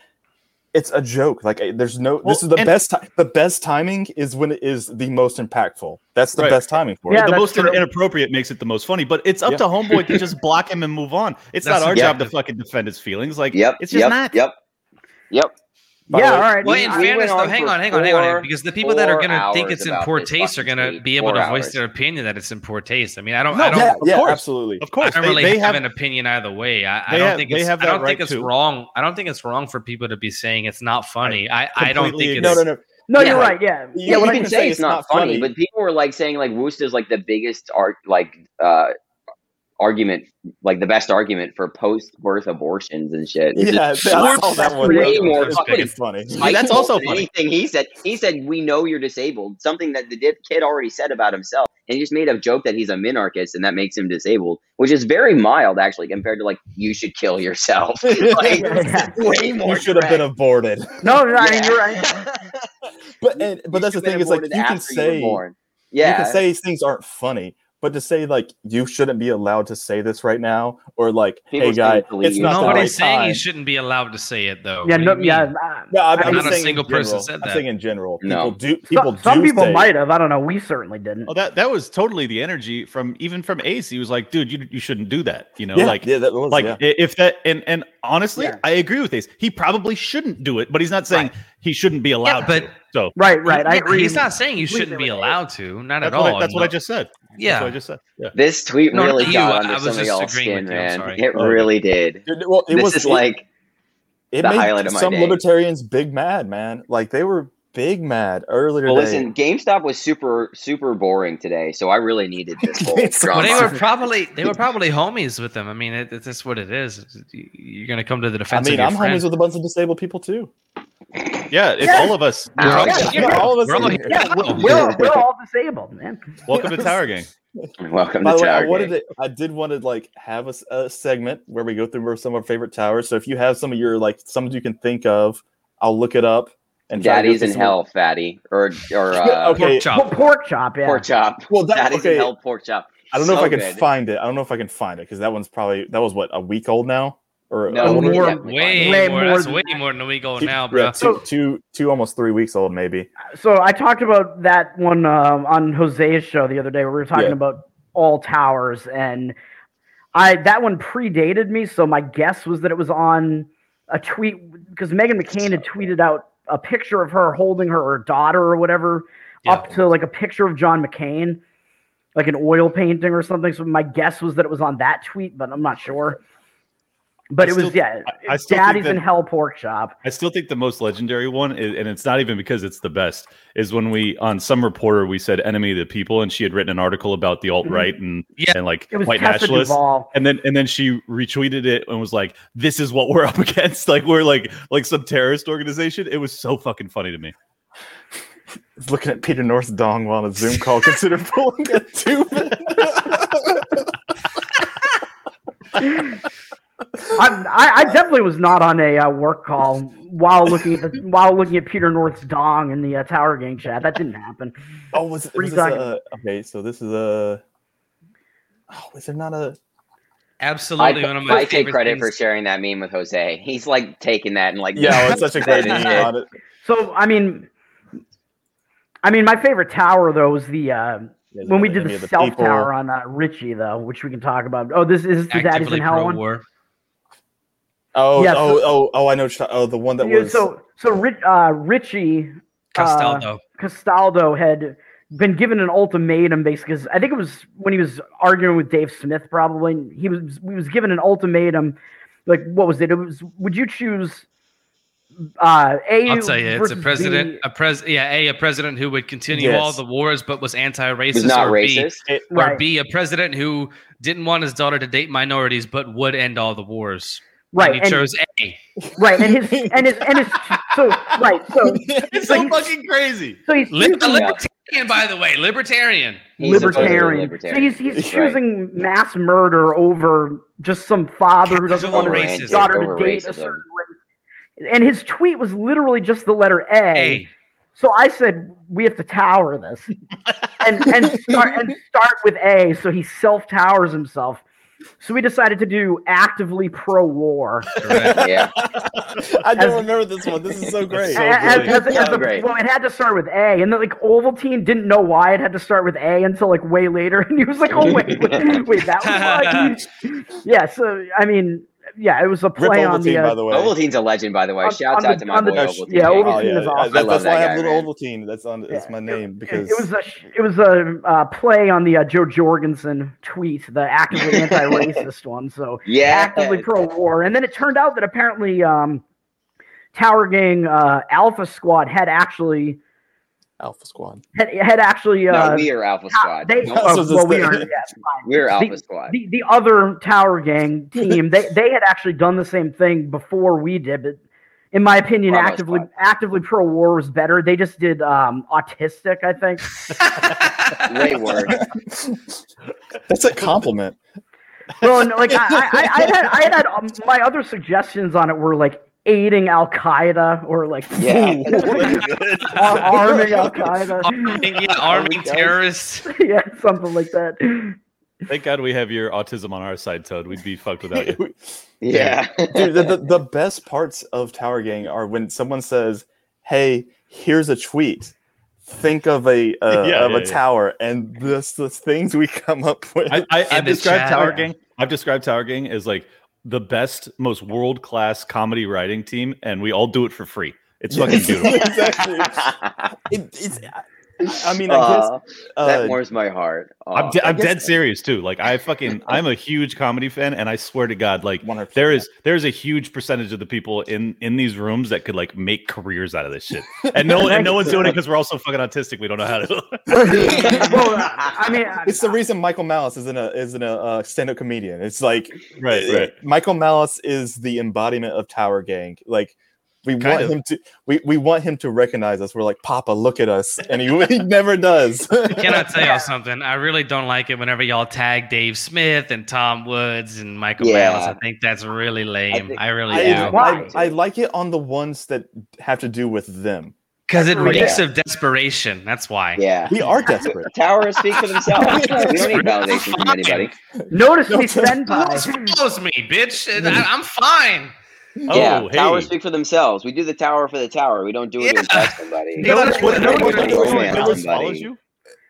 [SPEAKER 1] it's a joke. Like eh, there's no
[SPEAKER 5] Well,
[SPEAKER 1] this is the
[SPEAKER 5] and-
[SPEAKER 1] best time. The best timing is when it is the most impactful. That's the
[SPEAKER 5] Right.
[SPEAKER 1] best timing for
[SPEAKER 4] Yeah,
[SPEAKER 1] it.
[SPEAKER 5] the
[SPEAKER 4] that's
[SPEAKER 5] most
[SPEAKER 4] true.
[SPEAKER 5] inappropriate makes it the most funny, but it's up
[SPEAKER 1] Yeah.
[SPEAKER 5] to homeboy to just block him and move on. It's
[SPEAKER 2] That's
[SPEAKER 5] not our job to
[SPEAKER 2] subjective.
[SPEAKER 5] fucking defend his feelings. Like,
[SPEAKER 3] Yep.
[SPEAKER 5] it's just
[SPEAKER 3] yep,
[SPEAKER 5] not.
[SPEAKER 3] Yep. Yep.
[SPEAKER 1] By the
[SPEAKER 4] yeah,
[SPEAKER 1] way-
[SPEAKER 4] all right.
[SPEAKER 2] Well, in
[SPEAKER 4] I-
[SPEAKER 3] we
[SPEAKER 2] fairness,
[SPEAKER 3] went
[SPEAKER 2] though,
[SPEAKER 3] on
[SPEAKER 2] hang
[SPEAKER 3] for
[SPEAKER 2] on, hang on, hang on,
[SPEAKER 3] four-
[SPEAKER 2] because the people that are
[SPEAKER 3] four
[SPEAKER 2] gonna think
[SPEAKER 3] hours
[SPEAKER 2] it's in
[SPEAKER 3] about
[SPEAKER 2] poor
[SPEAKER 3] this
[SPEAKER 2] taste are
[SPEAKER 3] fucking
[SPEAKER 2] gonna
[SPEAKER 3] tweet.
[SPEAKER 2] be able
[SPEAKER 3] Four
[SPEAKER 2] to voice
[SPEAKER 3] hours.
[SPEAKER 2] their opinion that it's in poor taste. I mean, I don't,
[SPEAKER 5] No,
[SPEAKER 2] I don't,
[SPEAKER 1] yeah,
[SPEAKER 5] of
[SPEAKER 1] yeah,
[SPEAKER 5] course.
[SPEAKER 1] absolutely.
[SPEAKER 5] Of
[SPEAKER 2] I
[SPEAKER 5] course,
[SPEAKER 2] don't
[SPEAKER 5] they,
[SPEAKER 2] really
[SPEAKER 5] they
[SPEAKER 2] have,
[SPEAKER 5] have
[SPEAKER 2] an opinion either way. I, I
[SPEAKER 5] they
[SPEAKER 2] don't
[SPEAKER 5] have-
[SPEAKER 2] think
[SPEAKER 5] they
[SPEAKER 2] it's,
[SPEAKER 5] have
[SPEAKER 2] I
[SPEAKER 5] that
[SPEAKER 2] don't think
[SPEAKER 5] right,
[SPEAKER 2] it's
[SPEAKER 5] too.
[SPEAKER 2] wrong. I don't think it's wrong for people to be saying it's not funny. I, I don't
[SPEAKER 5] completely
[SPEAKER 2] think it's
[SPEAKER 1] No, no, no.
[SPEAKER 4] No,
[SPEAKER 3] Yeah,
[SPEAKER 4] you're
[SPEAKER 3] like-
[SPEAKER 4] right. Yeah,
[SPEAKER 3] Yeah,
[SPEAKER 1] what
[SPEAKER 3] you
[SPEAKER 1] I
[SPEAKER 3] can say it's not funny, but people were like saying like Woost is like the biggest art like uh argument like the best argument for post birth abortions and shit. It's
[SPEAKER 1] yeah, I
[SPEAKER 3] just-
[SPEAKER 1] saw that one.
[SPEAKER 3] way more
[SPEAKER 1] It's
[SPEAKER 3] fucking
[SPEAKER 1] fucking funny.
[SPEAKER 5] Yeah, that's
[SPEAKER 3] spiteful
[SPEAKER 5] also
[SPEAKER 3] than
[SPEAKER 5] funny.
[SPEAKER 3] anything he said. He said, "We know you're disabled." Something that the dip kid already said about himself, and he just made a joke that he's a minarchist and that makes him disabled, which is very mild actually compared to like you should kill yourself. like,
[SPEAKER 4] Yeah.
[SPEAKER 3] way more.
[SPEAKER 1] You should have been aborted.
[SPEAKER 4] No, no, I mean
[SPEAKER 3] Yeah.
[SPEAKER 4] you're right.
[SPEAKER 1] But and, but that's the thing is like you can say you
[SPEAKER 3] Yeah,
[SPEAKER 1] can say these things aren't funny, but to say like you shouldn't be allowed to say this right now, or like
[SPEAKER 3] People
[SPEAKER 1] hey guy,
[SPEAKER 3] shouldn't believe
[SPEAKER 1] it's
[SPEAKER 3] you.
[SPEAKER 1] not the right
[SPEAKER 2] Nobody's saying
[SPEAKER 1] time.
[SPEAKER 2] you shouldn't be allowed to say it, though.
[SPEAKER 4] Yeah,
[SPEAKER 2] What do
[SPEAKER 4] no,
[SPEAKER 2] you
[SPEAKER 4] yeah.
[SPEAKER 2] mean?
[SPEAKER 4] uh,
[SPEAKER 1] No, I'm, I'm
[SPEAKER 2] Not a
[SPEAKER 1] saying
[SPEAKER 2] single
[SPEAKER 1] in general.
[SPEAKER 2] person said
[SPEAKER 1] I'm
[SPEAKER 2] that.
[SPEAKER 1] saying in general,
[SPEAKER 3] No.
[SPEAKER 1] people do people
[SPEAKER 4] some some
[SPEAKER 1] do
[SPEAKER 4] people
[SPEAKER 1] say-
[SPEAKER 4] might have. I don't know. We certainly didn't.
[SPEAKER 5] Oh, that that was totally the energy from even from Ace. He was like, "Dude, you you shouldn't do that." You know,
[SPEAKER 1] yeah,
[SPEAKER 5] like
[SPEAKER 1] yeah, that was,
[SPEAKER 5] like
[SPEAKER 1] yeah.
[SPEAKER 5] i- if that and and honestly,
[SPEAKER 4] Yeah.
[SPEAKER 5] I agree with Ace. He probably shouldn't do it, but he's not saying he shouldn't be allowed.
[SPEAKER 2] but-
[SPEAKER 5] to. so
[SPEAKER 4] Right, right. I
[SPEAKER 2] Yeah,
[SPEAKER 4] agree.
[SPEAKER 2] He's not saying you
[SPEAKER 4] Completely
[SPEAKER 2] shouldn't be
[SPEAKER 4] with you.
[SPEAKER 2] allowed to. Not
[SPEAKER 5] that's
[SPEAKER 2] at all.
[SPEAKER 5] what I, that's what I
[SPEAKER 2] No.
[SPEAKER 5] just said. that's
[SPEAKER 2] Yeah.
[SPEAKER 5] what I just said. Yeah,
[SPEAKER 3] this tweet
[SPEAKER 2] No,
[SPEAKER 3] really
[SPEAKER 2] not you. I-
[SPEAKER 3] got under
[SPEAKER 2] I was
[SPEAKER 3] some of
[SPEAKER 2] just
[SPEAKER 3] y'all's
[SPEAKER 2] agreeing
[SPEAKER 3] skin,
[SPEAKER 2] with you. I'm
[SPEAKER 3] man.
[SPEAKER 2] sorry.
[SPEAKER 3] It
[SPEAKER 1] Oh, yeah.
[SPEAKER 3] really did.
[SPEAKER 1] Dude, well, it
[SPEAKER 3] this
[SPEAKER 1] was
[SPEAKER 3] is
[SPEAKER 1] it-
[SPEAKER 3] like
[SPEAKER 1] it
[SPEAKER 3] the
[SPEAKER 1] made
[SPEAKER 3] highlight of my
[SPEAKER 1] some
[SPEAKER 3] day.
[SPEAKER 1] libertarians big mad, man. Like they were big mad earlier.
[SPEAKER 3] Well,
[SPEAKER 1] today.
[SPEAKER 3] listen, GameStop was super, super boring today, so I really needed this whole
[SPEAKER 1] GameStop.
[SPEAKER 2] Well,
[SPEAKER 3] drama.
[SPEAKER 2] they were probably they were probably homies with them. I mean, it, it's just what it is. You're gonna come to the
[SPEAKER 1] I
[SPEAKER 2] defense.
[SPEAKER 1] mean,
[SPEAKER 2] of your
[SPEAKER 1] I'm
[SPEAKER 2] friend.
[SPEAKER 1] homies with a bunch of disabled people too.
[SPEAKER 5] yeah it's
[SPEAKER 4] Yeah.
[SPEAKER 5] all of us.
[SPEAKER 2] We're all,
[SPEAKER 1] Yeah,
[SPEAKER 2] here.
[SPEAKER 1] all of us
[SPEAKER 2] We're all
[SPEAKER 1] are
[SPEAKER 2] here.
[SPEAKER 1] here.
[SPEAKER 2] Yeah,
[SPEAKER 4] We're, all- we're all disabled, man.
[SPEAKER 5] Welcome to Tower Gang.
[SPEAKER 3] Welcome
[SPEAKER 1] By
[SPEAKER 3] to
[SPEAKER 1] the way, I
[SPEAKER 3] Tower
[SPEAKER 1] wanted
[SPEAKER 3] Gang.
[SPEAKER 1] to, I did want to like have a, s- a segment where we go through some of our favorite towers. So if you have some of your like some you can think of, I'll look it up and try to go
[SPEAKER 3] Daddy's
[SPEAKER 1] through
[SPEAKER 3] in
[SPEAKER 1] some of-
[SPEAKER 3] hell, fatty, or or uh,
[SPEAKER 1] Okay.
[SPEAKER 2] Pork
[SPEAKER 4] Well,
[SPEAKER 2] chop.
[SPEAKER 4] pork chop, yeah.
[SPEAKER 3] pork chop.
[SPEAKER 1] Well, that,
[SPEAKER 3] Daddy's
[SPEAKER 1] okay.
[SPEAKER 3] in hell, pork chop.
[SPEAKER 1] I don't know
[SPEAKER 3] So
[SPEAKER 1] if I can
[SPEAKER 3] good.
[SPEAKER 1] find it. I don't know if I can find it because that one's probably that was what a week old now. or
[SPEAKER 3] No,
[SPEAKER 1] oh,
[SPEAKER 3] we-
[SPEAKER 4] more-
[SPEAKER 3] yeah, we-
[SPEAKER 2] Way,
[SPEAKER 4] Way
[SPEAKER 2] more.
[SPEAKER 4] more
[SPEAKER 2] That's
[SPEAKER 4] than
[SPEAKER 2] way
[SPEAKER 4] that.
[SPEAKER 2] more than we going
[SPEAKER 1] two-
[SPEAKER 2] now,
[SPEAKER 1] yeah,
[SPEAKER 2] bro.
[SPEAKER 1] two, two, two, almost three weeks old, maybe.
[SPEAKER 4] So I talked about that one um, on Jose's show the other day. Where we were talking
[SPEAKER 1] Yeah.
[SPEAKER 4] about all towers, and I that one predated me. So my guess was that it was on a tweet because Megan McCain had tweeted out a picture of her holding her daughter or whatever
[SPEAKER 2] Yeah.
[SPEAKER 4] up to like a picture of John McCain, like an oil painting or something. So my guess was that it was on that tweet, but I'm not sure. But
[SPEAKER 5] I
[SPEAKER 4] it was
[SPEAKER 5] still-
[SPEAKER 4] yeah,
[SPEAKER 5] I- I still think
[SPEAKER 4] Daddy's
[SPEAKER 5] that-
[SPEAKER 4] in Hell Pork Chop.
[SPEAKER 5] I still think the most legendary one, i- and it's not even because it's the best, is when we on some reporter we said "enemy of the people," and she had written an article about the alt right and
[SPEAKER 2] Yeah.
[SPEAKER 5] and like
[SPEAKER 4] Mm-hmm. It was
[SPEAKER 5] white
[SPEAKER 4] Tessa
[SPEAKER 5] nationalists.
[SPEAKER 4] Duvall.
[SPEAKER 5] And then and then she retweeted it and was like, "This is what we're up against. Like we're like like some terrorist organization." It was so fucking funny to me.
[SPEAKER 1] Looking at Peter North's dong while on a Zoom call, consider pulling a tube.
[SPEAKER 4] I, I, I definitely was not on a uh, work call while looking at the, while looking at Peter North's dong in the uh, Tower Gang chat. That didn't happen.
[SPEAKER 1] oh, was,
[SPEAKER 4] What are
[SPEAKER 1] was
[SPEAKER 4] you
[SPEAKER 1] this
[SPEAKER 4] talking
[SPEAKER 1] a, okay? So this is a. Oh, is there not a?
[SPEAKER 2] Absolutely.
[SPEAKER 3] I,
[SPEAKER 2] one of my
[SPEAKER 3] I take
[SPEAKER 2] favorite
[SPEAKER 3] credit
[SPEAKER 2] things.
[SPEAKER 3] for sharing that meme with Jose. He's like taking that and like
[SPEAKER 1] Yeah, Oh, it's such a great
[SPEAKER 3] That is
[SPEAKER 1] name
[SPEAKER 3] it.
[SPEAKER 1] on it.
[SPEAKER 4] So I mean, I mean, my favorite tower though was the uh,
[SPEAKER 1] There's
[SPEAKER 4] when
[SPEAKER 1] another
[SPEAKER 4] we did
[SPEAKER 1] enemy
[SPEAKER 4] the
[SPEAKER 1] of
[SPEAKER 4] self
[SPEAKER 1] people.
[SPEAKER 4] tower on uh, Richie though, which we can talk about. Oh, this is this the Daddy's
[SPEAKER 2] actively
[SPEAKER 4] in Hell one.
[SPEAKER 2] pro-war.
[SPEAKER 1] Oh,
[SPEAKER 4] Yeah,
[SPEAKER 1] oh, oh, oh! I know. which- Oh, the one that
[SPEAKER 4] Yeah,
[SPEAKER 1] was.
[SPEAKER 4] So so Ri- uh, Richie
[SPEAKER 2] Castaldo.
[SPEAKER 4] Castaldo had been given an ultimatum basically 'cause I think it was when he was arguing with Dave Smith probably and he was he was given an ultimatum like what was it it was would you choose uh A
[SPEAKER 2] I'll tell you, it's a
[SPEAKER 4] versus B?
[SPEAKER 2] president, a pres, yeah, a a president who would continue
[SPEAKER 1] Yes.
[SPEAKER 2] all the wars but was anti-racist,
[SPEAKER 3] He's not
[SPEAKER 2] or B,
[SPEAKER 3] racist.
[SPEAKER 2] or
[SPEAKER 4] right,
[SPEAKER 2] B, a president who didn't want his daughter to date minorities but would end all the wars.
[SPEAKER 4] right
[SPEAKER 2] and he
[SPEAKER 4] and,
[SPEAKER 2] chose A.
[SPEAKER 4] right and his and his and his so right so
[SPEAKER 5] It's
[SPEAKER 4] so
[SPEAKER 5] fucking crazy.
[SPEAKER 4] so he's
[SPEAKER 2] Lib-
[SPEAKER 4] choosing-
[SPEAKER 2] libertarian, by the way, libertarian.
[SPEAKER 3] He's a total
[SPEAKER 4] libertarian.
[SPEAKER 3] libertarian.
[SPEAKER 4] So he's, he's
[SPEAKER 3] Right.
[SPEAKER 4] choosing mass murder over just some father who doesn't
[SPEAKER 2] Capital
[SPEAKER 4] want
[SPEAKER 2] racism.
[SPEAKER 4] his daughter
[SPEAKER 3] Over
[SPEAKER 4] to date a
[SPEAKER 3] racism.
[SPEAKER 4] certain race. And his tweet was literally just the letter A.
[SPEAKER 2] A.
[SPEAKER 4] So I said, we have to tower this and, and, start, and start with A. So he self towers himself. So we decided to do actively pro war.
[SPEAKER 2] Correct.
[SPEAKER 3] yeah,
[SPEAKER 1] I
[SPEAKER 4] As-
[SPEAKER 1] don't remember this one. This is so great.
[SPEAKER 5] So
[SPEAKER 4] as,
[SPEAKER 5] great.
[SPEAKER 4] as- as
[SPEAKER 3] So
[SPEAKER 4] a-
[SPEAKER 3] great.
[SPEAKER 4] Well, it had to start with A, and then like Ovaltine didn't know why it had to start with A until like way later, and he was like, "Oh wait, wait, wait, that was why." yeah, so I mean, yeah, it was a
[SPEAKER 1] Rip
[SPEAKER 4] play on
[SPEAKER 1] Ovaltine,
[SPEAKER 4] the.
[SPEAKER 1] by
[SPEAKER 4] Uh,
[SPEAKER 1] the way.
[SPEAKER 3] Ovaltine's a legend, by the way.
[SPEAKER 4] On-
[SPEAKER 3] Shouts
[SPEAKER 4] on
[SPEAKER 3] out to
[SPEAKER 4] the-
[SPEAKER 3] my
[SPEAKER 4] on the-
[SPEAKER 3] boy
[SPEAKER 4] oh,
[SPEAKER 3] Ovaltine.
[SPEAKER 4] yeah,
[SPEAKER 1] Oh,
[SPEAKER 4] Ovaltine
[SPEAKER 1] yeah,
[SPEAKER 4] is awesome.
[SPEAKER 1] That's,
[SPEAKER 3] I love
[SPEAKER 1] that's why I
[SPEAKER 3] that
[SPEAKER 1] have
[SPEAKER 3] guy,
[SPEAKER 1] Little
[SPEAKER 3] man.
[SPEAKER 1] Ovaltine. That's on. That's
[SPEAKER 4] Yeah,
[SPEAKER 1] my
[SPEAKER 4] it-
[SPEAKER 1] name because
[SPEAKER 4] it was a sh- it was a uh, play on the uh, Joe Jorgensen tweet, the actively anti-racist one. So
[SPEAKER 3] Yeah,
[SPEAKER 4] actively pro-war, and then it turned out that apparently um, Tower Gang uh, Alpha Squad had actually
[SPEAKER 1] Alpha Squad.
[SPEAKER 4] had, had actually uh,
[SPEAKER 3] no, we are Alpha Squad.
[SPEAKER 4] They,
[SPEAKER 3] No,
[SPEAKER 1] That's
[SPEAKER 4] oh,
[SPEAKER 1] what this
[SPEAKER 4] well, we
[SPEAKER 1] thing-
[SPEAKER 4] are, yeah,
[SPEAKER 3] we're
[SPEAKER 4] the-
[SPEAKER 3] Alpha Squad.
[SPEAKER 4] the, the other Tower Gang team, they, they had actually done the same thing before we did, but in my opinion,
[SPEAKER 3] Bravo
[SPEAKER 4] actively
[SPEAKER 3] Squad.
[SPEAKER 4] actively pro war was better. They just did um, autistic, I think.
[SPEAKER 3] Way worse.
[SPEAKER 1] That's a compliment.
[SPEAKER 4] well, no, like I, I, I had, I had, had um, my other suggestions on it were like aiding Al Qaeda or like
[SPEAKER 3] Yeah.
[SPEAKER 4] ar- arming Al Qaeda,
[SPEAKER 2] arming, yeah, arming terrorists.
[SPEAKER 4] yeah, something like that.
[SPEAKER 5] Thank God we have your autism on our side, Toad. We'd be fucked without you.
[SPEAKER 3] Yeah.
[SPEAKER 1] Dude, the, the, the best parts of Tower Gang are when someone says, "Hey, here's a tweet. Think of a uh,
[SPEAKER 5] Yeah,
[SPEAKER 1] of
[SPEAKER 5] yeah,
[SPEAKER 1] a
[SPEAKER 5] yeah.
[SPEAKER 1] tower," and this the things we come up with.
[SPEAKER 5] I, I, I've
[SPEAKER 2] the
[SPEAKER 5] described
[SPEAKER 2] chat.
[SPEAKER 5] Tower Gang. I've described Tower Gang as like the best, most world class comedy writing team, and we all do it for free. It's fucking
[SPEAKER 1] Yes.
[SPEAKER 5] beautiful.
[SPEAKER 1] exactly. It, it's, I, I mean, I guess
[SPEAKER 3] Aw,
[SPEAKER 1] uh,
[SPEAKER 3] that warms my heart. Aw.
[SPEAKER 5] I'm, de- I'm
[SPEAKER 1] guess-
[SPEAKER 5] dead serious too. Like I fucking, I'm a huge comedy fan, and I swear to God, like
[SPEAKER 1] 100%.
[SPEAKER 5] there is there's a huge percentage of the people in in these rooms that could like make careers out of this shit, and no and no one's doing it because we're all so fucking autistic. We don't know how to.
[SPEAKER 4] well, I mean, I-
[SPEAKER 1] it's the reason Michael Malice isn't a isn't a uh, stand up comedian. It's like
[SPEAKER 5] right, right.
[SPEAKER 1] Michael Malice is the embodiment of Tower Gang. Like we
[SPEAKER 5] Kind
[SPEAKER 1] want
[SPEAKER 5] of.
[SPEAKER 1] him to we, we want him to recognize us. We're like, Papa, look at us. And he, he never does.
[SPEAKER 2] Can I tell y'all something? I really don't like it whenever y'all tag Dave Smith and Tom Woods and Michael
[SPEAKER 3] Yeah.
[SPEAKER 2] Ballas. I think that's really lame. I,
[SPEAKER 3] think-
[SPEAKER 2] really
[SPEAKER 1] I,
[SPEAKER 2] do.
[SPEAKER 3] Yeah.
[SPEAKER 1] I,
[SPEAKER 4] Why?
[SPEAKER 1] I like it on the ones that have to do with them.
[SPEAKER 2] Because it
[SPEAKER 4] Every
[SPEAKER 2] reeks
[SPEAKER 3] day.
[SPEAKER 2] of desperation. That's why.
[SPEAKER 3] Yeah.
[SPEAKER 1] We are desperate.
[SPEAKER 3] Towers speak for themselves. we don't need validation from anybody.
[SPEAKER 4] Notice me,
[SPEAKER 1] Notice-
[SPEAKER 4] senpai.
[SPEAKER 2] Follows me, bitch. and I, I'm fine.
[SPEAKER 5] Oh,
[SPEAKER 3] yeah,
[SPEAKER 5] hey.
[SPEAKER 3] towers speak for themselves. We do the tower for the tower. We don't do it
[SPEAKER 2] Yeah.
[SPEAKER 3] to impress somebody.
[SPEAKER 2] You got a Twitter-
[SPEAKER 3] We don't do it to
[SPEAKER 2] Twitter-
[SPEAKER 3] romance
[SPEAKER 5] Malice
[SPEAKER 3] somebody.
[SPEAKER 5] follows you?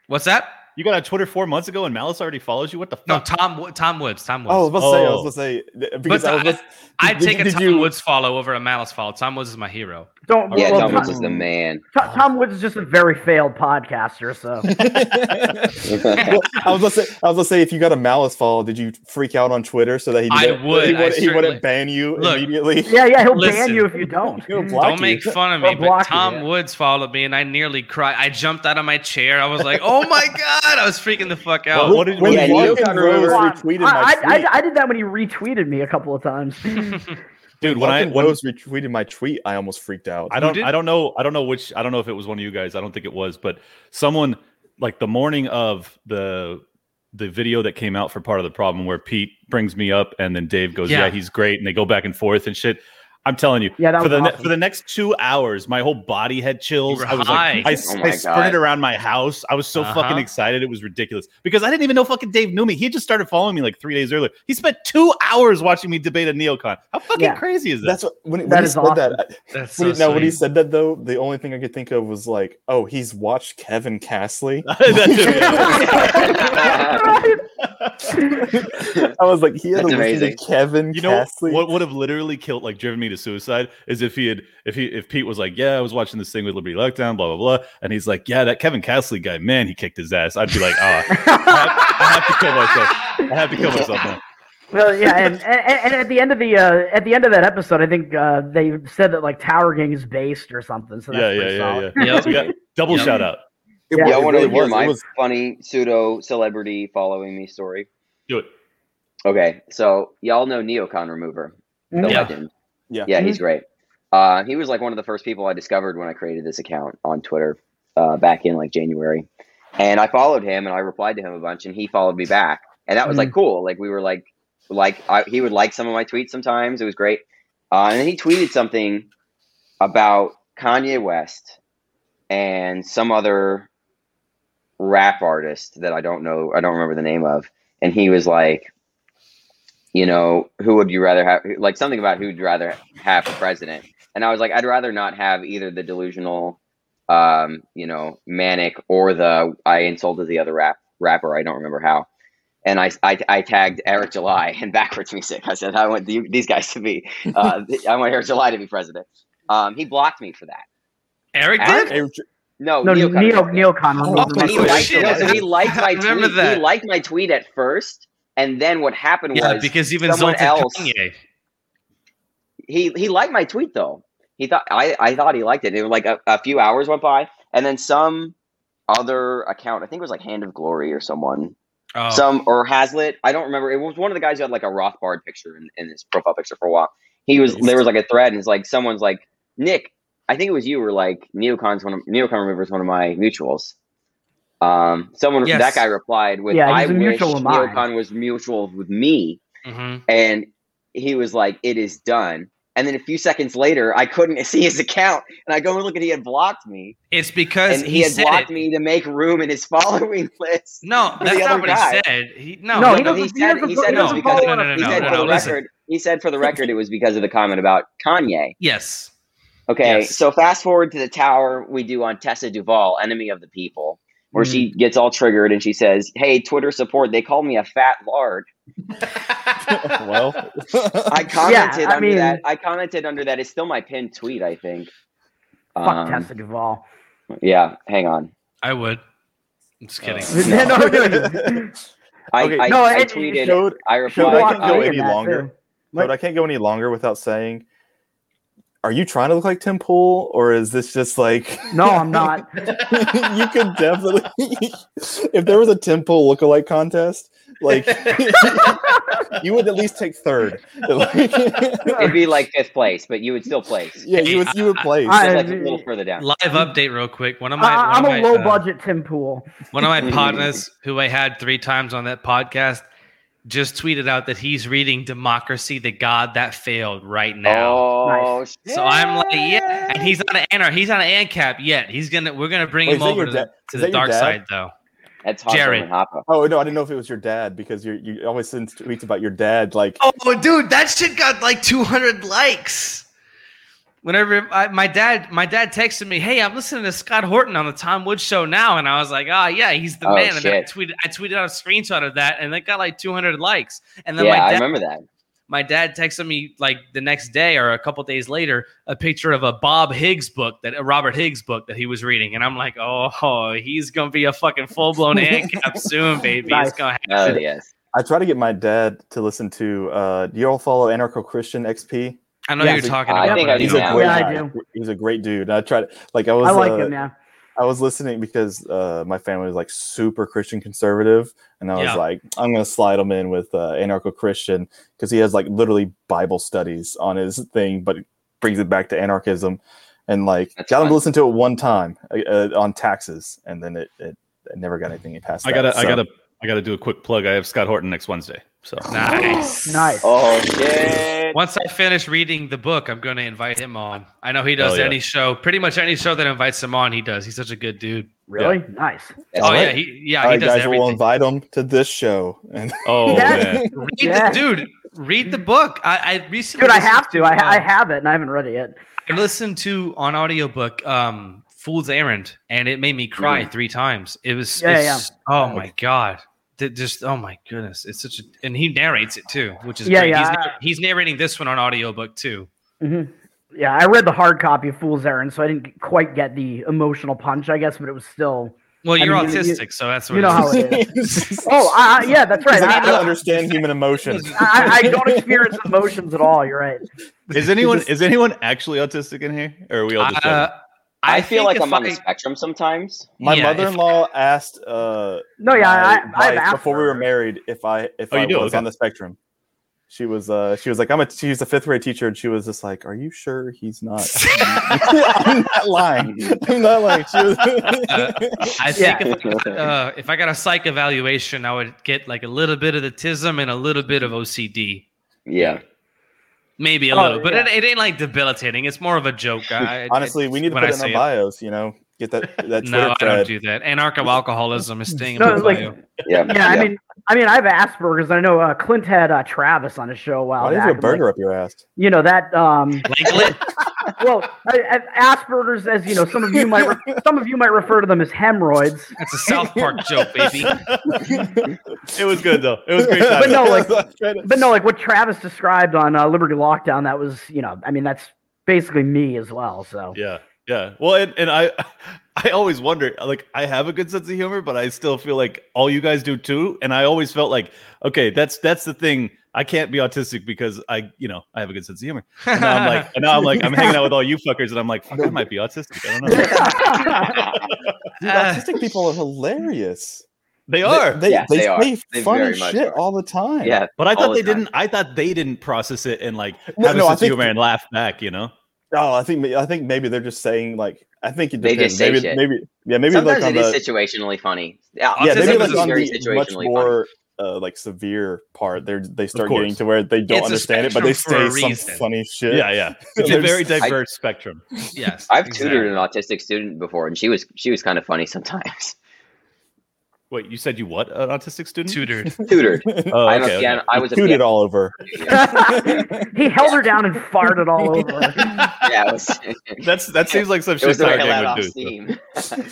[SPEAKER 2] What's that?
[SPEAKER 5] You got on Twitter four months ago and Malice already follows you? What the
[SPEAKER 2] No,
[SPEAKER 5] fuck?
[SPEAKER 2] Tom. Wo- Tom Woods. Tom Woods.
[SPEAKER 1] Oh, I was about to say. I was about to say
[SPEAKER 5] Oh.
[SPEAKER 1] th- because I was.
[SPEAKER 2] I-
[SPEAKER 1] about-
[SPEAKER 2] I'd
[SPEAKER 1] did-
[SPEAKER 2] take a
[SPEAKER 1] did
[SPEAKER 2] Tom
[SPEAKER 1] you-
[SPEAKER 2] Woods follow over a Malice follow. Tom Woods is my hero.
[SPEAKER 4] Don't.
[SPEAKER 3] Yeah,
[SPEAKER 4] well,
[SPEAKER 3] Tom Woods
[SPEAKER 4] Tom,
[SPEAKER 3] is the man.
[SPEAKER 4] Tom- Tom Woods is just a very failed podcaster. So
[SPEAKER 1] Well, I was gonna say, I was gonna say, if you got a malice follow, did you freak out on Twitter so that he
[SPEAKER 2] I
[SPEAKER 1] didn't-
[SPEAKER 2] would,
[SPEAKER 1] he,
[SPEAKER 2] I
[SPEAKER 1] wouldn't- he
[SPEAKER 2] certainly-
[SPEAKER 1] wouldn't ban you
[SPEAKER 2] Look.
[SPEAKER 1] immediately?
[SPEAKER 4] yeah, yeah, he'll
[SPEAKER 2] Listen.
[SPEAKER 4] ban you if you don't.
[SPEAKER 1] He'll block
[SPEAKER 2] Don't make
[SPEAKER 1] you.
[SPEAKER 2] fun of
[SPEAKER 4] Or
[SPEAKER 2] me. But
[SPEAKER 4] block you,
[SPEAKER 2] Tom
[SPEAKER 4] yeah.
[SPEAKER 2] Woods followed me, and I nearly cried. I jumped out of my chair. I was like, "Oh my god!" I was freaking the fuck out.
[SPEAKER 5] Well, what did-
[SPEAKER 1] when
[SPEAKER 3] Yeah,
[SPEAKER 1] Logan
[SPEAKER 3] Neocon
[SPEAKER 1] Rose
[SPEAKER 3] Rose-
[SPEAKER 1] retweeted
[SPEAKER 4] I,
[SPEAKER 1] my
[SPEAKER 4] I- I-
[SPEAKER 1] tweet,
[SPEAKER 4] I did that when he retweeted me a couple of times.
[SPEAKER 5] Dude, when I
[SPEAKER 1] Logan
[SPEAKER 5] when,
[SPEAKER 1] Rose retweeted my tweet, I almost freaked out.
[SPEAKER 5] I don't
[SPEAKER 2] did?
[SPEAKER 5] I don't know I don't know which I don't know if it was one of you guys. I don't think it was, but someone like the morning of the the video that came out for part of the problem where Pete brings me up and then Dave goes,
[SPEAKER 2] Yeah.
[SPEAKER 5] Yeah, he's great, and they go back and forth and shit. I'm telling you,
[SPEAKER 4] Yeah, that
[SPEAKER 5] for
[SPEAKER 4] was
[SPEAKER 5] the ne-
[SPEAKER 4] awesome.
[SPEAKER 5] for the next two hours, my whole body had chills.
[SPEAKER 2] You were
[SPEAKER 5] I was like,
[SPEAKER 2] high.
[SPEAKER 5] I,
[SPEAKER 3] Oh
[SPEAKER 5] I
[SPEAKER 3] my God.
[SPEAKER 5] sprinted around my house. I was so fucking
[SPEAKER 2] Uh-huh.
[SPEAKER 5] excited. It was ridiculous because I didn't even know fucking Dave knew me. He had just started following me like three days earlier. He spent two hours watching me debate a neocon. How fucking
[SPEAKER 4] Yeah.
[SPEAKER 5] crazy is that?
[SPEAKER 1] That's what when, when
[SPEAKER 4] That
[SPEAKER 1] he
[SPEAKER 4] is
[SPEAKER 1] said
[SPEAKER 4] awesome.
[SPEAKER 1] that.
[SPEAKER 2] That's so
[SPEAKER 1] When he, no, when he
[SPEAKER 2] sweet.
[SPEAKER 1] said that though, the only thing I could think of was like, oh, he's watched Kevin Castley.
[SPEAKER 5] That's it.
[SPEAKER 1] I was like, he had
[SPEAKER 3] That's
[SPEAKER 1] to listen
[SPEAKER 3] amazing.
[SPEAKER 1] to Kevin
[SPEAKER 5] You know
[SPEAKER 1] Castley.
[SPEAKER 5] what would have literally killed, like, driven me to suicide is if he had, if he, if Pete was like, "Yeah, I was watching this thing with Liberty Lockdown, blah blah blah," and he's like, "Yeah, that Kevin Castley guy, man, he kicked his ass." I'd be like, "Ah, I have to kill myself. I have to kill myself now."
[SPEAKER 4] Well, yeah, and, and, and at the end of the uh, at the end of that episode, I think uh, they said that like Tower Gang is based or something. So that's
[SPEAKER 5] Yeah, yeah,
[SPEAKER 4] pretty
[SPEAKER 5] yeah,
[SPEAKER 4] solid.
[SPEAKER 5] yeah.
[SPEAKER 2] Yep.
[SPEAKER 5] So we got double
[SPEAKER 2] Yep.
[SPEAKER 5] shout out.
[SPEAKER 1] It
[SPEAKER 4] Yeah,
[SPEAKER 1] was-
[SPEAKER 3] Yeah, I
[SPEAKER 1] it
[SPEAKER 3] want to
[SPEAKER 1] really
[SPEAKER 3] hear
[SPEAKER 1] was- it
[SPEAKER 3] my
[SPEAKER 1] was-
[SPEAKER 3] funny pseudo celebrity following me story.
[SPEAKER 5] Do it.
[SPEAKER 3] Okay, so y'all know Neocon Remover, the
[SPEAKER 4] Mhm.
[SPEAKER 2] Yeah.
[SPEAKER 3] legend.
[SPEAKER 1] Yeah.
[SPEAKER 3] yeah, he's great. Uh, he was like one of the first people I discovered when I created this account on Twitter uh, back in like January, and I followed him and I replied to him a bunch, and he followed me back, and that was like cool. Like we were like like I, he would like some of my tweets sometimes. It was great, uh, and then he tweeted something about Kanye West and some other rap artist that I don't know, I don't remember the name of, and he was like, you know, who would you rather have? Like something about who'd you rather have for president, and I was like, I'd rather not have either the delusional, um, you know, manic or the I insulted the other rap rapper. I don't remember how. And I, I, I tagged Eric July and backwards music. I said I want the, these guys to be uh, I want Eric July to be president. Um, he blocked me for that.
[SPEAKER 2] Eric
[SPEAKER 3] Eric-
[SPEAKER 2] did.
[SPEAKER 1] it was-
[SPEAKER 3] No,
[SPEAKER 4] No, Neo
[SPEAKER 3] Neocon
[SPEAKER 4] Neo
[SPEAKER 3] removed it.
[SPEAKER 4] Neocon.
[SPEAKER 1] Oh,
[SPEAKER 4] removed
[SPEAKER 3] So
[SPEAKER 4] my
[SPEAKER 3] he
[SPEAKER 2] Oh,
[SPEAKER 4] tweet.
[SPEAKER 3] liked,
[SPEAKER 2] shit.
[SPEAKER 3] no, so he liked
[SPEAKER 2] I
[SPEAKER 3] my
[SPEAKER 2] remember
[SPEAKER 3] tweet.
[SPEAKER 2] that.
[SPEAKER 3] He liked my tweet at first, and then what happened
[SPEAKER 2] Yeah,
[SPEAKER 3] was
[SPEAKER 2] because even
[SPEAKER 3] someone
[SPEAKER 2] insulted
[SPEAKER 3] else-
[SPEAKER 2] Kanye.
[SPEAKER 3] he he liked my tweet though. He thought I, I thought he liked it. It was like a, a few hours went by, and then some other account, I think it was like Hand of Glory or someone,
[SPEAKER 2] Oh,
[SPEAKER 3] some or Hazlitt. I don't remember. It was one of the guys who had like a Rothbard picture in, in his profile picture for a while. He was there was like a thread, and it's like someone's like Nick. I think it was you were like Neocon's one of Neocon Remover's one of my mutuals. Um, someone
[SPEAKER 2] Yes.
[SPEAKER 3] that guy replied with
[SPEAKER 4] Yeah,
[SPEAKER 3] I
[SPEAKER 4] he's a
[SPEAKER 3] wish
[SPEAKER 4] mutual of mine."
[SPEAKER 3] Neocon was mutual with me
[SPEAKER 2] mhm.
[SPEAKER 3] and he was like, "It is done." And then a few seconds later, I couldn't see his account, and I go and look, and he had blocked me,
[SPEAKER 2] It's because
[SPEAKER 3] and
[SPEAKER 2] he,
[SPEAKER 3] he, had
[SPEAKER 2] said
[SPEAKER 3] blocked
[SPEAKER 2] it.
[SPEAKER 3] me to make room in his following list.
[SPEAKER 2] No,
[SPEAKER 3] the
[SPEAKER 2] that's
[SPEAKER 3] other
[SPEAKER 2] not what
[SPEAKER 3] guy.
[SPEAKER 2] he said. He, no,
[SPEAKER 4] No,
[SPEAKER 3] no, but
[SPEAKER 4] he doesn't.
[SPEAKER 3] he
[SPEAKER 4] He
[SPEAKER 3] said-
[SPEAKER 4] doesn't.
[SPEAKER 3] he said it
[SPEAKER 4] doesn't
[SPEAKER 2] was because-
[SPEAKER 4] follow
[SPEAKER 2] no,
[SPEAKER 4] on
[SPEAKER 2] no, no,
[SPEAKER 3] he
[SPEAKER 4] Facebook.
[SPEAKER 2] no,
[SPEAKER 3] said
[SPEAKER 2] no,
[SPEAKER 3] for the
[SPEAKER 2] listen.
[SPEAKER 3] record, he said for the record, it was because of the comment about Kanye.
[SPEAKER 2] yes.
[SPEAKER 3] Okay,
[SPEAKER 2] Yes.
[SPEAKER 3] so fast forward to the tower we do on Tessa Duvall, enemy of the people, where she
[SPEAKER 2] Mm.
[SPEAKER 3] gets all triggered and she says, "Hey, Twitter support, they call me a fat lard."
[SPEAKER 1] well,
[SPEAKER 3] I commented
[SPEAKER 4] I
[SPEAKER 3] under
[SPEAKER 4] mean-
[SPEAKER 3] that. I commented under that. It's still my pinned tweet, I think.
[SPEAKER 4] Fuck
[SPEAKER 3] Um,
[SPEAKER 4] Tessa Duvall.
[SPEAKER 3] Yeah, hang on.
[SPEAKER 2] I would. I'm just kidding.
[SPEAKER 1] Uh,
[SPEAKER 4] No, no, dude.
[SPEAKER 3] I,
[SPEAKER 1] Okay.
[SPEAKER 3] I,
[SPEAKER 4] No,
[SPEAKER 3] I
[SPEAKER 4] it-
[SPEAKER 3] tweeted.
[SPEAKER 1] Code,
[SPEAKER 3] I
[SPEAKER 1] Should
[SPEAKER 3] replied. uh,
[SPEAKER 1] I
[SPEAKER 4] Walk
[SPEAKER 1] can't go
[SPEAKER 4] away
[SPEAKER 1] any
[SPEAKER 4] from that,
[SPEAKER 1] longer?
[SPEAKER 4] too.
[SPEAKER 1] Code, I can't go any longer without saying, are you trying to look like Tim Pool, or is this just like?
[SPEAKER 4] No, I'm not.
[SPEAKER 1] you could definitely, if there was a Tim Pool lookalike contest, like you would at least take third. Like,
[SPEAKER 3] it'd be like fifth place, but you would still place.
[SPEAKER 1] yeah, you would you would place.
[SPEAKER 4] I-
[SPEAKER 3] Just like a little further down.
[SPEAKER 2] Live update, real quick. One of my
[SPEAKER 4] I, I'm
[SPEAKER 2] one
[SPEAKER 4] a
[SPEAKER 2] of my,
[SPEAKER 4] low
[SPEAKER 2] uh,
[SPEAKER 4] budget Tim Pool.
[SPEAKER 2] One of my partners who I had three times on that podcast, just tweeted out that he's reading Democracy, the God that failed right now.
[SPEAKER 3] Oh, shit.
[SPEAKER 2] So I'm like, yeah, and he's not an anar, he's not an ANCAP yet. He's gonna, we're gonna bring
[SPEAKER 1] Wait,
[SPEAKER 2] him
[SPEAKER 1] is that
[SPEAKER 2] over
[SPEAKER 1] your
[SPEAKER 2] to,
[SPEAKER 1] dad-
[SPEAKER 2] the, to
[SPEAKER 1] is
[SPEAKER 2] the
[SPEAKER 1] that your
[SPEAKER 2] dark
[SPEAKER 1] dad?
[SPEAKER 2] side, though.
[SPEAKER 3] That's Hopper
[SPEAKER 2] Jared.
[SPEAKER 3] and Hopper.
[SPEAKER 1] Oh no, I didn't know if it was your dad because you you always send tweets about your dad. Like,
[SPEAKER 2] Oh, dude, that shit got like 200 likes. Whenever I, my dad, my dad texted me, "Hey, I'm listening to Scott Horton on the Tom Woods show now," and I was like, "Ah, yeah, he's the
[SPEAKER 3] Oh,
[SPEAKER 2] man." And then I
[SPEAKER 3] shit.
[SPEAKER 2] tweeted, I tweeted out a screenshot of that, and it got like 200 likes. And then
[SPEAKER 3] Yeah,
[SPEAKER 2] my
[SPEAKER 3] I
[SPEAKER 2] dad
[SPEAKER 3] remember that.
[SPEAKER 2] my dad texted me like the next day or a couple days later a picture of a Bob Higgs book that a Robert Higgs book that he was reading, and I'm like, oh, he's gonna be a fucking full blown ANCAP soon, baby.
[SPEAKER 4] Nice.
[SPEAKER 2] It's gonna
[SPEAKER 3] Oh
[SPEAKER 2] happen.
[SPEAKER 3] yes.
[SPEAKER 1] I try to get my dad to listen to. Uh, do you all follow Anarcho Christian XP?
[SPEAKER 2] I know
[SPEAKER 1] Yeah,
[SPEAKER 2] you're
[SPEAKER 1] he's a-
[SPEAKER 2] talking
[SPEAKER 3] I
[SPEAKER 2] about.
[SPEAKER 3] think
[SPEAKER 2] but
[SPEAKER 3] I do
[SPEAKER 1] He's
[SPEAKER 2] don't
[SPEAKER 1] a
[SPEAKER 3] now.
[SPEAKER 4] Yeah,
[SPEAKER 1] great.
[SPEAKER 4] I do.
[SPEAKER 1] He's a great dude. And I tried. Like, I was.
[SPEAKER 4] I like
[SPEAKER 1] uh,
[SPEAKER 4] him now.
[SPEAKER 1] I was listening because uh, my family was like super Christian conservative, and I was
[SPEAKER 2] Yeah.
[SPEAKER 1] like, I'm gonna slide him in with uh, anarcho Christian because he has like literally Bible studies on his thing, but brings it back to anarchism, and like
[SPEAKER 3] That's
[SPEAKER 1] got him
[SPEAKER 3] fun.
[SPEAKER 1] to listen to it one time uh, on taxes, and then it, it, it never got anything past.
[SPEAKER 5] I gotta,
[SPEAKER 1] that,
[SPEAKER 5] I
[SPEAKER 1] so.
[SPEAKER 5] gotta, I gotta do a quick plug. I have Scott Horton next Wednesday. So
[SPEAKER 2] Nice.
[SPEAKER 4] Nice.
[SPEAKER 3] Oh shit.
[SPEAKER 2] Once I finish reading the book, I'm going to invite him on. I know he does
[SPEAKER 5] Hell yeah.
[SPEAKER 2] any show, pretty much any show that invites him on. He does. He's such a good dude.
[SPEAKER 4] Really? Nice.
[SPEAKER 3] That's
[SPEAKER 2] oh
[SPEAKER 3] right.
[SPEAKER 2] yeah, he, yeah,
[SPEAKER 1] All
[SPEAKER 2] he
[SPEAKER 1] right,
[SPEAKER 2] does
[SPEAKER 1] guys,
[SPEAKER 2] everything.
[SPEAKER 1] we'll invite him to this show, and
[SPEAKER 5] oh
[SPEAKER 4] That-
[SPEAKER 5] man,
[SPEAKER 2] read
[SPEAKER 4] Yeah.
[SPEAKER 2] the dude. Read the book. I, I recently
[SPEAKER 4] Dude, I
[SPEAKER 2] listened
[SPEAKER 4] have to.
[SPEAKER 2] um,
[SPEAKER 4] I, I have it and I haven't read it yet.
[SPEAKER 2] I listened to on audiobook um Fool's Errand and it made me cry three times. It was
[SPEAKER 4] Mm. Yeah,
[SPEAKER 2] it's- oh my god. Th- just oh my goodness. It's such a and he narrates it too, which is
[SPEAKER 4] Yeah,
[SPEAKER 2] great.
[SPEAKER 4] yeah,
[SPEAKER 2] He's,
[SPEAKER 4] I-
[SPEAKER 2] narr- he's narrating this one on audiobook too.
[SPEAKER 4] hmm Yeah, I read the hard copy of Fool's Errand, so I didn't quite get the emotional punch, I guess, but it was still.
[SPEAKER 2] Well,
[SPEAKER 4] I
[SPEAKER 2] you're
[SPEAKER 4] mean, you- you-
[SPEAKER 2] autistic, so that's what
[SPEAKER 4] You know how it is. oh, I, I- yeah, that's right.
[SPEAKER 1] He's like, I
[SPEAKER 4] I,
[SPEAKER 1] don't
[SPEAKER 4] I,
[SPEAKER 1] understand human emotion.
[SPEAKER 4] I, I don't experience emotions at all. You're right.
[SPEAKER 5] is anyone is anyone actually autistic in here, or are we all just?
[SPEAKER 2] Uh,
[SPEAKER 5] joking?
[SPEAKER 2] I,
[SPEAKER 3] I, feel like
[SPEAKER 2] think
[SPEAKER 3] I'm
[SPEAKER 2] if
[SPEAKER 3] on the
[SPEAKER 2] I-
[SPEAKER 3] spectrum sometimes.
[SPEAKER 1] My
[SPEAKER 2] yeah, if-
[SPEAKER 1] mother-in-law asked. Uh,
[SPEAKER 4] No, Oh, yeah, I,
[SPEAKER 1] my
[SPEAKER 4] I've
[SPEAKER 1] wife
[SPEAKER 4] asked
[SPEAKER 1] before we
[SPEAKER 4] her.
[SPEAKER 1] were married if I if
[SPEAKER 5] Oh, you
[SPEAKER 1] I
[SPEAKER 5] do?
[SPEAKER 1] was
[SPEAKER 5] Okay.
[SPEAKER 1] on the spectrum. She was uh she was like I'm a she was a fifth grade teacher and she was just like Are you sure he's not? I'm not lying. I'm not lying. She
[SPEAKER 2] Uh,
[SPEAKER 1] was,
[SPEAKER 2] I
[SPEAKER 4] Yeah.
[SPEAKER 2] think if, uh, if I got a psych evaluation, I would get like a little bit of the tism and a little bit of OCD.
[SPEAKER 3] Yeah.
[SPEAKER 2] Maybe a
[SPEAKER 4] Oh,
[SPEAKER 2] little, but
[SPEAKER 4] yeah.
[SPEAKER 2] it, it ain't like debilitating. It's more of a joke. I, I-
[SPEAKER 1] honestly, we need to
[SPEAKER 2] when
[SPEAKER 1] put
[SPEAKER 2] I
[SPEAKER 1] it in
[SPEAKER 2] say
[SPEAKER 1] our bios. You know, get that that Twitter
[SPEAKER 2] No, I don't
[SPEAKER 1] thread.
[SPEAKER 2] do that. Anarcho alcoholism is staying
[SPEAKER 4] No,
[SPEAKER 2] in my
[SPEAKER 4] like-
[SPEAKER 2] bio.
[SPEAKER 3] Yeah.
[SPEAKER 4] Yeah, I mean, I mean, I have Asperger's. I know uh, Clint had uh, Travis on his show a while
[SPEAKER 1] Why is
[SPEAKER 4] back.
[SPEAKER 1] there a
[SPEAKER 4] and,
[SPEAKER 1] burger
[SPEAKER 4] like,
[SPEAKER 1] up your ass?
[SPEAKER 4] you know that. Um,
[SPEAKER 2] Langlet?
[SPEAKER 4] well, I, I, Asperger's, as you know, some of you might re- some of you might refer to them as hemorrhoids.
[SPEAKER 2] That's a South Park joke, baby.
[SPEAKER 5] it was good though. It was great.
[SPEAKER 4] But
[SPEAKER 5] timing.
[SPEAKER 4] no, like-
[SPEAKER 1] but
[SPEAKER 4] But no, like what Travis described on uh, Liberty Lockdown, that was, you know, I mean, that's basically me as well. So
[SPEAKER 5] Yeah, yeah. Well, and, and I, I always wonder. Like, I have a good sense of humor, but I still feel like all you guys do too. And I always felt like, okay, that's that's the thing. I can't be autistic because I, you know, I have a good sense of humor. And now I'm like, and now I'm like, I'm hanging out with all you fuckers, and I'm like, fuck, I might be autistic. I don't know.
[SPEAKER 1] Dude,
[SPEAKER 2] Uh,
[SPEAKER 1] autistic people are hilarious.
[SPEAKER 5] They are.
[SPEAKER 1] They
[SPEAKER 3] Yes,
[SPEAKER 1] they,
[SPEAKER 3] they are.
[SPEAKER 1] say
[SPEAKER 3] They
[SPEAKER 1] funny
[SPEAKER 3] very much
[SPEAKER 1] shit
[SPEAKER 3] are.
[SPEAKER 1] all the time.
[SPEAKER 3] Yeah.
[SPEAKER 5] But I
[SPEAKER 3] all
[SPEAKER 5] thought
[SPEAKER 3] the
[SPEAKER 5] they
[SPEAKER 3] time.
[SPEAKER 5] didn't. I thought they didn't process it and like
[SPEAKER 1] No,
[SPEAKER 5] have
[SPEAKER 1] no,
[SPEAKER 5] a
[SPEAKER 1] I
[SPEAKER 5] sense of
[SPEAKER 1] think-
[SPEAKER 5] humor and laugh back. You know.
[SPEAKER 1] Oh, I think I think maybe they're just saying like I think it
[SPEAKER 3] They
[SPEAKER 1] depends.
[SPEAKER 3] just say
[SPEAKER 1] maybe
[SPEAKER 3] shit.
[SPEAKER 1] maybe yeah maybe
[SPEAKER 3] Sometimes
[SPEAKER 1] like on
[SPEAKER 3] it is
[SPEAKER 1] the
[SPEAKER 3] situationally funny. Yeah,
[SPEAKER 1] yeah
[SPEAKER 2] autism
[SPEAKER 1] maybe like
[SPEAKER 2] is
[SPEAKER 1] on
[SPEAKER 3] very
[SPEAKER 1] the much
[SPEAKER 3] situationally funny.
[SPEAKER 1] more uh, like severe part they they start
[SPEAKER 5] course.
[SPEAKER 1] getting to where they don't
[SPEAKER 2] It's a
[SPEAKER 1] understand it but they say
[SPEAKER 2] spectrum for a
[SPEAKER 1] some
[SPEAKER 2] reason.
[SPEAKER 1] funny shit.
[SPEAKER 5] Yeah, yeah. It's a
[SPEAKER 1] There's-
[SPEAKER 5] very diverse spectrum.
[SPEAKER 2] Yes.
[SPEAKER 3] I've
[SPEAKER 2] exactly.
[SPEAKER 3] tutored an autistic student before, and she was she was kind of funny sometimes.
[SPEAKER 5] Wait, you said you what? An autistic student?
[SPEAKER 2] Tutored.
[SPEAKER 3] Tutored.
[SPEAKER 5] Oh,
[SPEAKER 3] I'm
[SPEAKER 5] okay,
[SPEAKER 3] a
[SPEAKER 5] okay.
[SPEAKER 3] piano. I was a
[SPEAKER 1] Dude, it
[SPEAKER 3] piano.
[SPEAKER 1] all over.
[SPEAKER 4] he held her down and farted all over. her.
[SPEAKER 3] Yeah, it was,
[SPEAKER 5] That's that seems like some
[SPEAKER 3] it
[SPEAKER 5] shit
[SPEAKER 3] was the way
[SPEAKER 5] Tiger
[SPEAKER 3] I let
[SPEAKER 5] Gang
[SPEAKER 3] off
[SPEAKER 5] would do. so.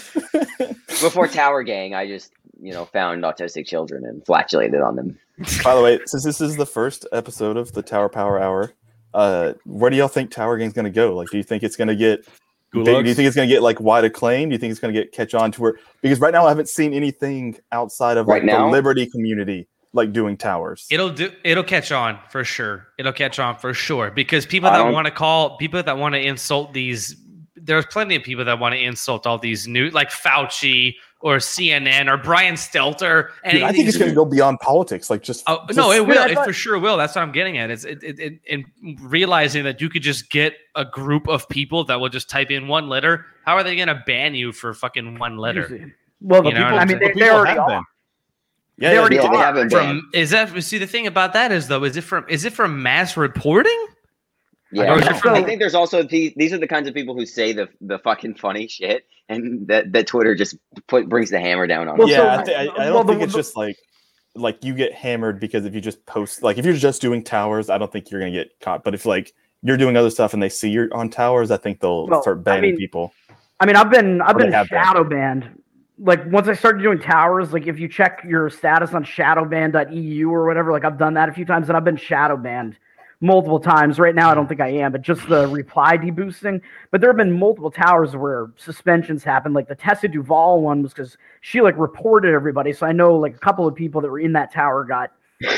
[SPEAKER 3] steam. Before Tower Gang, I just you know found autistic children and flatulated on them.
[SPEAKER 1] By the way, since this is the first episode of the Tower Power Hour, uh, where do y'all think Tower Gang's gonna go? Like, do you think it's gonna get do, do you
[SPEAKER 5] Gulags?
[SPEAKER 1] think it's gonna get like wide acclaim? Do you think it's gonna get catch on to where because right now I haven't seen anything outside of like
[SPEAKER 3] Right now?
[SPEAKER 1] the Liberty community like doing towers.
[SPEAKER 2] It'll do. It'll catch on for sure. It'll catch on for sure because people
[SPEAKER 3] I
[SPEAKER 2] that
[SPEAKER 3] don't-
[SPEAKER 2] want to call people that want to insult these. There's plenty of people that want to insult all these new, like Fauci or CNN or Brian Stelter. And
[SPEAKER 1] Dude, I think it's going to go beyond politics. Like just,
[SPEAKER 2] Oh
[SPEAKER 1] just-
[SPEAKER 2] no, it
[SPEAKER 4] Dude,
[SPEAKER 2] will.
[SPEAKER 4] I
[SPEAKER 2] It
[SPEAKER 4] thought-
[SPEAKER 2] for sure will. That's what I'm getting at. It's it, it, it, and realizing that you could just get a group of people that will just type in one letter. How are they going to ban you for fucking one letter?
[SPEAKER 4] Well, the
[SPEAKER 2] You know
[SPEAKER 4] people,
[SPEAKER 2] what
[SPEAKER 4] I
[SPEAKER 2] I'm
[SPEAKER 4] mean,
[SPEAKER 2] saying?
[SPEAKER 4] they, they already
[SPEAKER 5] have
[SPEAKER 4] are.
[SPEAKER 5] been.
[SPEAKER 1] Yeah,
[SPEAKER 4] They
[SPEAKER 1] yeah,
[SPEAKER 4] already
[SPEAKER 1] yeah.
[SPEAKER 3] Yeah, they
[SPEAKER 4] are.
[SPEAKER 3] haven't banned.
[SPEAKER 2] From is that see the thing about that is though is it from is it from mass reporting?
[SPEAKER 3] Yeah,
[SPEAKER 2] Or is it
[SPEAKER 4] from-
[SPEAKER 3] I think there's also these. These are the kinds of people who say the the fucking funny shit, and that that Twitter just put brings the hammer down on.
[SPEAKER 4] Well,
[SPEAKER 3] them.
[SPEAKER 1] yeah, I,
[SPEAKER 4] so-
[SPEAKER 1] thi- I, I don't
[SPEAKER 4] well, the-
[SPEAKER 1] think it's
[SPEAKER 4] the-
[SPEAKER 1] just like like you get hammered because if you just post like if you're just doing towers, I don't think you're gonna get caught. But if like you're doing other stuff and they see you're on towers, I think they'll
[SPEAKER 4] Well, I
[SPEAKER 1] start banning
[SPEAKER 4] mean-
[SPEAKER 1] people.
[SPEAKER 4] I mean, I've been I've
[SPEAKER 1] Or they
[SPEAKER 4] been
[SPEAKER 1] have been.
[SPEAKER 4] shadow banned. Like once I started doing towers, like if you check your status on shadowban.eu or whatever, like I've done that a few times and I've been shadow banned multiple times. Right now, I don't think I am, but just the reply deboosting. But there have been multiple towers where suspensions happened. Like the Tessa Duval one was because she like reported everybody. So I know like a couple of people that were in that tower got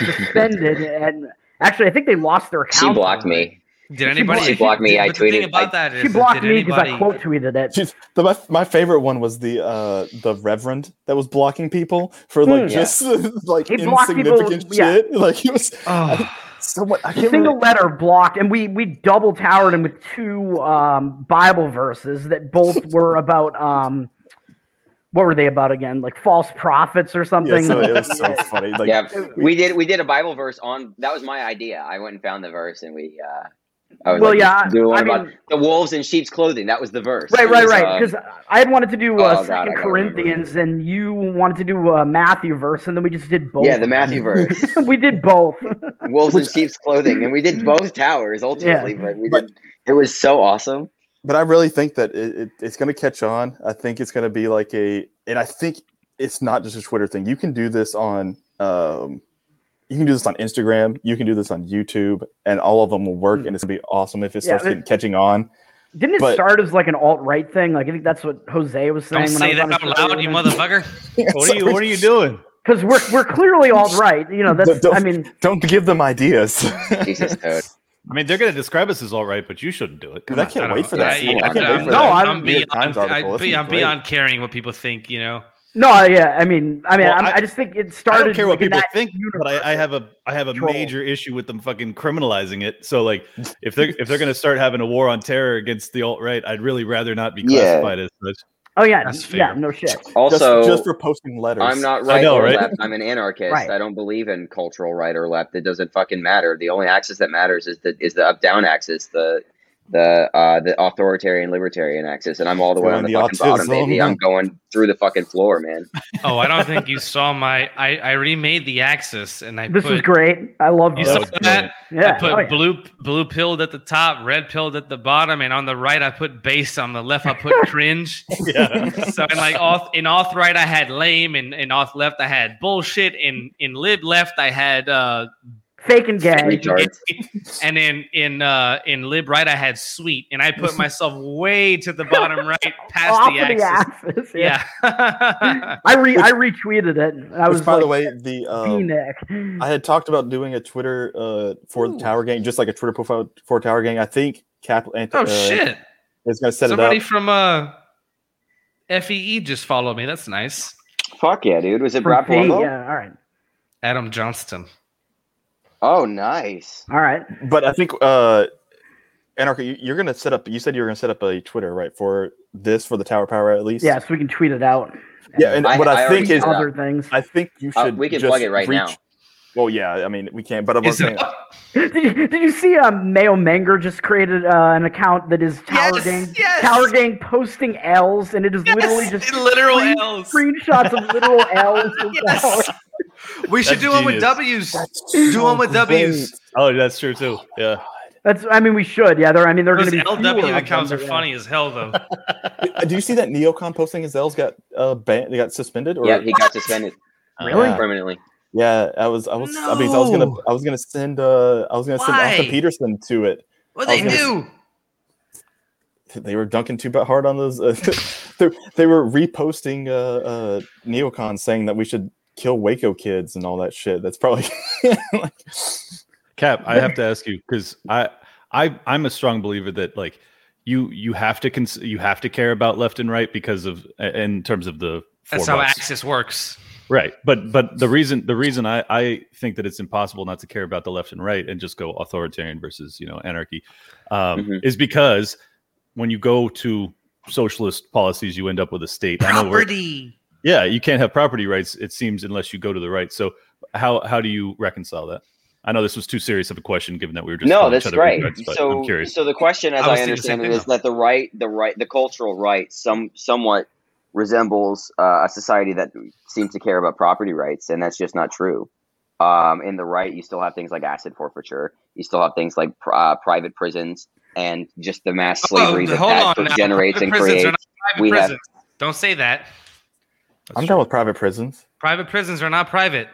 [SPEAKER 4] suspended and actually I think they lost their
[SPEAKER 3] she
[SPEAKER 4] account.
[SPEAKER 3] blocked me.
[SPEAKER 2] Did anybody
[SPEAKER 3] She blocked me, I
[SPEAKER 2] but The thing
[SPEAKER 3] tweeted-
[SPEAKER 2] about
[SPEAKER 3] I-
[SPEAKER 2] that is
[SPEAKER 4] She
[SPEAKER 2] that
[SPEAKER 4] blocked
[SPEAKER 2] did
[SPEAKER 4] me because I
[SPEAKER 2] anybody-
[SPEAKER 4] quote tweeted it.
[SPEAKER 1] Jeez, the, my, my favorite one was the uh the reverend that was blocking people for
[SPEAKER 4] Hmm.
[SPEAKER 1] like
[SPEAKER 3] Yeah.
[SPEAKER 1] just like
[SPEAKER 4] He blocked people-
[SPEAKER 1] insignificant
[SPEAKER 4] yeah.
[SPEAKER 1] shit. Like he was
[SPEAKER 2] Oh,
[SPEAKER 1] somewhat. I
[SPEAKER 4] A
[SPEAKER 1] can't
[SPEAKER 4] single
[SPEAKER 1] remember.
[SPEAKER 4] letter blocked, and we we double towered him with two um, Bible verses that both were about um, what were they about again? Like false prophets or
[SPEAKER 1] Yeah,
[SPEAKER 4] something.
[SPEAKER 1] so it was so funny. Like
[SPEAKER 3] yeah, we did we did a Bible verse on that was my idea. I went and found the verse, and we. uh I was
[SPEAKER 4] Well,
[SPEAKER 3] like,
[SPEAKER 4] yeah,
[SPEAKER 3] do one
[SPEAKER 4] I
[SPEAKER 3] about
[SPEAKER 4] mean-
[SPEAKER 3] the wolves in sheep's clothing. That was the verse.
[SPEAKER 4] Right,
[SPEAKER 3] It
[SPEAKER 4] right,
[SPEAKER 3] was,
[SPEAKER 4] right.
[SPEAKER 3] uh,
[SPEAKER 4] Because I had wanted to do
[SPEAKER 3] Oh,
[SPEAKER 4] uh,
[SPEAKER 3] God, I
[SPEAKER 4] Second
[SPEAKER 3] gotta remember.
[SPEAKER 4] Corinthians, and you wanted to do a Matthew verse, and then we just did both.
[SPEAKER 3] yeah, the Matthew verse,
[SPEAKER 4] we did both.
[SPEAKER 3] wolves in sheep's clothing, and we
[SPEAKER 1] Hmm.
[SPEAKER 3] did both towers ultimately. But we did. It was so awesome.
[SPEAKER 1] but I really think that it, it, it's going to catch on. I think it's going to be like a, and I think it's not just a Twitter thing. You can do this on, um, you can do this on Instagram. You can do this on YouTube, and all of them will work. And it's going to be awesome if it
[SPEAKER 4] Yeah,
[SPEAKER 1] starts
[SPEAKER 4] but-
[SPEAKER 1] getting, catching on.
[SPEAKER 4] Didn't it
[SPEAKER 1] But-
[SPEAKER 4] start as like an alt right thing? Like I think that's what Jose was saying.
[SPEAKER 2] don't say that out loud, you motherfucker.
[SPEAKER 6] What are you? What are you doing?
[SPEAKER 4] Because we're we're clearly alt right. You know, that's.
[SPEAKER 1] Don't-
[SPEAKER 4] I mean,
[SPEAKER 1] Don't give them ideas.
[SPEAKER 3] Jesus, Toad.
[SPEAKER 6] I mean, they're going to describe us as all right, but you shouldn't do it.
[SPEAKER 1] Dude,
[SPEAKER 6] Come
[SPEAKER 1] I
[SPEAKER 6] on.
[SPEAKER 2] I
[SPEAKER 1] can't
[SPEAKER 2] don't
[SPEAKER 1] wait for
[SPEAKER 2] know.
[SPEAKER 1] that.
[SPEAKER 2] I-
[SPEAKER 1] shit. I
[SPEAKER 2] I'm-
[SPEAKER 1] can't
[SPEAKER 4] I'm-
[SPEAKER 1] wait for
[SPEAKER 4] no,
[SPEAKER 1] that.
[SPEAKER 4] I-
[SPEAKER 2] I'm
[SPEAKER 1] New York
[SPEAKER 2] beyond,
[SPEAKER 1] Times article.
[SPEAKER 2] I'm,
[SPEAKER 1] This is
[SPEAKER 2] beyond,
[SPEAKER 1] great.
[SPEAKER 2] beyond caring what people think, you know.
[SPEAKER 4] No, yeah. I mean, I mean,
[SPEAKER 6] Well,
[SPEAKER 4] I'm,
[SPEAKER 6] I-
[SPEAKER 4] I, just think it
[SPEAKER 6] I
[SPEAKER 4] started.
[SPEAKER 6] don't care what
[SPEAKER 4] like, in
[SPEAKER 6] people
[SPEAKER 4] that
[SPEAKER 6] think, but I, I
[SPEAKER 4] universe.
[SPEAKER 6] have a I have a
[SPEAKER 4] Troll.
[SPEAKER 6] major issue with them fucking criminalizing it. So like, if they're if they're going to start having a war on terror against the alt right, I'd really rather not be
[SPEAKER 3] Yeah.
[SPEAKER 6] classified as such.
[SPEAKER 4] Oh yeah,
[SPEAKER 2] That's
[SPEAKER 4] yeah.
[SPEAKER 2] fair.
[SPEAKER 4] No shit.
[SPEAKER 1] Just,
[SPEAKER 3] Also,
[SPEAKER 1] just for posting letters.
[SPEAKER 3] I'm not right
[SPEAKER 6] know,
[SPEAKER 3] or
[SPEAKER 6] right?
[SPEAKER 3] left. I'm an anarchist.
[SPEAKER 4] Right.
[SPEAKER 3] I don't believe in cultural right or left. It doesn't fucking matter. The only axis that matters is the is the up down axis, the the uh, the authoritarian libertarian axis, and I'm all the way on the,
[SPEAKER 1] Going the
[SPEAKER 3] fucking bottom,
[SPEAKER 1] autism.
[SPEAKER 3] baby. I'm going through the fucking floor, man.
[SPEAKER 2] Oh, I don't think you saw my. I, I remade the axis and I
[SPEAKER 4] This
[SPEAKER 2] put.
[SPEAKER 4] was great. I love
[SPEAKER 2] You
[SPEAKER 6] Oh,
[SPEAKER 2] saw
[SPEAKER 6] that was
[SPEAKER 2] that? I
[SPEAKER 4] Yeah.
[SPEAKER 2] put
[SPEAKER 4] oh, yeah.
[SPEAKER 2] blue blue pilled at the top, red pilled at the bottom, and on the right I put base. On the left I put cringe.
[SPEAKER 6] Yeah.
[SPEAKER 2] so in like off in off right I had lame, and in off left I had bullshit, and in lib left I had uh,
[SPEAKER 4] Fake and gay.
[SPEAKER 3] Retards.
[SPEAKER 2] and in in uh, in lib right I had sweet, and I put myself way to the bottom right past
[SPEAKER 4] Oh, Off
[SPEAKER 2] the
[SPEAKER 4] of
[SPEAKER 2] axis.
[SPEAKER 4] the axis. Yeah.
[SPEAKER 2] yeah.
[SPEAKER 4] I re I retweeted it. and I
[SPEAKER 1] Which,
[SPEAKER 4] was
[SPEAKER 1] by the
[SPEAKER 4] like,
[SPEAKER 1] way, the um,
[SPEAKER 4] Phoenix.
[SPEAKER 1] I had talked about doing a Twitter uh, for the Tower Gang, just like a Twitter profile for Tower Gang. I think Cap Ant-
[SPEAKER 2] oh
[SPEAKER 1] uh,
[SPEAKER 2] shit!
[SPEAKER 1] is going to set
[SPEAKER 2] Somebody
[SPEAKER 1] it up.
[SPEAKER 2] from uh, FEE just followed me. That's nice.
[SPEAKER 3] Fuck yeah, dude. Was it
[SPEAKER 4] From
[SPEAKER 3] Brad
[SPEAKER 4] P,
[SPEAKER 3] Palumbo?
[SPEAKER 4] yeah. All right.
[SPEAKER 2] Adam Johnston.
[SPEAKER 3] Oh, nice.
[SPEAKER 4] All right.
[SPEAKER 1] But I think uh, Anarchy, you- you're going to set up. You said you were going to set up a Twitter right for this for the Tower Power at least.
[SPEAKER 4] Yeah. So we can tweet it out.
[SPEAKER 1] yeah. And
[SPEAKER 3] I-
[SPEAKER 1] what I,
[SPEAKER 3] I
[SPEAKER 1] think
[SPEAKER 3] already
[SPEAKER 1] is,
[SPEAKER 3] did that.
[SPEAKER 4] other things.
[SPEAKER 1] I think you
[SPEAKER 3] Uh,
[SPEAKER 1] should.
[SPEAKER 3] we can
[SPEAKER 1] just
[SPEAKER 3] plug it right
[SPEAKER 1] reach-
[SPEAKER 3] now.
[SPEAKER 1] Well, yeah. I mean, we can. But I'm
[SPEAKER 2] Is it
[SPEAKER 1] saying,
[SPEAKER 2] up?
[SPEAKER 4] Did you, did you see um, Mayo Menger just created uh, an account that is Tower
[SPEAKER 2] Yes,
[SPEAKER 4] Gang
[SPEAKER 2] yes.
[SPEAKER 4] Tower Gang posting L's and it is literally
[SPEAKER 2] Yes,
[SPEAKER 4] just
[SPEAKER 2] literal
[SPEAKER 4] screen-
[SPEAKER 2] L's.
[SPEAKER 4] screenshots of literal L's. from
[SPEAKER 2] Yes.
[SPEAKER 4] Tower
[SPEAKER 2] We should
[SPEAKER 6] That's
[SPEAKER 2] do one with
[SPEAKER 6] genius.
[SPEAKER 2] W's. Do one with W's.
[SPEAKER 6] Oh, that's true too. Yeah.
[SPEAKER 4] That's. I mean, we should. Yeah, they're. I mean, they're going
[SPEAKER 2] Those
[SPEAKER 4] to be. fewer of
[SPEAKER 2] LW accounts
[SPEAKER 4] them,
[SPEAKER 2] are
[SPEAKER 4] but, yeah.
[SPEAKER 2] funny as hell, though.
[SPEAKER 1] Uh, Do you see that Neocon posting his L's got uh, banned? They got suspended. Or
[SPEAKER 3] Yeah, he got suspended
[SPEAKER 1] Really?
[SPEAKER 3] uh, permanently.
[SPEAKER 1] Yeah, I was, I was, I mean, I was gonna,
[SPEAKER 2] No.
[SPEAKER 1] I was gonna send, uh, I was gonna send
[SPEAKER 2] Why?
[SPEAKER 1] Austin Peterson to it.
[SPEAKER 2] What
[SPEAKER 1] I
[SPEAKER 2] they
[SPEAKER 1] was
[SPEAKER 2] do?
[SPEAKER 1] They were dunking too ba- hard on those. Uh, they they were reposting uh, uh, Neocon saying that we should kill Waco kids and all that shit. That's probably like,
[SPEAKER 6] Cap, I have to ask you because I, I, I'm a strong believer that like you, you have to cons- you have to care about left and right because of in terms of the four
[SPEAKER 2] That's how
[SPEAKER 6] bucks.
[SPEAKER 2] Axis works.
[SPEAKER 6] right. But but the reason the reason I I think that it's impossible not to care about the left and right and just go authoritarian versus you know anarchy um,
[SPEAKER 3] Mhm.
[SPEAKER 6] is because when you go to socialist policies, you end up with a state. I know we're-
[SPEAKER 2] Property.
[SPEAKER 6] yeah, you can't have property rights. It seems unless you go to the right. So how how do you reconcile that? I know this was too serious of a question, given that we were just
[SPEAKER 3] no,
[SPEAKER 6] calling each
[SPEAKER 3] that's
[SPEAKER 6] other
[SPEAKER 3] right.
[SPEAKER 6] retards, but
[SPEAKER 3] so,
[SPEAKER 6] I'm curious.
[SPEAKER 3] so the question, as
[SPEAKER 2] I was
[SPEAKER 3] I,
[SPEAKER 2] thinking the same
[SPEAKER 3] understand it,
[SPEAKER 2] thing,
[SPEAKER 3] is that the right, the right, the cultural right, some somewhat resembles uh, a society that seems to care about property rights, and that's just not true. Um, in the right, you still have things like asset forfeiture. You still have things like pri- uh, private prisons and just the mass slavery that
[SPEAKER 2] Oh, hold
[SPEAKER 3] that
[SPEAKER 2] on
[SPEAKER 3] book
[SPEAKER 2] now.
[SPEAKER 3] generates
[SPEAKER 2] Private
[SPEAKER 3] and
[SPEAKER 2] prisons
[SPEAKER 3] creates.
[SPEAKER 2] are not private
[SPEAKER 3] We have-
[SPEAKER 2] prisons. Don't say that.
[SPEAKER 1] I'm done with private prisons.
[SPEAKER 2] Private prisons are not private.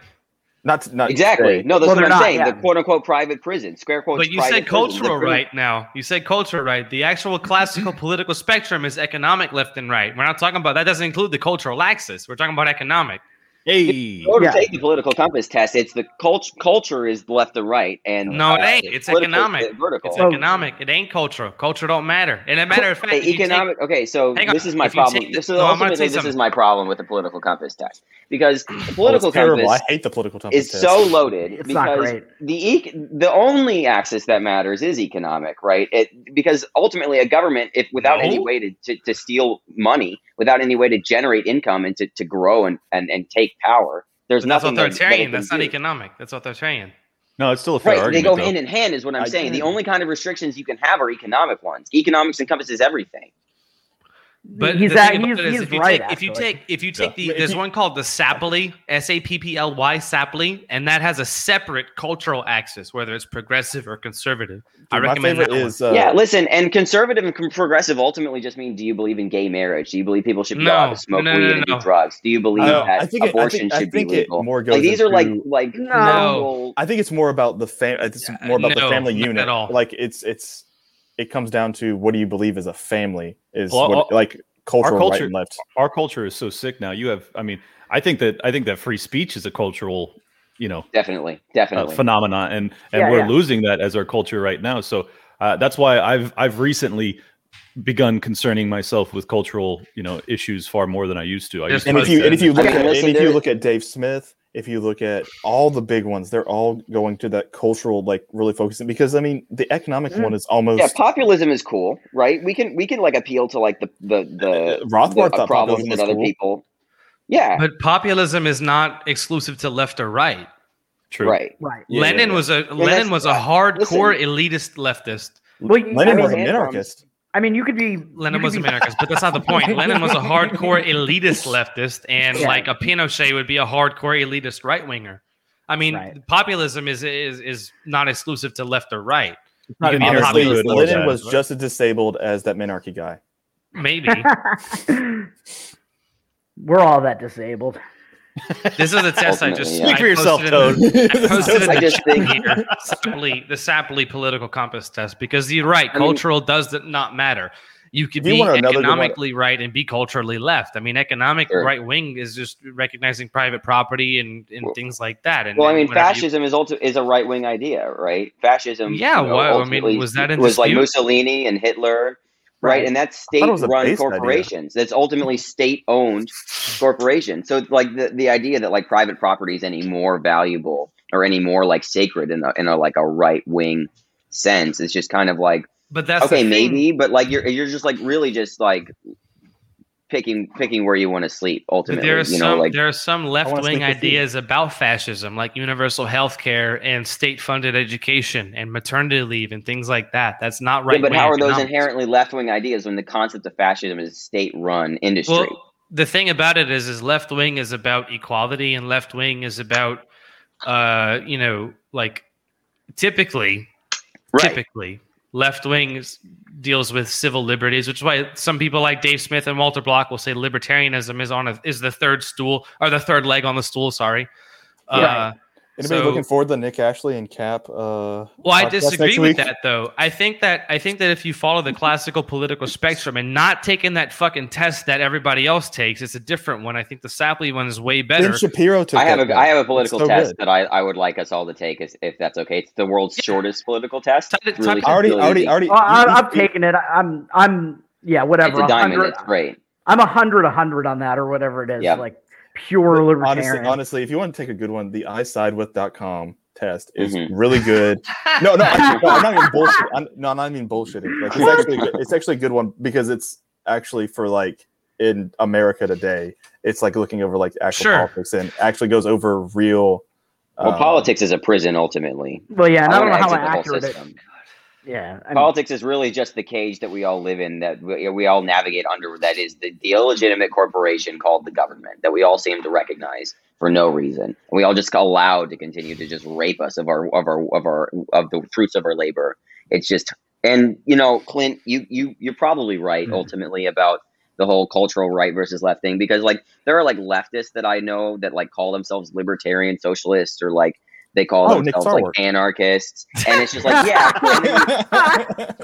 [SPEAKER 1] Not t- not
[SPEAKER 3] Exactly.
[SPEAKER 1] today.
[SPEAKER 3] No, that's what
[SPEAKER 4] Well, they're
[SPEAKER 3] I'm
[SPEAKER 4] not,
[SPEAKER 3] saying.
[SPEAKER 4] yeah.
[SPEAKER 3] The quote unquote private prison, square quotes.
[SPEAKER 2] But you
[SPEAKER 3] Oh, private
[SPEAKER 2] said
[SPEAKER 3] prison.
[SPEAKER 2] cultural
[SPEAKER 3] The prison-
[SPEAKER 2] right now. You said cultural right. The actual classical political spectrum is economic left and right. We're not talking about that. Doesn't include the cultural axis. We're talking about economic.
[SPEAKER 6] hey,
[SPEAKER 3] Go to
[SPEAKER 4] Yeah.
[SPEAKER 3] take the political compass test. It's the culture. Culture is left to right, and
[SPEAKER 2] No, it
[SPEAKER 3] uh,
[SPEAKER 2] ain't. It's
[SPEAKER 3] political is
[SPEAKER 2] economic.
[SPEAKER 3] vertical.
[SPEAKER 2] It's
[SPEAKER 4] Oh.
[SPEAKER 2] economic. It ain't cultural. Culture don't matter. And a matter of fact,
[SPEAKER 3] Okay,
[SPEAKER 2] if you take-
[SPEAKER 3] economic. okay, so
[SPEAKER 2] Hang on,
[SPEAKER 3] this is my
[SPEAKER 2] if you take
[SPEAKER 3] problem.
[SPEAKER 2] the-
[SPEAKER 3] This is
[SPEAKER 2] no, I'm gonna say
[SPEAKER 3] ultimately this
[SPEAKER 2] something.
[SPEAKER 3] is my problem with the political compass test because the
[SPEAKER 1] Oh, it's
[SPEAKER 3] political
[SPEAKER 1] terrible. I
[SPEAKER 3] compass
[SPEAKER 1] hate the political compass.
[SPEAKER 3] is
[SPEAKER 1] test.
[SPEAKER 3] so loaded
[SPEAKER 4] It's not
[SPEAKER 3] because
[SPEAKER 4] great.
[SPEAKER 3] the ec- the only axis that matters is economic, right? It because ultimately a government, if without
[SPEAKER 2] No.
[SPEAKER 3] any way to, to, to steal money, without any way to generate income and to, to grow and, and, and take power, there's
[SPEAKER 2] that's
[SPEAKER 3] nothing that- that it
[SPEAKER 2] authoritarian.
[SPEAKER 3] can
[SPEAKER 2] That's not
[SPEAKER 3] do.
[SPEAKER 2] economic. That's authoritarian.
[SPEAKER 6] no, it's still a fair
[SPEAKER 3] Right, they
[SPEAKER 6] argument.
[SPEAKER 3] go
[SPEAKER 6] though.
[SPEAKER 3] hand in hand, is what I'm
[SPEAKER 1] I
[SPEAKER 3] saying. The
[SPEAKER 1] do.
[SPEAKER 3] only kind of restrictions you can have are economic ones. Economics encompasses everything.
[SPEAKER 2] But
[SPEAKER 4] he's
[SPEAKER 2] the
[SPEAKER 4] at,
[SPEAKER 2] thing
[SPEAKER 4] he's,
[SPEAKER 2] about it is
[SPEAKER 4] he's
[SPEAKER 2] if you
[SPEAKER 4] right.
[SPEAKER 2] take if you
[SPEAKER 4] actually.
[SPEAKER 2] take if you take
[SPEAKER 1] Yeah.
[SPEAKER 2] the there's one called the Sapley S A P P L Y Sapley, and that has a separate cultural axis, whether it's progressive or conservative. I
[SPEAKER 1] Dude, my
[SPEAKER 2] recommend
[SPEAKER 1] favorite
[SPEAKER 2] that one.
[SPEAKER 1] is uh,
[SPEAKER 3] yeah, listen, and conservative and com- progressive ultimately just mean do you believe in gay marriage? Do you believe people should be
[SPEAKER 2] No,
[SPEAKER 3] allowed to smoke
[SPEAKER 2] no, no,
[SPEAKER 3] weed
[SPEAKER 2] no,
[SPEAKER 3] and
[SPEAKER 2] no.
[SPEAKER 3] do drugs? Do you believe
[SPEAKER 1] No,
[SPEAKER 3] that
[SPEAKER 1] I think it- I
[SPEAKER 3] abortion
[SPEAKER 1] think- I
[SPEAKER 3] should
[SPEAKER 1] think
[SPEAKER 3] be
[SPEAKER 1] it
[SPEAKER 3] legal?
[SPEAKER 1] more goes
[SPEAKER 3] like these are like
[SPEAKER 1] into-
[SPEAKER 3] like
[SPEAKER 4] No.
[SPEAKER 3] cultural-
[SPEAKER 1] I think it's more about the family. It's
[SPEAKER 2] Yeah,
[SPEAKER 1] more about
[SPEAKER 2] no,
[SPEAKER 1] the family
[SPEAKER 2] not
[SPEAKER 1] unit.
[SPEAKER 2] at all.
[SPEAKER 1] Like it's it's it comes down to what do you believe as a family is
[SPEAKER 6] Well,
[SPEAKER 1] what,
[SPEAKER 6] uh,
[SPEAKER 1] like cultural right
[SPEAKER 6] culture-
[SPEAKER 1] and left.
[SPEAKER 6] Our culture is so sick now. You have, I mean, I think that I think that free speech is a cultural, you know,
[SPEAKER 3] Definitely,
[SPEAKER 6] uh,
[SPEAKER 3] definitely.
[SPEAKER 6] phenomena, and and
[SPEAKER 4] Yeah,
[SPEAKER 6] we're
[SPEAKER 4] yeah.
[SPEAKER 6] losing that as our culture right now. So uh, that's why I've I've recently begun concerning myself with cultural, you know, issues far more than I used to. I
[SPEAKER 2] There's
[SPEAKER 6] used
[SPEAKER 1] And
[SPEAKER 6] to
[SPEAKER 1] if you and if you look
[SPEAKER 3] Okay,
[SPEAKER 1] at
[SPEAKER 3] listen,
[SPEAKER 1] and if you
[SPEAKER 3] there-
[SPEAKER 1] look at Dave Smith, if you look at all the big ones, they're all going to that cultural like really focusing because I mean the economic
[SPEAKER 4] Mm.
[SPEAKER 1] one is almost
[SPEAKER 3] yeah, populism is cool, right? We can we can like appeal to like the the the,
[SPEAKER 1] Rothbard
[SPEAKER 3] the
[SPEAKER 1] thought
[SPEAKER 3] problems
[SPEAKER 1] populism
[SPEAKER 3] that
[SPEAKER 1] was
[SPEAKER 3] other
[SPEAKER 1] cool.
[SPEAKER 3] people. Yeah,
[SPEAKER 2] But populism is not exclusive to left or right.
[SPEAKER 6] true.
[SPEAKER 3] right.
[SPEAKER 4] right.
[SPEAKER 1] Yeah,
[SPEAKER 2] Lenin
[SPEAKER 1] yeah,
[SPEAKER 2] was a
[SPEAKER 3] that's-
[SPEAKER 2] Lenin was a hardcore elitist leftist.
[SPEAKER 4] Well,
[SPEAKER 1] yeah.
[SPEAKER 4] you- I
[SPEAKER 1] Lenin was
[SPEAKER 4] mean,
[SPEAKER 1] an
[SPEAKER 3] Hand
[SPEAKER 1] anarchist.
[SPEAKER 4] I mean, you could be.
[SPEAKER 2] Lenin
[SPEAKER 4] you could
[SPEAKER 2] was
[SPEAKER 4] be-
[SPEAKER 2] America's, but that's not the point. Lenin was a hardcore elitist leftist, and
[SPEAKER 4] Yeah.
[SPEAKER 2] like a Pinochet would be a hardcore elitist right winger. I mean,
[SPEAKER 4] Right.
[SPEAKER 2] populism is is is not exclusive to left or right.
[SPEAKER 6] Not
[SPEAKER 2] You
[SPEAKER 6] in
[SPEAKER 2] can be a
[SPEAKER 6] our
[SPEAKER 1] Honestly,
[SPEAKER 6] neighborhood or
[SPEAKER 2] populist
[SPEAKER 1] Lenin
[SPEAKER 6] that.
[SPEAKER 1] was just as disabled as that minarchy guy.
[SPEAKER 2] Maybe
[SPEAKER 4] We're all that disabled.
[SPEAKER 2] this is a test I just
[SPEAKER 3] Ultimately, yeah.
[SPEAKER 2] I
[SPEAKER 6] Speak for yourself,
[SPEAKER 2] posted in the-
[SPEAKER 6] Toad.
[SPEAKER 2] I posted in
[SPEAKER 3] I
[SPEAKER 2] the
[SPEAKER 3] just
[SPEAKER 2] chat
[SPEAKER 3] think-
[SPEAKER 2] here, Sapley, the Sapley political compass test because you're right.
[SPEAKER 3] I mean-
[SPEAKER 2] Cultural does not matter. You could
[SPEAKER 1] Do you
[SPEAKER 2] be
[SPEAKER 1] want another good one?
[SPEAKER 2] economically right and be culturally left. I mean, economic
[SPEAKER 3] Sure.
[SPEAKER 2] right wing is just recognizing private property and, and
[SPEAKER 3] Well-
[SPEAKER 2] things like that. And
[SPEAKER 3] Well, I
[SPEAKER 2] and
[SPEAKER 3] mean,
[SPEAKER 2] whenever you-
[SPEAKER 3] fascism is also is a right wing idea, right? Fascism.
[SPEAKER 2] Yeah,
[SPEAKER 3] you know,
[SPEAKER 2] well, I mean,
[SPEAKER 3] ultimately
[SPEAKER 2] was that in
[SPEAKER 3] was like
[SPEAKER 2] dispute?
[SPEAKER 3] Mussolini and Hitler, right?
[SPEAKER 4] Right.
[SPEAKER 3] And that's
[SPEAKER 1] I
[SPEAKER 3] state
[SPEAKER 1] thought it was a
[SPEAKER 3] run
[SPEAKER 1] based idea.
[SPEAKER 3] corporations. That's ultimately state owned corporations. So, like the, the idea that like private property is any more valuable or any more like sacred in a, in a like a right wing sense is just kind of like
[SPEAKER 2] but that's the
[SPEAKER 3] okay,
[SPEAKER 2] thing.
[SPEAKER 3] maybe, but like you're you're just like really just like picking picking where you want to sleep
[SPEAKER 2] But
[SPEAKER 3] ultimately.
[SPEAKER 2] there are
[SPEAKER 3] you
[SPEAKER 2] some
[SPEAKER 3] know, like
[SPEAKER 2] there are some left
[SPEAKER 1] sleep
[SPEAKER 2] wing
[SPEAKER 1] with you.
[SPEAKER 2] ideas about fascism, like universal health care and state funded education and maternity leave and things like that. That's not right.
[SPEAKER 3] Yeah, but how are those inherently left-wing ideas when the concept of fascism is a state-run industry?
[SPEAKER 2] Well, the thing about it is, is left wing is about equality, and left wing is about, uh, you know, like typically,
[SPEAKER 3] right.
[SPEAKER 2] typically, left wing is- deals with civil liberties, which is why some people like Dave Smith and Walter Block will say libertarianism is on a, is the third stool or the third leg on the stool. Sorry. Uh,
[SPEAKER 4] Right.
[SPEAKER 1] Anybody
[SPEAKER 2] So-
[SPEAKER 1] looking forward to the Nick Ashley and Cap? Uh,
[SPEAKER 2] Well,
[SPEAKER 1] podcast
[SPEAKER 2] I
[SPEAKER 1] next
[SPEAKER 2] disagree
[SPEAKER 1] week?
[SPEAKER 2] with that though. I think that I think that if you follow the classical political spectrum and not taking that fucking test that everybody else takes, it's a different one. I think the Sapley one is way
[SPEAKER 1] Ben
[SPEAKER 2] better.
[SPEAKER 1] Shapiro took.
[SPEAKER 3] I have
[SPEAKER 1] that
[SPEAKER 3] a
[SPEAKER 1] one.
[SPEAKER 3] I have a political
[SPEAKER 1] so
[SPEAKER 3] test
[SPEAKER 1] good.
[SPEAKER 3] that I, I would like us all to take is, if that's okay. It's the world's shortest political test.
[SPEAKER 2] Type it-
[SPEAKER 3] It's
[SPEAKER 2] type
[SPEAKER 3] really,
[SPEAKER 2] it-
[SPEAKER 1] I already,
[SPEAKER 3] really
[SPEAKER 1] already,
[SPEAKER 3] easy.
[SPEAKER 1] already.
[SPEAKER 4] Oh, I,
[SPEAKER 1] you-
[SPEAKER 4] I'm
[SPEAKER 1] you-
[SPEAKER 4] taking it. I- I'm. I'm. Yeah. Whatever.
[SPEAKER 3] It's a diamond.
[SPEAKER 4] 100
[SPEAKER 3] It's great.
[SPEAKER 4] I'm a hundred, a hundred on that, or whatever it is.
[SPEAKER 3] Yeah.
[SPEAKER 4] Like pure libertarian.
[SPEAKER 1] honestly, honestly, if you want to take a good one, the isidewith.com test is
[SPEAKER 3] Mhm.
[SPEAKER 1] really good. No, no, I'm, no, I'm not even bullshit. I'm, no, I'm not even bullshitting. Like, it's actually, it's actually a good one because it's actually for like in America today. It's like looking over like actual
[SPEAKER 2] Sure.
[SPEAKER 1] politics and actually goes over real.
[SPEAKER 3] Well,
[SPEAKER 1] um,
[SPEAKER 3] politics is a prison ultimately.
[SPEAKER 4] Well, yeah, Uh, and I,
[SPEAKER 3] would
[SPEAKER 4] don't know how
[SPEAKER 3] exit the whole
[SPEAKER 4] accurate it.
[SPEAKER 3] system.
[SPEAKER 4] Yeah, I mean,
[SPEAKER 3] Politics is really just the cage that we all live in, that we, we all navigate under. That is the, the illegitimate corporation called the government that we all seem to recognize for no reason. We all just allow to continue to just rape us of our of our of our of the fruits of our labor. It's just and you know, Clint, you you you're probably right
[SPEAKER 1] Mm-hmm.
[SPEAKER 2] Mhm.
[SPEAKER 3] ultimately about the whole cultural right versus left thing because like there are like leftists that I know that like call themselves libertarian socialists or like they call
[SPEAKER 1] Oh, Nick
[SPEAKER 3] themselves like
[SPEAKER 1] Sarwark.
[SPEAKER 3] anarchists and it's just like yeah and then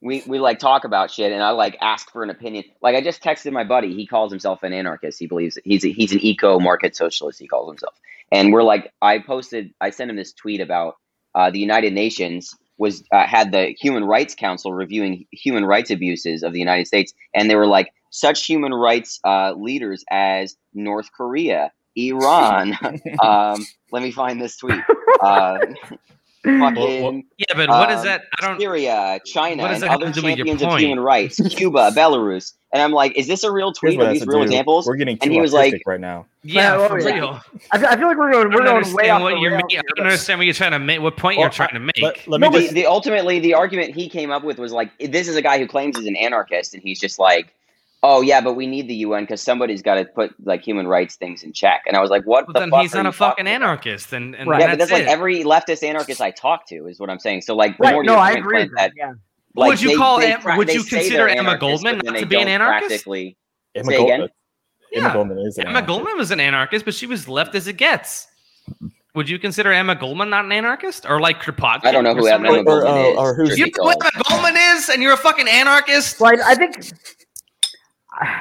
[SPEAKER 3] we we like talk about shit and I like ask for an opinion. Like I just texted my buddy. He calls himself an anarchist. He believes he's a, he's an eco market socialist. He calls himself. And we're like, I posted, I sent him this tweet about uh, the United Nations was uh, had the Human Rights Council reviewing human rights abuses of the United States, and they were like such human rights uh, leaders as North Korea, Iran. um, let me find this tweet. Uh, fucking
[SPEAKER 2] Yeah, but what is
[SPEAKER 3] Um,
[SPEAKER 2] that? I don't.
[SPEAKER 3] Syria, China,
[SPEAKER 2] What does
[SPEAKER 3] and
[SPEAKER 2] that
[SPEAKER 3] other
[SPEAKER 2] have to do with your
[SPEAKER 3] champions of
[SPEAKER 2] point?
[SPEAKER 3] human rights, Cuba, Belarus. And I'm like, is this a real
[SPEAKER 1] here's
[SPEAKER 3] tweet?
[SPEAKER 1] what
[SPEAKER 3] Are
[SPEAKER 1] I
[SPEAKER 3] these
[SPEAKER 1] said,
[SPEAKER 3] real
[SPEAKER 1] dude.
[SPEAKER 3] examples?
[SPEAKER 1] We're getting too
[SPEAKER 3] And he was
[SPEAKER 1] autistic
[SPEAKER 3] like-
[SPEAKER 1] right now.
[SPEAKER 2] Yeah,
[SPEAKER 4] Yeah,
[SPEAKER 2] for
[SPEAKER 4] oh, yeah.
[SPEAKER 2] real.
[SPEAKER 4] I feel, I feel like we're going
[SPEAKER 2] I
[SPEAKER 4] we're
[SPEAKER 2] don't
[SPEAKER 4] going way
[SPEAKER 2] understand
[SPEAKER 4] off
[SPEAKER 2] what
[SPEAKER 4] the
[SPEAKER 2] you're.
[SPEAKER 4] rails
[SPEAKER 2] ma- I
[SPEAKER 4] here,
[SPEAKER 2] don't
[SPEAKER 4] but-
[SPEAKER 2] understand what you're trying to make. What point
[SPEAKER 5] Well,
[SPEAKER 2] you're trying to make?
[SPEAKER 5] Let, let me
[SPEAKER 4] No, but-
[SPEAKER 3] The,
[SPEAKER 5] just
[SPEAKER 3] the- ultimately, the argument he came up with was like, this is a guy who claims he's an anarchist, and he's just like, oh yeah, but we need the UN because somebody's got to put like human rights things in check. And I was like, what
[SPEAKER 2] Well,
[SPEAKER 3] the
[SPEAKER 2] then
[SPEAKER 3] fuck?
[SPEAKER 2] he's
[SPEAKER 3] are
[SPEAKER 2] not
[SPEAKER 3] you
[SPEAKER 2] a fucking
[SPEAKER 3] talking about?
[SPEAKER 2] anarchist, and, and
[SPEAKER 4] Right.
[SPEAKER 2] that's,
[SPEAKER 3] Yeah, but that's
[SPEAKER 2] it.
[SPEAKER 3] like every leftist anarchist I talk to is what I'm saying. So like, the more to
[SPEAKER 4] Right? No,
[SPEAKER 3] your
[SPEAKER 4] I
[SPEAKER 3] point,
[SPEAKER 4] agree.
[SPEAKER 3] Clint,
[SPEAKER 4] With
[SPEAKER 3] that,
[SPEAKER 4] that. Yeah.
[SPEAKER 3] like,
[SPEAKER 2] Would you
[SPEAKER 3] they-
[SPEAKER 2] call
[SPEAKER 3] they
[SPEAKER 2] Em-
[SPEAKER 3] pra-
[SPEAKER 2] would
[SPEAKER 3] they
[SPEAKER 2] you
[SPEAKER 3] say they're
[SPEAKER 2] consider Emma
[SPEAKER 3] anarchists,
[SPEAKER 2] Goldman
[SPEAKER 3] but then
[SPEAKER 2] not
[SPEAKER 3] they
[SPEAKER 2] to be an
[SPEAKER 3] don't
[SPEAKER 2] anarchist?
[SPEAKER 3] Practically,
[SPEAKER 1] Emma,
[SPEAKER 3] Say
[SPEAKER 1] Gold-
[SPEAKER 3] again?
[SPEAKER 1] Emma
[SPEAKER 2] Yeah.
[SPEAKER 1] Goldman is an
[SPEAKER 2] Emma
[SPEAKER 1] anarchist.
[SPEAKER 2] Goldman was an anarchist, but she was left as it gets. Would you consider Emma Goldman not an anarchist, or like Kropotkin?
[SPEAKER 3] I don't know
[SPEAKER 2] or
[SPEAKER 3] who Emma
[SPEAKER 2] somebody?
[SPEAKER 1] Or- or,
[SPEAKER 3] Goldman
[SPEAKER 1] uh,
[SPEAKER 3] is.
[SPEAKER 1] or who's-
[SPEAKER 3] truth
[SPEAKER 2] You
[SPEAKER 3] be
[SPEAKER 2] know who
[SPEAKER 3] told.
[SPEAKER 2] Emma Goldman is, and you're a fucking anarchist.
[SPEAKER 4] Well, I, I think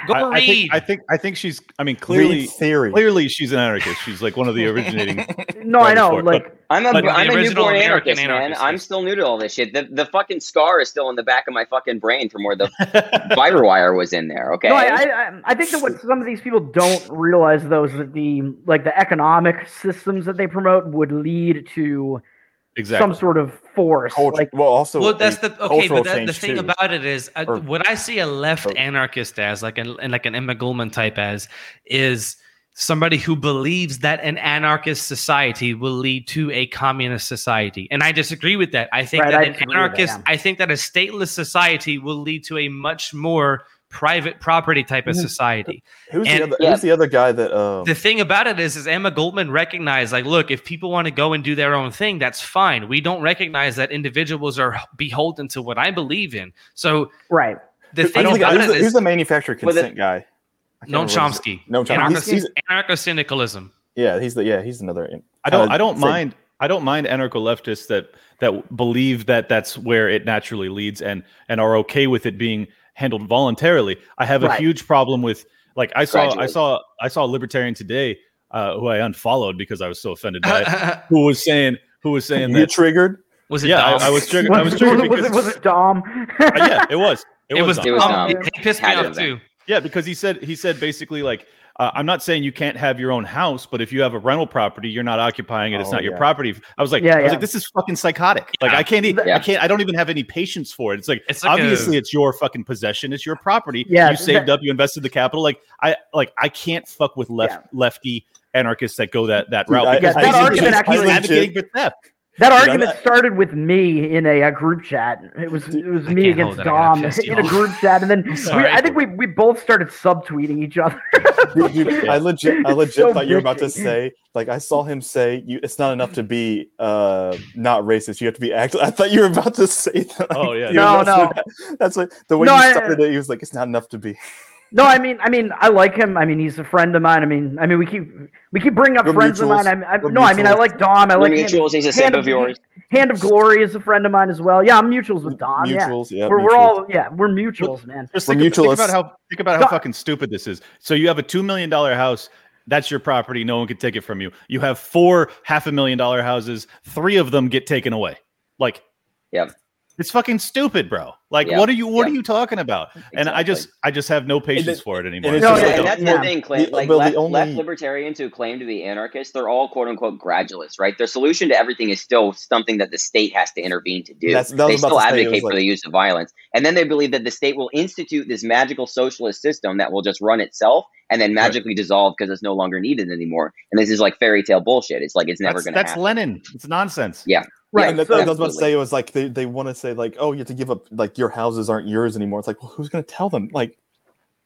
[SPEAKER 2] Go
[SPEAKER 5] I, I
[SPEAKER 2] read.
[SPEAKER 5] think I think I think she's I mean
[SPEAKER 1] Clearly,
[SPEAKER 5] clearly
[SPEAKER 1] theory.
[SPEAKER 5] clearly she's an anarchist. She's like one of the originating
[SPEAKER 4] no, I know.
[SPEAKER 5] Right before,
[SPEAKER 4] Like,
[SPEAKER 3] I'm a,
[SPEAKER 5] But
[SPEAKER 3] I'm
[SPEAKER 2] the
[SPEAKER 3] a
[SPEAKER 2] original
[SPEAKER 3] newborn
[SPEAKER 2] American
[SPEAKER 3] anarchist, man.
[SPEAKER 2] anarchist
[SPEAKER 3] I'm
[SPEAKER 2] is-
[SPEAKER 3] still new to all this shit. The, the fucking scar is still in the back of my fucking brain from where the fiber wire was in there. Okay.
[SPEAKER 4] no, I, I- I, I think that what some of these people don't realize though is that the like the economic systems that they promote would lead to some
[SPEAKER 5] exactly.
[SPEAKER 4] sort of force.
[SPEAKER 1] Culture-
[SPEAKER 4] Like,
[SPEAKER 1] well, also,
[SPEAKER 2] well, that's
[SPEAKER 1] a
[SPEAKER 2] the okay,
[SPEAKER 1] cultural
[SPEAKER 2] but that, the
[SPEAKER 1] change,
[SPEAKER 2] thing
[SPEAKER 1] too.
[SPEAKER 2] about it is, uh,
[SPEAKER 1] Or-
[SPEAKER 2] what I see a left
[SPEAKER 1] or-
[SPEAKER 2] anarchist as, like an and like an Emma Goldman type as, is somebody who believes that an anarchist society will lead to a communist society, and I disagree with that. I think
[SPEAKER 4] Right,
[SPEAKER 2] that
[SPEAKER 4] I
[SPEAKER 2] an
[SPEAKER 4] disagree with that,
[SPEAKER 2] anarchist,
[SPEAKER 4] yeah.
[SPEAKER 2] I think that a stateless society will lead to a much more private property type of
[SPEAKER 1] Mhm.
[SPEAKER 2] society.
[SPEAKER 1] who's
[SPEAKER 2] and-
[SPEAKER 1] the other,
[SPEAKER 3] yeah.
[SPEAKER 1] who's the other guy that um,
[SPEAKER 2] the thing about it is, is Emma Goldman recognized, like, look, if people want to go and do their own thing, that's fine. We don't recognize that individuals are beholden to what I believe in. So
[SPEAKER 4] right?
[SPEAKER 2] the
[SPEAKER 1] I
[SPEAKER 2] thing
[SPEAKER 1] don't think-
[SPEAKER 2] about
[SPEAKER 1] who's,
[SPEAKER 2] it
[SPEAKER 1] the, who's
[SPEAKER 2] is,
[SPEAKER 1] the manufacturer
[SPEAKER 3] Well, the-
[SPEAKER 1] consent guy? I can't
[SPEAKER 2] Noam
[SPEAKER 1] remember what his-
[SPEAKER 2] Chomsky,
[SPEAKER 1] Noam Chomsky. He's- he's-
[SPEAKER 2] anarcho syndicalism.
[SPEAKER 1] Yeah, he's the yeah he's another.
[SPEAKER 5] I don't I
[SPEAKER 1] Uh,
[SPEAKER 5] don't
[SPEAKER 1] same.
[SPEAKER 5] mind I don't mind anarcho leftists that that believe that that's where it naturally leads and and are okay with it being handled voluntarily. I have a
[SPEAKER 4] Right.
[SPEAKER 5] huge problem with like I saw I
[SPEAKER 3] Gradually.
[SPEAKER 5] saw I saw a libertarian today uh, who I unfollowed because I was so offended by it. Who was saying who was saying
[SPEAKER 1] You
[SPEAKER 5] that
[SPEAKER 1] triggered?
[SPEAKER 2] was it?
[SPEAKER 5] yeah
[SPEAKER 2] Dom?
[SPEAKER 5] I, I was triggered I was
[SPEAKER 4] Was,
[SPEAKER 5] triggered
[SPEAKER 4] was, was, it,
[SPEAKER 5] because
[SPEAKER 4] was it Dom?
[SPEAKER 5] Uh, yeah it was
[SPEAKER 2] It was.
[SPEAKER 5] Dom.
[SPEAKER 3] It was
[SPEAKER 2] Dom.
[SPEAKER 3] Dom.
[SPEAKER 2] He pissed me
[SPEAKER 3] Had it
[SPEAKER 2] off
[SPEAKER 3] then.
[SPEAKER 2] too.
[SPEAKER 5] Yeah, because he said he said basically like uh, I'm not saying you can't have your own house, but if you have a rental property, you're not occupying it. It's
[SPEAKER 1] Oh,
[SPEAKER 5] not your
[SPEAKER 1] yeah.
[SPEAKER 5] property. I was like,
[SPEAKER 4] Yeah,
[SPEAKER 5] I was
[SPEAKER 4] yeah.
[SPEAKER 5] like, this is fucking psychotic. Like
[SPEAKER 2] Yeah.
[SPEAKER 5] I can't, e-
[SPEAKER 3] Yeah.
[SPEAKER 5] I can't, I don't even have any patience for it. It's like,
[SPEAKER 2] It's like
[SPEAKER 5] obviously it's your fucking possession. It's your property.
[SPEAKER 4] Yeah,
[SPEAKER 5] you saved
[SPEAKER 4] that-
[SPEAKER 5] up, you invested the capital. Like I, like I can't fuck with left lefty anarchists that go that that
[SPEAKER 1] Dude,
[SPEAKER 5] route.
[SPEAKER 1] I-
[SPEAKER 5] because
[SPEAKER 4] Yeah, that
[SPEAKER 5] basically
[SPEAKER 4] argument
[SPEAKER 5] he's
[SPEAKER 4] actually-
[SPEAKER 5] advocating for theft.
[SPEAKER 4] That
[SPEAKER 1] I'm
[SPEAKER 4] argument started with me in a, uh group chat. It was it was
[SPEAKER 2] can't
[SPEAKER 4] me against
[SPEAKER 2] hold it. I gotta
[SPEAKER 4] Dom
[SPEAKER 2] piss you
[SPEAKER 4] in a
[SPEAKER 2] off.
[SPEAKER 4] group chat, and then we,
[SPEAKER 2] sorry.
[SPEAKER 4] I think we, we both started subtweeting each other.
[SPEAKER 1] Dude, you- I legit, I
[SPEAKER 4] It's
[SPEAKER 1] legit
[SPEAKER 4] so
[SPEAKER 1] thought you were about to
[SPEAKER 4] bitchy.
[SPEAKER 1] say like I saw him say you. It's not enough to be uh not racist. You have to be actually. I thought you were about to say that.
[SPEAKER 5] Oh, yeah.
[SPEAKER 1] you
[SPEAKER 4] No,
[SPEAKER 1] were about to say that. That's like the way
[SPEAKER 4] No,
[SPEAKER 1] you
[SPEAKER 4] I-
[SPEAKER 1] started it. He was like, it's not enough to be.
[SPEAKER 4] No, I mean, I mean, I like him. I mean, he's a friend of mine. I mean, I mean, we keep we keep bringing up
[SPEAKER 1] We're
[SPEAKER 4] friends of mine.
[SPEAKER 1] mutuals.
[SPEAKER 4] I'm, I'm,
[SPEAKER 1] We're
[SPEAKER 4] no, I mean, I
[SPEAKER 1] mutuals.
[SPEAKER 4] like Dom. I
[SPEAKER 3] We're
[SPEAKER 4] like
[SPEAKER 3] mutuals. He's a
[SPEAKER 4] Hand
[SPEAKER 3] simp of yours.
[SPEAKER 4] Hand of Glory is a friend of mine as well. Yeah, I'm mutuals with Dom. yeah,
[SPEAKER 1] mutuals. Yeah,
[SPEAKER 4] we're,
[SPEAKER 1] mutuals.
[SPEAKER 4] we're all yeah, we're mutuals, man.
[SPEAKER 5] Just
[SPEAKER 1] We're
[SPEAKER 5] think, ab- think
[SPEAKER 1] mutualists.
[SPEAKER 5] about how think about how
[SPEAKER 4] Go-
[SPEAKER 5] fucking stupid this is. So you have a two million dollar house. That's your property. No one can take it from you. You have four half a million dollar houses. Three of them get taken away. Like,
[SPEAKER 3] Yep.
[SPEAKER 5] It's fucking stupid, bro. Like,
[SPEAKER 3] Yeah.
[SPEAKER 5] what are you? What
[SPEAKER 3] Yeah.
[SPEAKER 5] are you talking about? And I
[SPEAKER 3] Exactly.
[SPEAKER 5] just, I just have no patience
[SPEAKER 1] And it-
[SPEAKER 5] for it
[SPEAKER 1] and
[SPEAKER 5] anymore.
[SPEAKER 1] it's
[SPEAKER 4] No,
[SPEAKER 3] No,
[SPEAKER 1] just
[SPEAKER 3] Oh, yeah,
[SPEAKER 1] like
[SPEAKER 3] and
[SPEAKER 1] a-
[SPEAKER 3] that's
[SPEAKER 4] yeah.
[SPEAKER 3] the thing, Clint.
[SPEAKER 1] The-
[SPEAKER 3] Like
[SPEAKER 1] well, the
[SPEAKER 3] left,
[SPEAKER 1] only-
[SPEAKER 3] left libertarians who claim to be anarchists, they're all quote unquote gradualists, right? Their solution to everything is still something that the state has to intervene to do.
[SPEAKER 1] That's- that was
[SPEAKER 3] they
[SPEAKER 1] about
[SPEAKER 3] still
[SPEAKER 1] to say, it was
[SPEAKER 3] advocate for
[SPEAKER 1] like-
[SPEAKER 3] the use of violence, and then they believe that the state will institute this magical socialist system that will just run itself and then magically dissolve because it's no longer needed anymore. And this is like fairy tale bullshit. It's like it's never
[SPEAKER 5] that's,
[SPEAKER 3] going to
[SPEAKER 5] that's
[SPEAKER 3] happen.
[SPEAKER 5] Lenin. It's nonsense.
[SPEAKER 4] Right.
[SPEAKER 1] and that,
[SPEAKER 4] so-
[SPEAKER 1] I was about to
[SPEAKER 3] absolutely.
[SPEAKER 1] say it was like they, they want to say like, oh, you have to give up like your houses aren't yours anymore. It's like, well, who's gonna tell them? Like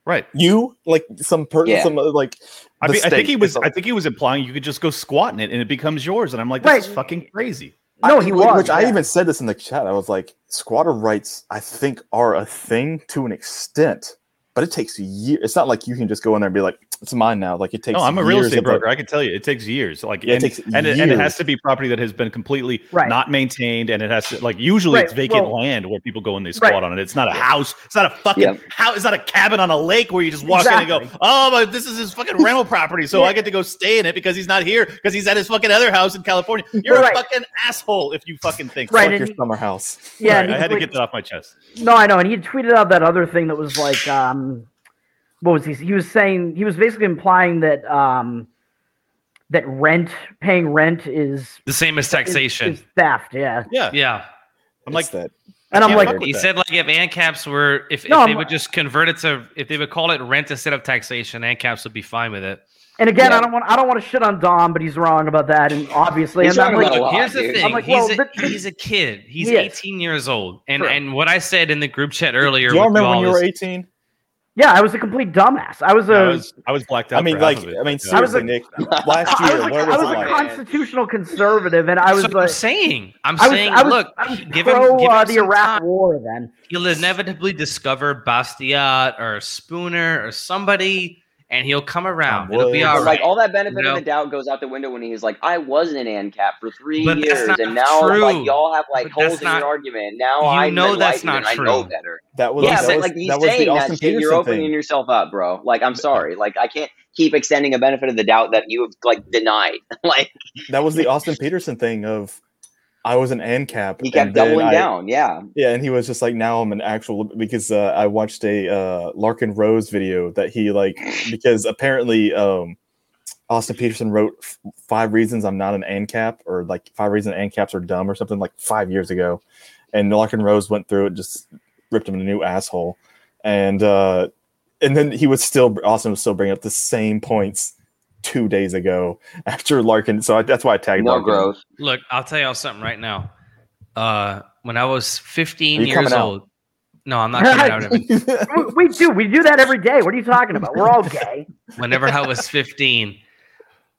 [SPEAKER 5] Right.
[SPEAKER 1] you, like some person,
[SPEAKER 3] Yeah.
[SPEAKER 1] some uh, like.
[SPEAKER 5] I,
[SPEAKER 1] the
[SPEAKER 5] mean, I
[SPEAKER 1] state
[SPEAKER 5] think he was.
[SPEAKER 1] is a-
[SPEAKER 5] I think he was implying you could just go squat in it and it becomes yours. And I'm like, this
[SPEAKER 4] Right.
[SPEAKER 5] is fucking crazy.
[SPEAKER 4] no,
[SPEAKER 1] I-
[SPEAKER 4] he
[SPEAKER 1] which-
[SPEAKER 4] was.
[SPEAKER 1] Which I
[SPEAKER 4] yeah.
[SPEAKER 1] even said this in the chat. I was like, squatter rights, I think, are a thing to an extent, but it takes years. It's not like you can just go in there and be like, it's mine now. Like it takes.
[SPEAKER 5] No, I'm a real
[SPEAKER 1] years
[SPEAKER 5] estate
[SPEAKER 1] of, like-
[SPEAKER 5] broker. I can tell you, it takes years. Like,
[SPEAKER 1] Yeah, it
[SPEAKER 5] and,
[SPEAKER 1] takes
[SPEAKER 5] and, It, and it has
[SPEAKER 1] years.
[SPEAKER 5] to be property that has been completely
[SPEAKER 4] Right.
[SPEAKER 5] not maintained, and it has to like usually it's
[SPEAKER 4] Right,
[SPEAKER 5] vacant
[SPEAKER 4] well-
[SPEAKER 5] land where people go and they squat
[SPEAKER 4] Right.
[SPEAKER 5] on it. It's not a house. It's not a fucking
[SPEAKER 3] Yep.
[SPEAKER 5] house. It's not a cabin on a lake where you just walk in and go,
[SPEAKER 4] Exactly.
[SPEAKER 5] oh, but this is his fucking rental property, so I get to go stay in it because he's not here because he's at his fucking other house in California. You're
[SPEAKER 4] Right.
[SPEAKER 5] a fucking asshole if you fucking think. so.
[SPEAKER 4] Right,
[SPEAKER 1] like
[SPEAKER 4] and
[SPEAKER 1] your
[SPEAKER 4] he-
[SPEAKER 1] summer house.
[SPEAKER 4] yeah,
[SPEAKER 5] Sorry,
[SPEAKER 4] and
[SPEAKER 5] I
[SPEAKER 4] he
[SPEAKER 5] had to
[SPEAKER 4] tweet-
[SPEAKER 5] get that off my chest.
[SPEAKER 4] No, I know, and he tweeted out that other thing that was like, um, what was he? He was saying he was basically implying that um, that rent, paying rent, is is-
[SPEAKER 2] The same as taxation.
[SPEAKER 4] is theft. Yeah,
[SPEAKER 5] Yeah,
[SPEAKER 2] yeah.
[SPEAKER 5] I'm
[SPEAKER 1] It's
[SPEAKER 5] like,
[SPEAKER 1] that.
[SPEAKER 4] and I'm
[SPEAKER 5] can't
[SPEAKER 4] like,
[SPEAKER 5] fuck with
[SPEAKER 2] He
[SPEAKER 5] that.
[SPEAKER 2] said like if ANCAPs were if, if
[SPEAKER 4] No,
[SPEAKER 2] they
[SPEAKER 4] I'm-
[SPEAKER 2] would just convert it to if they would call it rent instead of taxation, ANCAPs would be fine with it.
[SPEAKER 4] and again,
[SPEAKER 3] Yeah.
[SPEAKER 4] I don't want I don't want to shit on Dom, but he's wrong about that, and obviously,
[SPEAKER 3] He's
[SPEAKER 4] and I'm
[SPEAKER 3] wrong
[SPEAKER 4] like,
[SPEAKER 3] about a lot,
[SPEAKER 2] Here's the
[SPEAKER 3] dude.
[SPEAKER 2] thing.
[SPEAKER 4] I'm like,
[SPEAKER 2] he's,
[SPEAKER 4] well,
[SPEAKER 2] a,
[SPEAKER 4] th- th-
[SPEAKER 2] he's a kid. He's
[SPEAKER 4] He is.
[SPEAKER 2] 18 years old. And
[SPEAKER 4] Correct.
[SPEAKER 2] and what I said in the group chat
[SPEAKER 1] Do
[SPEAKER 2] earlier
[SPEAKER 1] y'all
[SPEAKER 2] with you
[SPEAKER 1] remember when
[SPEAKER 2] all
[SPEAKER 1] you were
[SPEAKER 2] is,
[SPEAKER 1] 18?
[SPEAKER 4] yeah, I was a complete dumbass. I was a
[SPEAKER 5] I was I was blacked out.
[SPEAKER 1] I mean,
[SPEAKER 5] for
[SPEAKER 1] like,
[SPEAKER 5] half of it. uh,
[SPEAKER 1] I mean,
[SPEAKER 4] I was
[SPEAKER 1] seriously,
[SPEAKER 4] like-
[SPEAKER 1] Nick. Last
[SPEAKER 4] I
[SPEAKER 1] year,
[SPEAKER 4] was a,
[SPEAKER 1] what
[SPEAKER 4] I
[SPEAKER 1] was,
[SPEAKER 4] was
[SPEAKER 1] it
[SPEAKER 4] a
[SPEAKER 1] like?
[SPEAKER 4] constitutional conservative, and I was
[SPEAKER 2] so I'm
[SPEAKER 4] like,
[SPEAKER 2] saying. I'm
[SPEAKER 4] I was,
[SPEAKER 2] saying
[SPEAKER 4] I was,
[SPEAKER 2] look,
[SPEAKER 4] I was
[SPEAKER 2] give him,
[SPEAKER 4] pro
[SPEAKER 2] give
[SPEAKER 4] uh,
[SPEAKER 2] him
[SPEAKER 4] the
[SPEAKER 2] some
[SPEAKER 4] Iraq
[SPEAKER 2] time.
[SPEAKER 4] War then.
[SPEAKER 2] He'll inevitably discover Bastiat or Spooner or somebody and he'll come around. It'll be
[SPEAKER 1] Woods.
[SPEAKER 2] all
[SPEAKER 3] But,
[SPEAKER 2] right.
[SPEAKER 3] Like all that benefit
[SPEAKER 2] No.
[SPEAKER 3] of the doubt goes out the window when he's like, "I was an ANCAP for three
[SPEAKER 2] But that's
[SPEAKER 3] years,
[SPEAKER 2] not
[SPEAKER 3] and now like
[SPEAKER 2] true.
[SPEAKER 3] y'all have like
[SPEAKER 2] But that's
[SPEAKER 3] holes in
[SPEAKER 2] not-
[SPEAKER 3] your argument. Now
[SPEAKER 2] You
[SPEAKER 3] I'm
[SPEAKER 2] know that's
[SPEAKER 3] enlightened
[SPEAKER 2] not
[SPEAKER 3] and I know
[SPEAKER 2] true.
[SPEAKER 3] better.
[SPEAKER 1] That was,
[SPEAKER 3] yeah,
[SPEAKER 1] that
[SPEAKER 3] but
[SPEAKER 1] was,
[SPEAKER 3] like he's
[SPEAKER 1] that was the
[SPEAKER 3] saying
[SPEAKER 1] Austin
[SPEAKER 3] that shit,
[SPEAKER 1] Peterson
[SPEAKER 3] you're opening
[SPEAKER 1] thing.
[SPEAKER 3] yourself up, bro. Like, I'm sorry. Like, I can't keep extending a benefit of the doubt that you have like denied. like,
[SPEAKER 1] That was the Austin Peterson thing of I was an ANCAP.
[SPEAKER 3] he kept
[SPEAKER 1] and then
[SPEAKER 3] doubling
[SPEAKER 1] I-
[SPEAKER 3] down. Yeah,
[SPEAKER 1] Yeah, and he was just like, now I'm an actual because uh, I watched a uh, Larkin Rose video that he like because apparently um, Austin Peterson wrote f- five reasons I'm not an ANCAP or like five reasons ANCAPs are dumb or something like five years ago, and Larkin Rose went through it, just ripped him a new asshole, and uh, and then he was still Austin was still bringing up the same points two days ago after Larkin, so I, that's why I tagged
[SPEAKER 3] no
[SPEAKER 1] Larkin.
[SPEAKER 3] growth.
[SPEAKER 4] oh.
[SPEAKER 2] Look, I'll tell y'all something right now. Uh, when I was
[SPEAKER 1] Are
[SPEAKER 2] 15
[SPEAKER 1] you
[SPEAKER 2] years
[SPEAKER 1] coming out?
[SPEAKER 2] old, no, I'm not coming out of it.
[SPEAKER 4] We, we do, we do that every day. What are you talking about? We're all gay.
[SPEAKER 2] Whenever I was 15,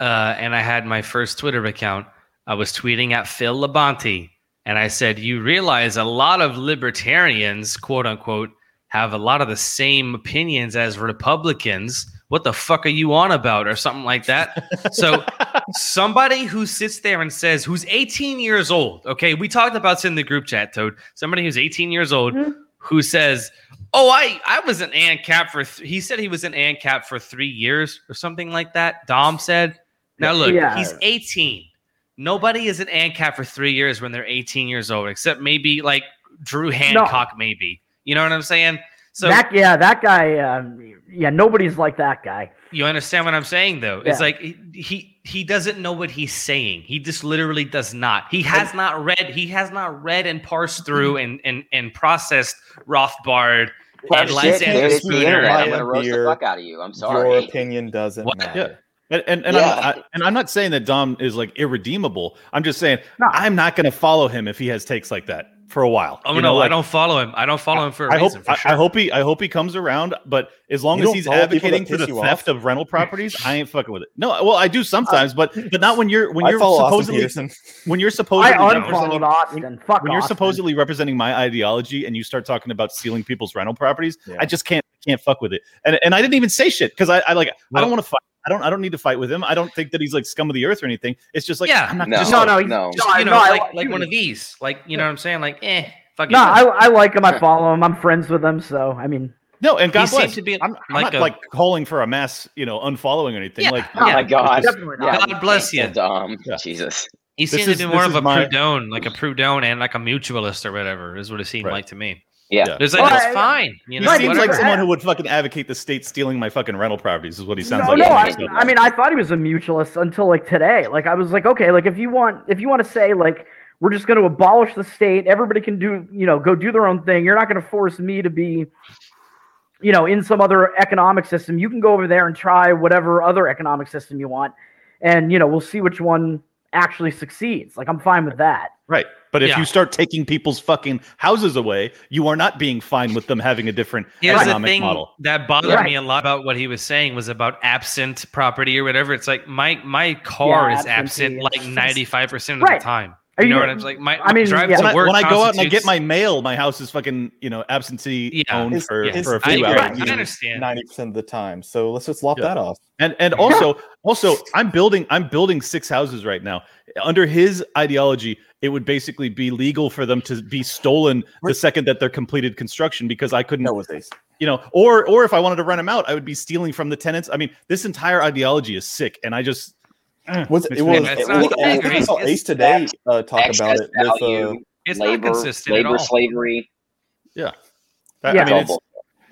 [SPEAKER 2] uh, and I had my first Twitter account, I was tweeting at Phil Labonte, and I said, "You realize a lot of libertarians, quote unquote, have a lot of the same opinions as Republicans. What the fuck are you on about?" or something like that. So somebody who sits there and says, who's 18 years old, okay, we talked about this in the group chat, Toad. Somebody who's 18 years old
[SPEAKER 4] Mhm.
[SPEAKER 2] who says, Oh, I, I was an ANCAP for, th-. he said he was an ANCAP for three years or something like that. Dom said, Now look,
[SPEAKER 4] Yeah.
[SPEAKER 2] he's 18. Nobody is an ANCAP for three years when they're 18 years old, except maybe like Drew Hancock, maybe. You know what I'm saying? So
[SPEAKER 4] that yeah, that guy. Um, yeah, nobody's like that guy.
[SPEAKER 2] you understand what I'm saying, though. It's
[SPEAKER 4] Yeah.
[SPEAKER 2] like he- he he doesn't know what he's saying. He just literally does not. He has not read. He has not read and
[SPEAKER 5] Mm-hmm.
[SPEAKER 2] parsed through and and and processed Rothbard and
[SPEAKER 3] Shit, dude,
[SPEAKER 2] Lysander
[SPEAKER 3] it's the internet.
[SPEAKER 2] Spooner.
[SPEAKER 3] I'm
[SPEAKER 1] Light
[SPEAKER 3] gonna
[SPEAKER 1] up
[SPEAKER 3] roast the
[SPEAKER 1] your-
[SPEAKER 3] fuck out of you. I'm
[SPEAKER 1] Your
[SPEAKER 3] sorry.
[SPEAKER 1] opinion doesn't
[SPEAKER 2] What?
[SPEAKER 1] matter.
[SPEAKER 5] Yeah. And and, and
[SPEAKER 3] Yeah.
[SPEAKER 5] I'm, I, and I'm not saying that Dom is like irredeemable. I'm just saying
[SPEAKER 4] No.
[SPEAKER 5] I'm not going to follow him if he has takes like that for a while.
[SPEAKER 2] Oh
[SPEAKER 5] You
[SPEAKER 2] no,
[SPEAKER 5] know,
[SPEAKER 2] I
[SPEAKER 5] like,
[SPEAKER 2] don't follow him. I don't follow him for a
[SPEAKER 5] I hope
[SPEAKER 2] reason.
[SPEAKER 5] I,
[SPEAKER 2] for sure.
[SPEAKER 5] I hope he I hope he comes around. But as long
[SPEAKER 1] You
[SPEAKER 5] as
[SPEAKER 1] don't
[SPEAKER 5] he's
[SPEAKER 1] follow people that
[SPEAKER 5] advocating for
[SPEAKER 1] piss
[SPEAKER 5] the
[SPEAKER 1] you
[SPEAKER 5] theft of rental properties, I ain't fucking with it. No, well, I do sometimes, but but not when you're when
[SPEAKER 1] I
[SPEAKER 5] you're
[SPEAKER 1] follow Austin
[SPEAKER 5] supposedly
[SPEAKER 1] Peterson.
[SPEAKER 5] when you're
[SPEAKER 4] I
[SPEAKER 5] supposedly
[SPEAKER 4] unfollowed Austin. Fuck
[SPEAKER 5] when you're
[SPEAKER 4] Austin.
[SPEAKER 5] supposedly representing my ideology and you start talking about stealing people's rental properties,
[SPEAKER 1] Yeah.
[SPEAKER 5] I just can't can't fuck with it. And and I didn't even say shit because I, I like I
[SPEAKER 2] Well-
[SPEAKER 5] don't want to fight. I don't I don't need to fight with him. I don't think that he's like scum of the earth or anything. It's just like
[SPEAKER 2] Yeah.
[SPEAKER 5] I'm not
[SPEAKER 3] No.
[SPEAKER 5] just
[SPEAKER 4] No, no, he's,
[SPEAKER 3] No.
[SPEAKER 4] no,
[SPEAKER 2] Just, you know,
[SPEAKER 4] no, I
[SPEAKER 2] like like
[SPEAKER 4] dude,
[SPEAKER 2] one of these. Like you know what I'm saying? Like eh, fuck
[SPEAKER 4] No,
[SPEAKER 2] it.
[SPEAKER 4] I, I like him. I follow him. I'm friends with him. So I mean,
[SPEAKER 5] no. And God
[SPEAKER 2] he
[SPEAKER 5] bless.
[SPEAKER 2] seemed to be
[SPEAKER 5] I'm, I'm
[SPEAKER 2] like
[SPEAKER 5] not
[SPEAKER 2] a-
[SPEAKER 5] like calling for a mass you know unfollowing or anything.
[SPEAKER 2] Yeah.
[SPEAKER 5] Like
[SPEAKER 3] Oh my god.
[SPEAKER 4] definitely not.
[SPEAKER 2] God bless you.
[SPEAKER 3] Dumb.
[SPEAKER 5] Yeah.
[SPEAKER 3] um, Jesus.
[SPEAKER 2] He
[SPEAKER 5] This
[SPEAKER 2] seemed to
[SPEAKER 5] is-
[SPEAKER 2] be
[SPEAKER 5] this
[SPEAKER 2] more of
[SPEAKER 5] is
[SPEAKER 2] a
[SPEAKER 5] my-
[SPEAKER 2] Proudhon, like a Proudhon and like a mutualist or whatever is what it seemed
[SPEAKER 5] Right.
[SPEAKER 2] like to me.
[SPEAKER 3] Yeah.
[SPEAKER 5] Yeah.
[SPEAKER 2] It's like,
[SPEAKER 4] Well,
[SPEAKER 2] it's
[SPEAKER 4] I-
[SPEAKER 2] fine. You
[SPEAKER 5] He
[SPEAKER 2] know,
[SPEAKER 5] seems
[SPEAKER 2] whatever.
[SPEAKER 5] like someone who would fucking advocate the state stealing my fucking rental properties. Is what he sounds
[SPEAKER 4] no,
[SPEAKER 5] like.
[SPEAKER 4] no.
[SPEAKER 3] Yeah,
[SPEAKER 4] I,
[SPEAKER 3] he's not
[SPEAKER 4] I mean, I thought he was a mutualist until like today. Like, I was like, okay, like if you want, if you want to say like we're just going to abolish the state, everybody can do, you know, go do their own thing. You're not going to force me to be, you know, in some other economic system. You can go over there and try whatever other economic system you want, and you know, we'll see which one actually succeeds. Like, I'm fine with that.
[SPEAKER 5] Right. But if
[SPEAKER 2] Yeah.
[SPEAKER 5] you start taking people's fucking houses away, you are not being fine with them having a different
[SPEAKER 2] Here's the
[SPEAKER 5] economic
[SPEAKER 2] thing
[SPEAKER 5] model.
[SPEAKER 2] that bothered
[SPEAKER 4] Right.
[SPEAKER 2] me a lot about what he was saying was about absent property or whatever. It's like my my car
[SPEAKER 4] Yeah,
[SPEAKER 2] is absent
[SPEAKER 4] absentee.
[SPEAKER 2] like ninety five percent of
[SPEAKER 4] Right.
[SPEAKER 2] the time.
[SPEAKER 4] Are
[SPEAKER 2] You
[SPEAKER 4] you-
[SPEAKER 2] know what I'm like? My
[SPEAKER 4] I mean,
[SPEAKER 2] drive
[SPEAKER 4] yeah.
[SPEAKER 2] to
[SPEAKER 5] When I,
[SPEAKER 2] work
[SPEAKER 5] when I go out and I get
[SPEAKER 2] constitutes-
[SPEAKER 5] my mail, my house is fucking, you know, absentee
[SPEAKER 2] Yeah.
[SPEAKER 5] owned
[SPEAKER 1] It's-
[SPEAKER 5] for,
[SPEAKER 1] yeah.
[SPEAKER 5] for a
[SPEAKER 2] I
[SPEAKER 5] few
[SPEAKER 2] agree.
[SPEAKER 5] hours.
[SPEAKER 2] I understand.
[SPEAKER 1] ninety percent of the time. So let's just lop
[SPEAKER 5] Yeah.
[SPEAKER 1] that off.
[SPEAKER 5] And and also also I'm building I'm building six houses right now. Under his ideology, it would basically be legal for them to be stolen the second that they're completed construction because I couldn't
[SPEAKER 1] No, it's ace.
[SPEAKER 5] you know or or if I wanted to rent them out, I would be stealing from the tenants. I mean, this entire ideology is sick and I just
[SPEAKER 1] Was
[SPEAKER 5] Makes
[SPEAKER 1] it
[SPEAKER 5] me
[SPEAKER 1] was?
[SPEAKER 2] mad.
[SPEAKER 1] It,
[SPEAKER 2] Mm, It's
[SPEAKER 1] was
[SPEAKER 2] not
[SPEAKER 1] I think
[SPEAKER 2] angry.
[SPEAKER 1] I saw
[SPEAKER 2] It's
[SPEAKER 1] Ace today uh, talk about
[SPEAKER 3] Excess
[SPEAKER 1] it with. Uh,
[SPEAKER 3] value,
[SPEAKER 2] It's not
[SPEAKER 3] labor,
[SPEAKER 2] consistent
[SPEAKER 3] labor
[SPEAKER 2] at all.
[SPEAKER 3] slavery.
[SPEAKER 5] yeah.
[SPEAKER 4] Yeah.
[SPEAKER 5] I mean, it's,
[SPEAKER 3] double.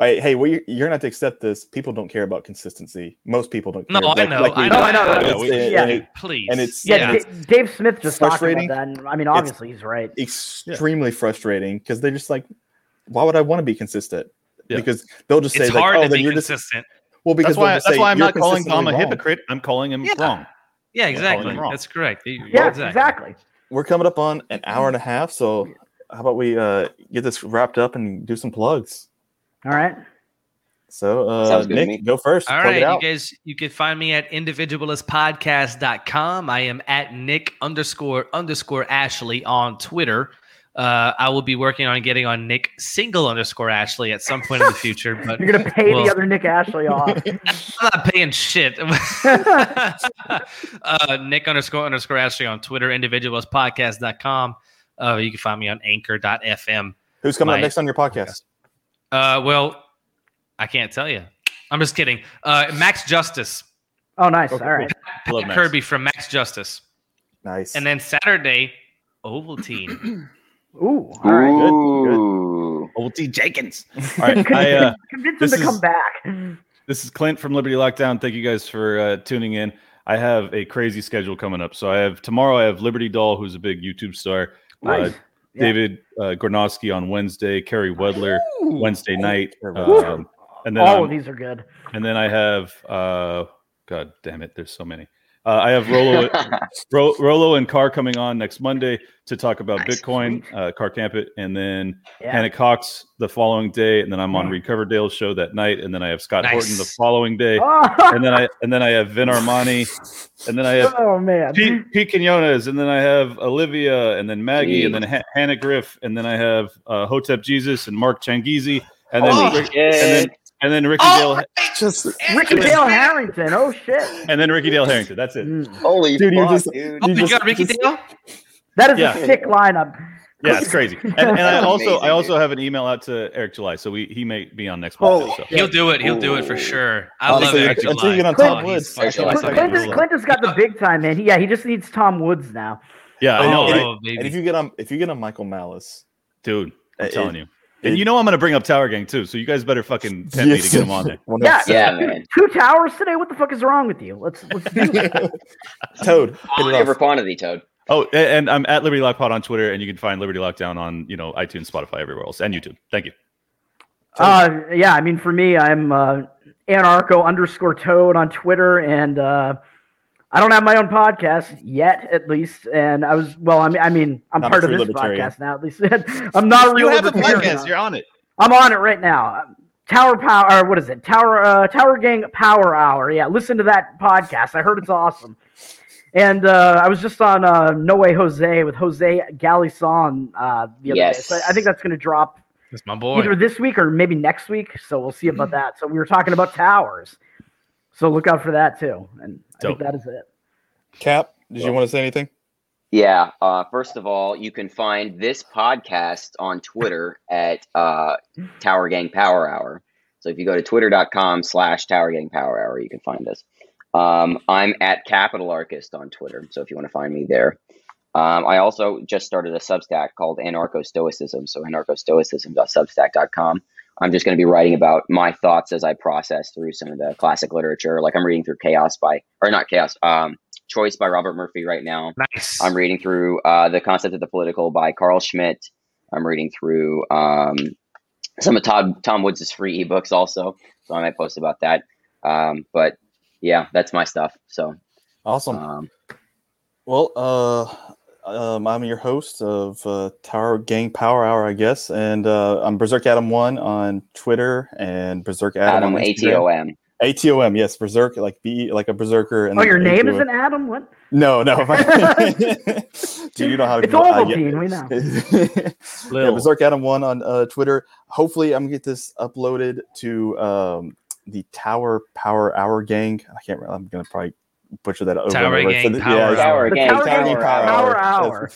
[SPEAKER 1] hey, hey, we, you're not to accept this. People don't care about consistency. Most people don't.
[SPEAKER 2] No,
[SPEAKER 1] care.
[SPEAKER 2] I
[SPEAKER 1] Like-
[SPEAKER 2] know.
[SPEAKER 1] like we
[SPEAKER 2] I
[SPEAKER 1] do.
[SPEAKER 2] know.
[SPEAKER 4] No, I know.
[SPEAKER 1] It's-
[SPEAKER 5] Yeah, we-
[SPEAKER 1] and-
[SPEAKER 4] Yeah.
[SPEAKER 1] and it-
[SPEAKER 2] Please.
[SPEAKER 1] and it's-
[SPEAKER 4] Yeah,
[SPEAKER 1] Yeah.
[SPEAKER 4] D- Dave Smith just talked about
[SPEAKER 1] Frustrating.
[SPEAKER 4] that. And, I mean, obviously, he's right.
[SPEAKER 1] extremely frustrating because they're just like, why would I want to be consistent?
[SPEAKER 5] Yeah.
[SPEAKER 1] Because they'll just
[SPEAKER 2] It's
[SPEAKER 1] say like,
[SPEAKER 2] hard
[SPEAKER 1] oh,
[SPEAKER 2] to
[SPEAKER 1] then
[SPEAKER 2] be
[SPEAKER 1] you're just
[SPEAKER 2] consistent.
[SPEAKER 1] well because
[SPEAKER 5] that's why
[SPEAKER 1] they'll
[SPEAKER 5] that's
[SPEAKER 1] just say,
[SPEAKER 5] why I'm
[SPEAKER 1] "You're
[SPEAKER 5] not calling Tom
[SPEAKER 1] consistently
[SPEAKER 5] a
[SPEAKER 1] wrong."
[SPEAKER 5] hypocrite. I'm calling him
[SPEAKER 2] Yeah.
[SPEAKER 5] wrong.
[SPEAKER 2] Yeah,
[SPEAKER 5] calling
[SPEAKER 2] exactly.
[SPEAKER 5] it oh, wrong.
[SPEAKER 2] That's correct. You-
[SPEAKER 4] Yeah,
[SPEAKER 2] exactly.
[SPEAKER 4] exactly.
[SPEAKER 1] We're coming up on an hour and a half, so how about we uh, get this wrapped up and do some plugs?
[SPEAKER 4] All right.
[SPEAKER 1] So uh,
[SPEAKER 3] Sounds good to me.
[SPEAKER 1] Nick, go first.
[SPEAKER 2] All
[SPEAKER 1] plug
[SPEAKER 2] right,
[SPEAKER 1] it out.
[SPEAKER 2] you guys, you can find me at individualistpodcast.com. I am at Nick underscore underscore Ashley on Twitter. Uh, I will be working on getting on Nick single underscore Ashley at some point in the future, but
[SPEAKER 4] You're gonna pay
[SPEAKER 2] Well-
[SPEAKER 4] the other Nick Ashley off.
[SPEAKER 2] I'm not paying shit. uh, Nick underscore underscore Ashley on Twitter, individualistpodcast.com. Uh, you can find me on anchor.fm.
[SPEAKER 1] Who's coming
[SPEAKER 2] my-
[SPEAKER 1] up next on your podcast?
[SPEAKER 2] Uh, well, I can't tell you. I'm just kidding. Uh, Max Justice,
[SPEAKER 4] Oh, nice. All right.
[SPEAKER 5] Love
[SPEAKER 2] Pat
[SPEAKER 5] Max.
[SPEAKER 2] Kirby from Max Justice.
[SPEAKER 1] Nice.
[SPEAKER 2] And then Saturday, Ovaltine.
[SPEAKER 4] Ooh. All right.
[SPEAKER 3] Ooh.
[SPEAKER 5] Old T Jenkins. All right, I, uh,
[SPEAKER 4] Convince him
[SPEAKER 5] this
[SPEAKER 4] to come
[SPEAKER 5] is- uh,
[SPEAKER 4] back.
[SPEAKER 5] This is Clint from Liberty Lockdown. Thank you guys for uh, tuning in. I have a crazy schedule coming up. So I have tomorrow. I have Liberty Doll, who's a big YouTube star.
[SPEAKER 4] Nice.
[SPEAKER 5] Uh,
[SPEAKER 4] Yeah.
[SPEAKER 5] David uh, Gornofsky on Wednesday. Carrie Wedler Wednesday night.
[SPEAKER 1] Carrie Wedler.
[SPEAKER 5] Um, and then
[SPEAKER 4] All of
[SPEAKER 5] I'm-
[SPEAKER 4] these are good.
[SPEAKER 5] and then I have uh, God damn it, there's so many. Uh, I have Rolo, Ro- Rolo and Carr coming on next Monday to talk about
[SPEAKER 3] Nice.
[SPEAKER 5] Bitcoin, uh, Carr Campit, and then
[SPEAKER 4] Yeah.
[SPEAKER 5] Hannah Cox the following day, and then I'm on
[SPEAKER 4] Mm.
[SPEAKER 5] Reed Coverdale's show that night, and then I have Scott
[SPEAKER 2] Nice.
[SPEAKER 5] Horton the following day
[SPEAKER 4] oh,
[SPEAKER 5] and then I and then I have Vin Armani, and then I have
[SPEAKER 4] oh, man.
[SPEAKER 5] Pete, Pete Quinones, and then I have Olivia, and then Maggie, and then ha- Hannah Griff, and then I have uh, Hotep Jesus and Mark Changizi, and then
[SPEAKER 2] Oh,
[SPEAKER 5] Rick,
[SPEAKER 3] Yeah.
[SPEAKER 5] and then and then Ricky
[SPEAKER 3] Oh.
[SPEAKER 5] Dale
[SPEAKER 1] just
[SPEAKER 4] Ricky Dale Harrington. Oh shit.
[SPEAKER 5] and then Ricky Dale Harrington. That's it.
[SPEAKER 4] Mm.
[SPEAKER 3] Holy
[SPEAKER 1] Dude, you're
[SPEAKER 3] fuck,
[SPEAKER 1] just-
[SPEAKER 3] dude.
[SPEAKER 2] Oh
[SPEAKER 1] You
[SPEAKER 2] my
[SPEAKER 1] just-
[SPEAKER 2] God, Ricky
[SPEAKER 1] just-
[SPEAKER 2] Dale?
[SPEAKER 4] That is
[SPEAKER 5] Yeah.
[SPEAKER 4] a sick lineup.
[SPEAKER 5] Yeah, it's crazy. And, and I
[SPEAKER 3] That's
[SPEAKER 5] also I
[SPEAKER 3] amazing,
[SPEAKER 5] also
[SPEAKER 3] dude.
[SPEAKER 5] have an email out to Eric July, so we he may be on next month.
[SPEAKER 1] Holy
[SPEAKER 5] So.
[SPEAKER 2] He'll do it. He'll do it for
[SPEAKER 3] Ooh.
[SPEAKER 2] sure. I
[SPEAKER 1] Honestly,
[SPEAKER 2] love Oh, it.
[SPEAKER 1] until you get on
[SPEAKER 4] Clint-
[SPEAKER 1] Tom Woods.
[SPEAKER 3] Clint-
[SPEAKER 1] Clint-
[SPEAKER 3] Clint-
[SPEAKER 4] Clint, is, Clint has got the big time, man. He, yeah, he just needs Tom Woods now.
[SPEAKER 5] Yeah, I know,
[SPEAKER 2] oh,
[SPEAKER 5] right?
[SPEAKER 2] baby.
[SPEAKER 1] And if you get on, if you get on Michael Malice,
[SPEAKER 5] dude. I'm
[SPEAKER 1] It-
[SPEAKER 5] telling you.
[SPEAKER 1] it-
[SPEAKER 5] And you know I'm gonna bring up Tower Gang too, so you guys better fucking tempt me to get him on there.
[SPEAKER 1] 100%.
[SPEAKER 3] Yeah,
[SPEAKER 4] dude,
[SPEAKER 3] man.
[SPEAKER 4] Two towers today. What the fuck is wrong with you? Let's let's do it.
[SPEAKER 1] Toad, hit it
[SPEAKER 3] Quality
[SPEAKER 1] off.
[SPEAKER 3] over quantity, Toad.
[SPEAKER 5] Oh, a- and I'm at Liberty Lock Pod on Twitter, and you can find Liberty Lockdown on you know iTunes, Spotify, everywhere else, and YouTube. Thank you.
[SPEAKER 4] Uh, yeah, I mean, for me, I'm uh, anarcho underscore toad on Twitter, and uh, I don't have my own podcast yet, at least. And I was, well, I mean, I mean I'm
[SPEAKER 1] Not a
[SPEAKER 4] part of
[SPEAKER 1] true
[SPEAKER 4] this
[SPEAKER 1] libertarian.
[SPEAKER 4] podcast now, at least. I'm not a real libertarian.
[SPEAKER 5] on it.
[SPEAKER 4] I'm on it right now. Tower Power, or what is it? Tower uh, Tower Gang Power Hour. Yeah, listen to that podcast. I heard it's awesome. And uh, I was just on uh, No Way Jose with Jose Galison uh, the other
[SPEAKER 3] Yes.
[SPEAKER 4] day. So I think that's going to drop
[SPEAKER 2] That's my boy.
[SPEAKER 4] either this week or maybe next week. So we'll see about that. So we were talking about towers. So look out for that too. And I think
[SPEAKER 5] Dope.
[SPEAKER 4] that is it.
[SPEAKER 1] Cap, did you want to say anything?
[SPEAKER 3] Yeah. Uh, first of all, you can find this podcast on Twitter at uh, Tower Gang Power Hour. So if you go to twitter.com slash Tower Gang Power Hour, you can find us. Um, I'm at Capital Archist on Twitter. So if you want to find me there. Um, I also just started a Substack called Anarcho Stoicism. So anarchostoicism.substack.com. I'm just going to be writing about my thoughts as I process through some of the classic literature. Like I'm reading through Chaos by, or not Chaos, um, Choice by Robert Murphy right now.
[SPEAKER 2] Nice.
[SPEAKER 3] I'm reading through uh, The Concept of the Political by Carl Schmidt. I'm reading through um, some of Todd, Tom Woods' free ebooks also. So I might post about that. Um, but yeah, that's my stuff. So
[SPEAKER 1] Awesome.
[SPEAKER 3] um,
[SPEAKER 1] Well, uh, um, I'm your host of uh, Tower Gang Power Hour, I guess, and uh, I'm Berserk Adam One on Twitter and Berserk Adam,
[SPEAKER 3] Adam
[SPEAKER 1] on
[SPEAKER 3] A T
[SPEAKER 1] Instagram.
[SPEAKER 3] O M.
[SPEAKER 1] ATOM, yes, Berserk, like be like a berserker. And
[SPEAKER 4] oh,
[SPEAKER 1] then
[SPEAKER 4] your name
[SPEAKER 1] ATOM.
[SPEAKER 4] isn't Adam? What?
[SPEAKER 1] No, no. Dude, you know how to
[SPEAKER 4] It's
[SPEAKER 1] uh,
[SPEAKER 4] Ovaltine, we know.
[SPEAKER 1] yeah. yeah, Berserk Adam One on uh, Twitter. Hopefully, I'm gonna get this uploaded to um, the Tower Power Hour Gang. I can't. re- I'm gonna probably butcher that over. and
[SPEAKER 2] Tower
[SPEAKER 1] over.
[SPEAKER 2] Gang
[SPEAKER 1] th-
[SPEAKER 2] Power
[SPEAKER 1] yeah,
[SPEAKER 2] Hour.
[SPEAKER 3] Tower Gang
[SPEAKER 4] Tower
[SPEAKER 3] Power
[SPEAKER 4] Gang
[SPEAKER 3] Hour.
[SPEAKER 4] Power Hour.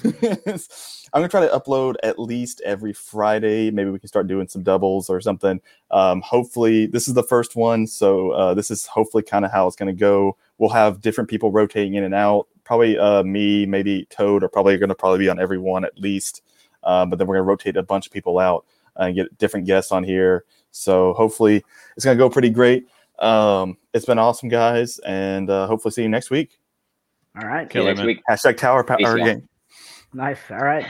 [SPEAKER 1] Yes. I'm gonna try to upload at least every Friday. Maybe we can start doing some doubles or something. Um, hopefully, this is the first one, so uh, this is hopefully kind of how it's gonna go. We'll have different people rotating in and out. Probably uh, me, maybe Toad, are probably gonna probably be on every one at least. Uh, but then we're gonna rotate a bunch of people out and get different guests on here. So hopefully, it's gonna go pretty great. Um, it's been awesome, guys, and uh, hopefully see you next week.
[SPEAKER 4] All right.
[SPEAKER 3] See you
[SPEAKER 6] Killer,
[SPEAKER 3] next
[SPEAKER 6] man.
[SPEAKER 3] week.
[SPEAKER 1] Hashtag Tower Power
[SPEAKER 3] Peace, y'all.
[SPEAKER 1] Gang.
[SPEAKER 4] Nice. All right.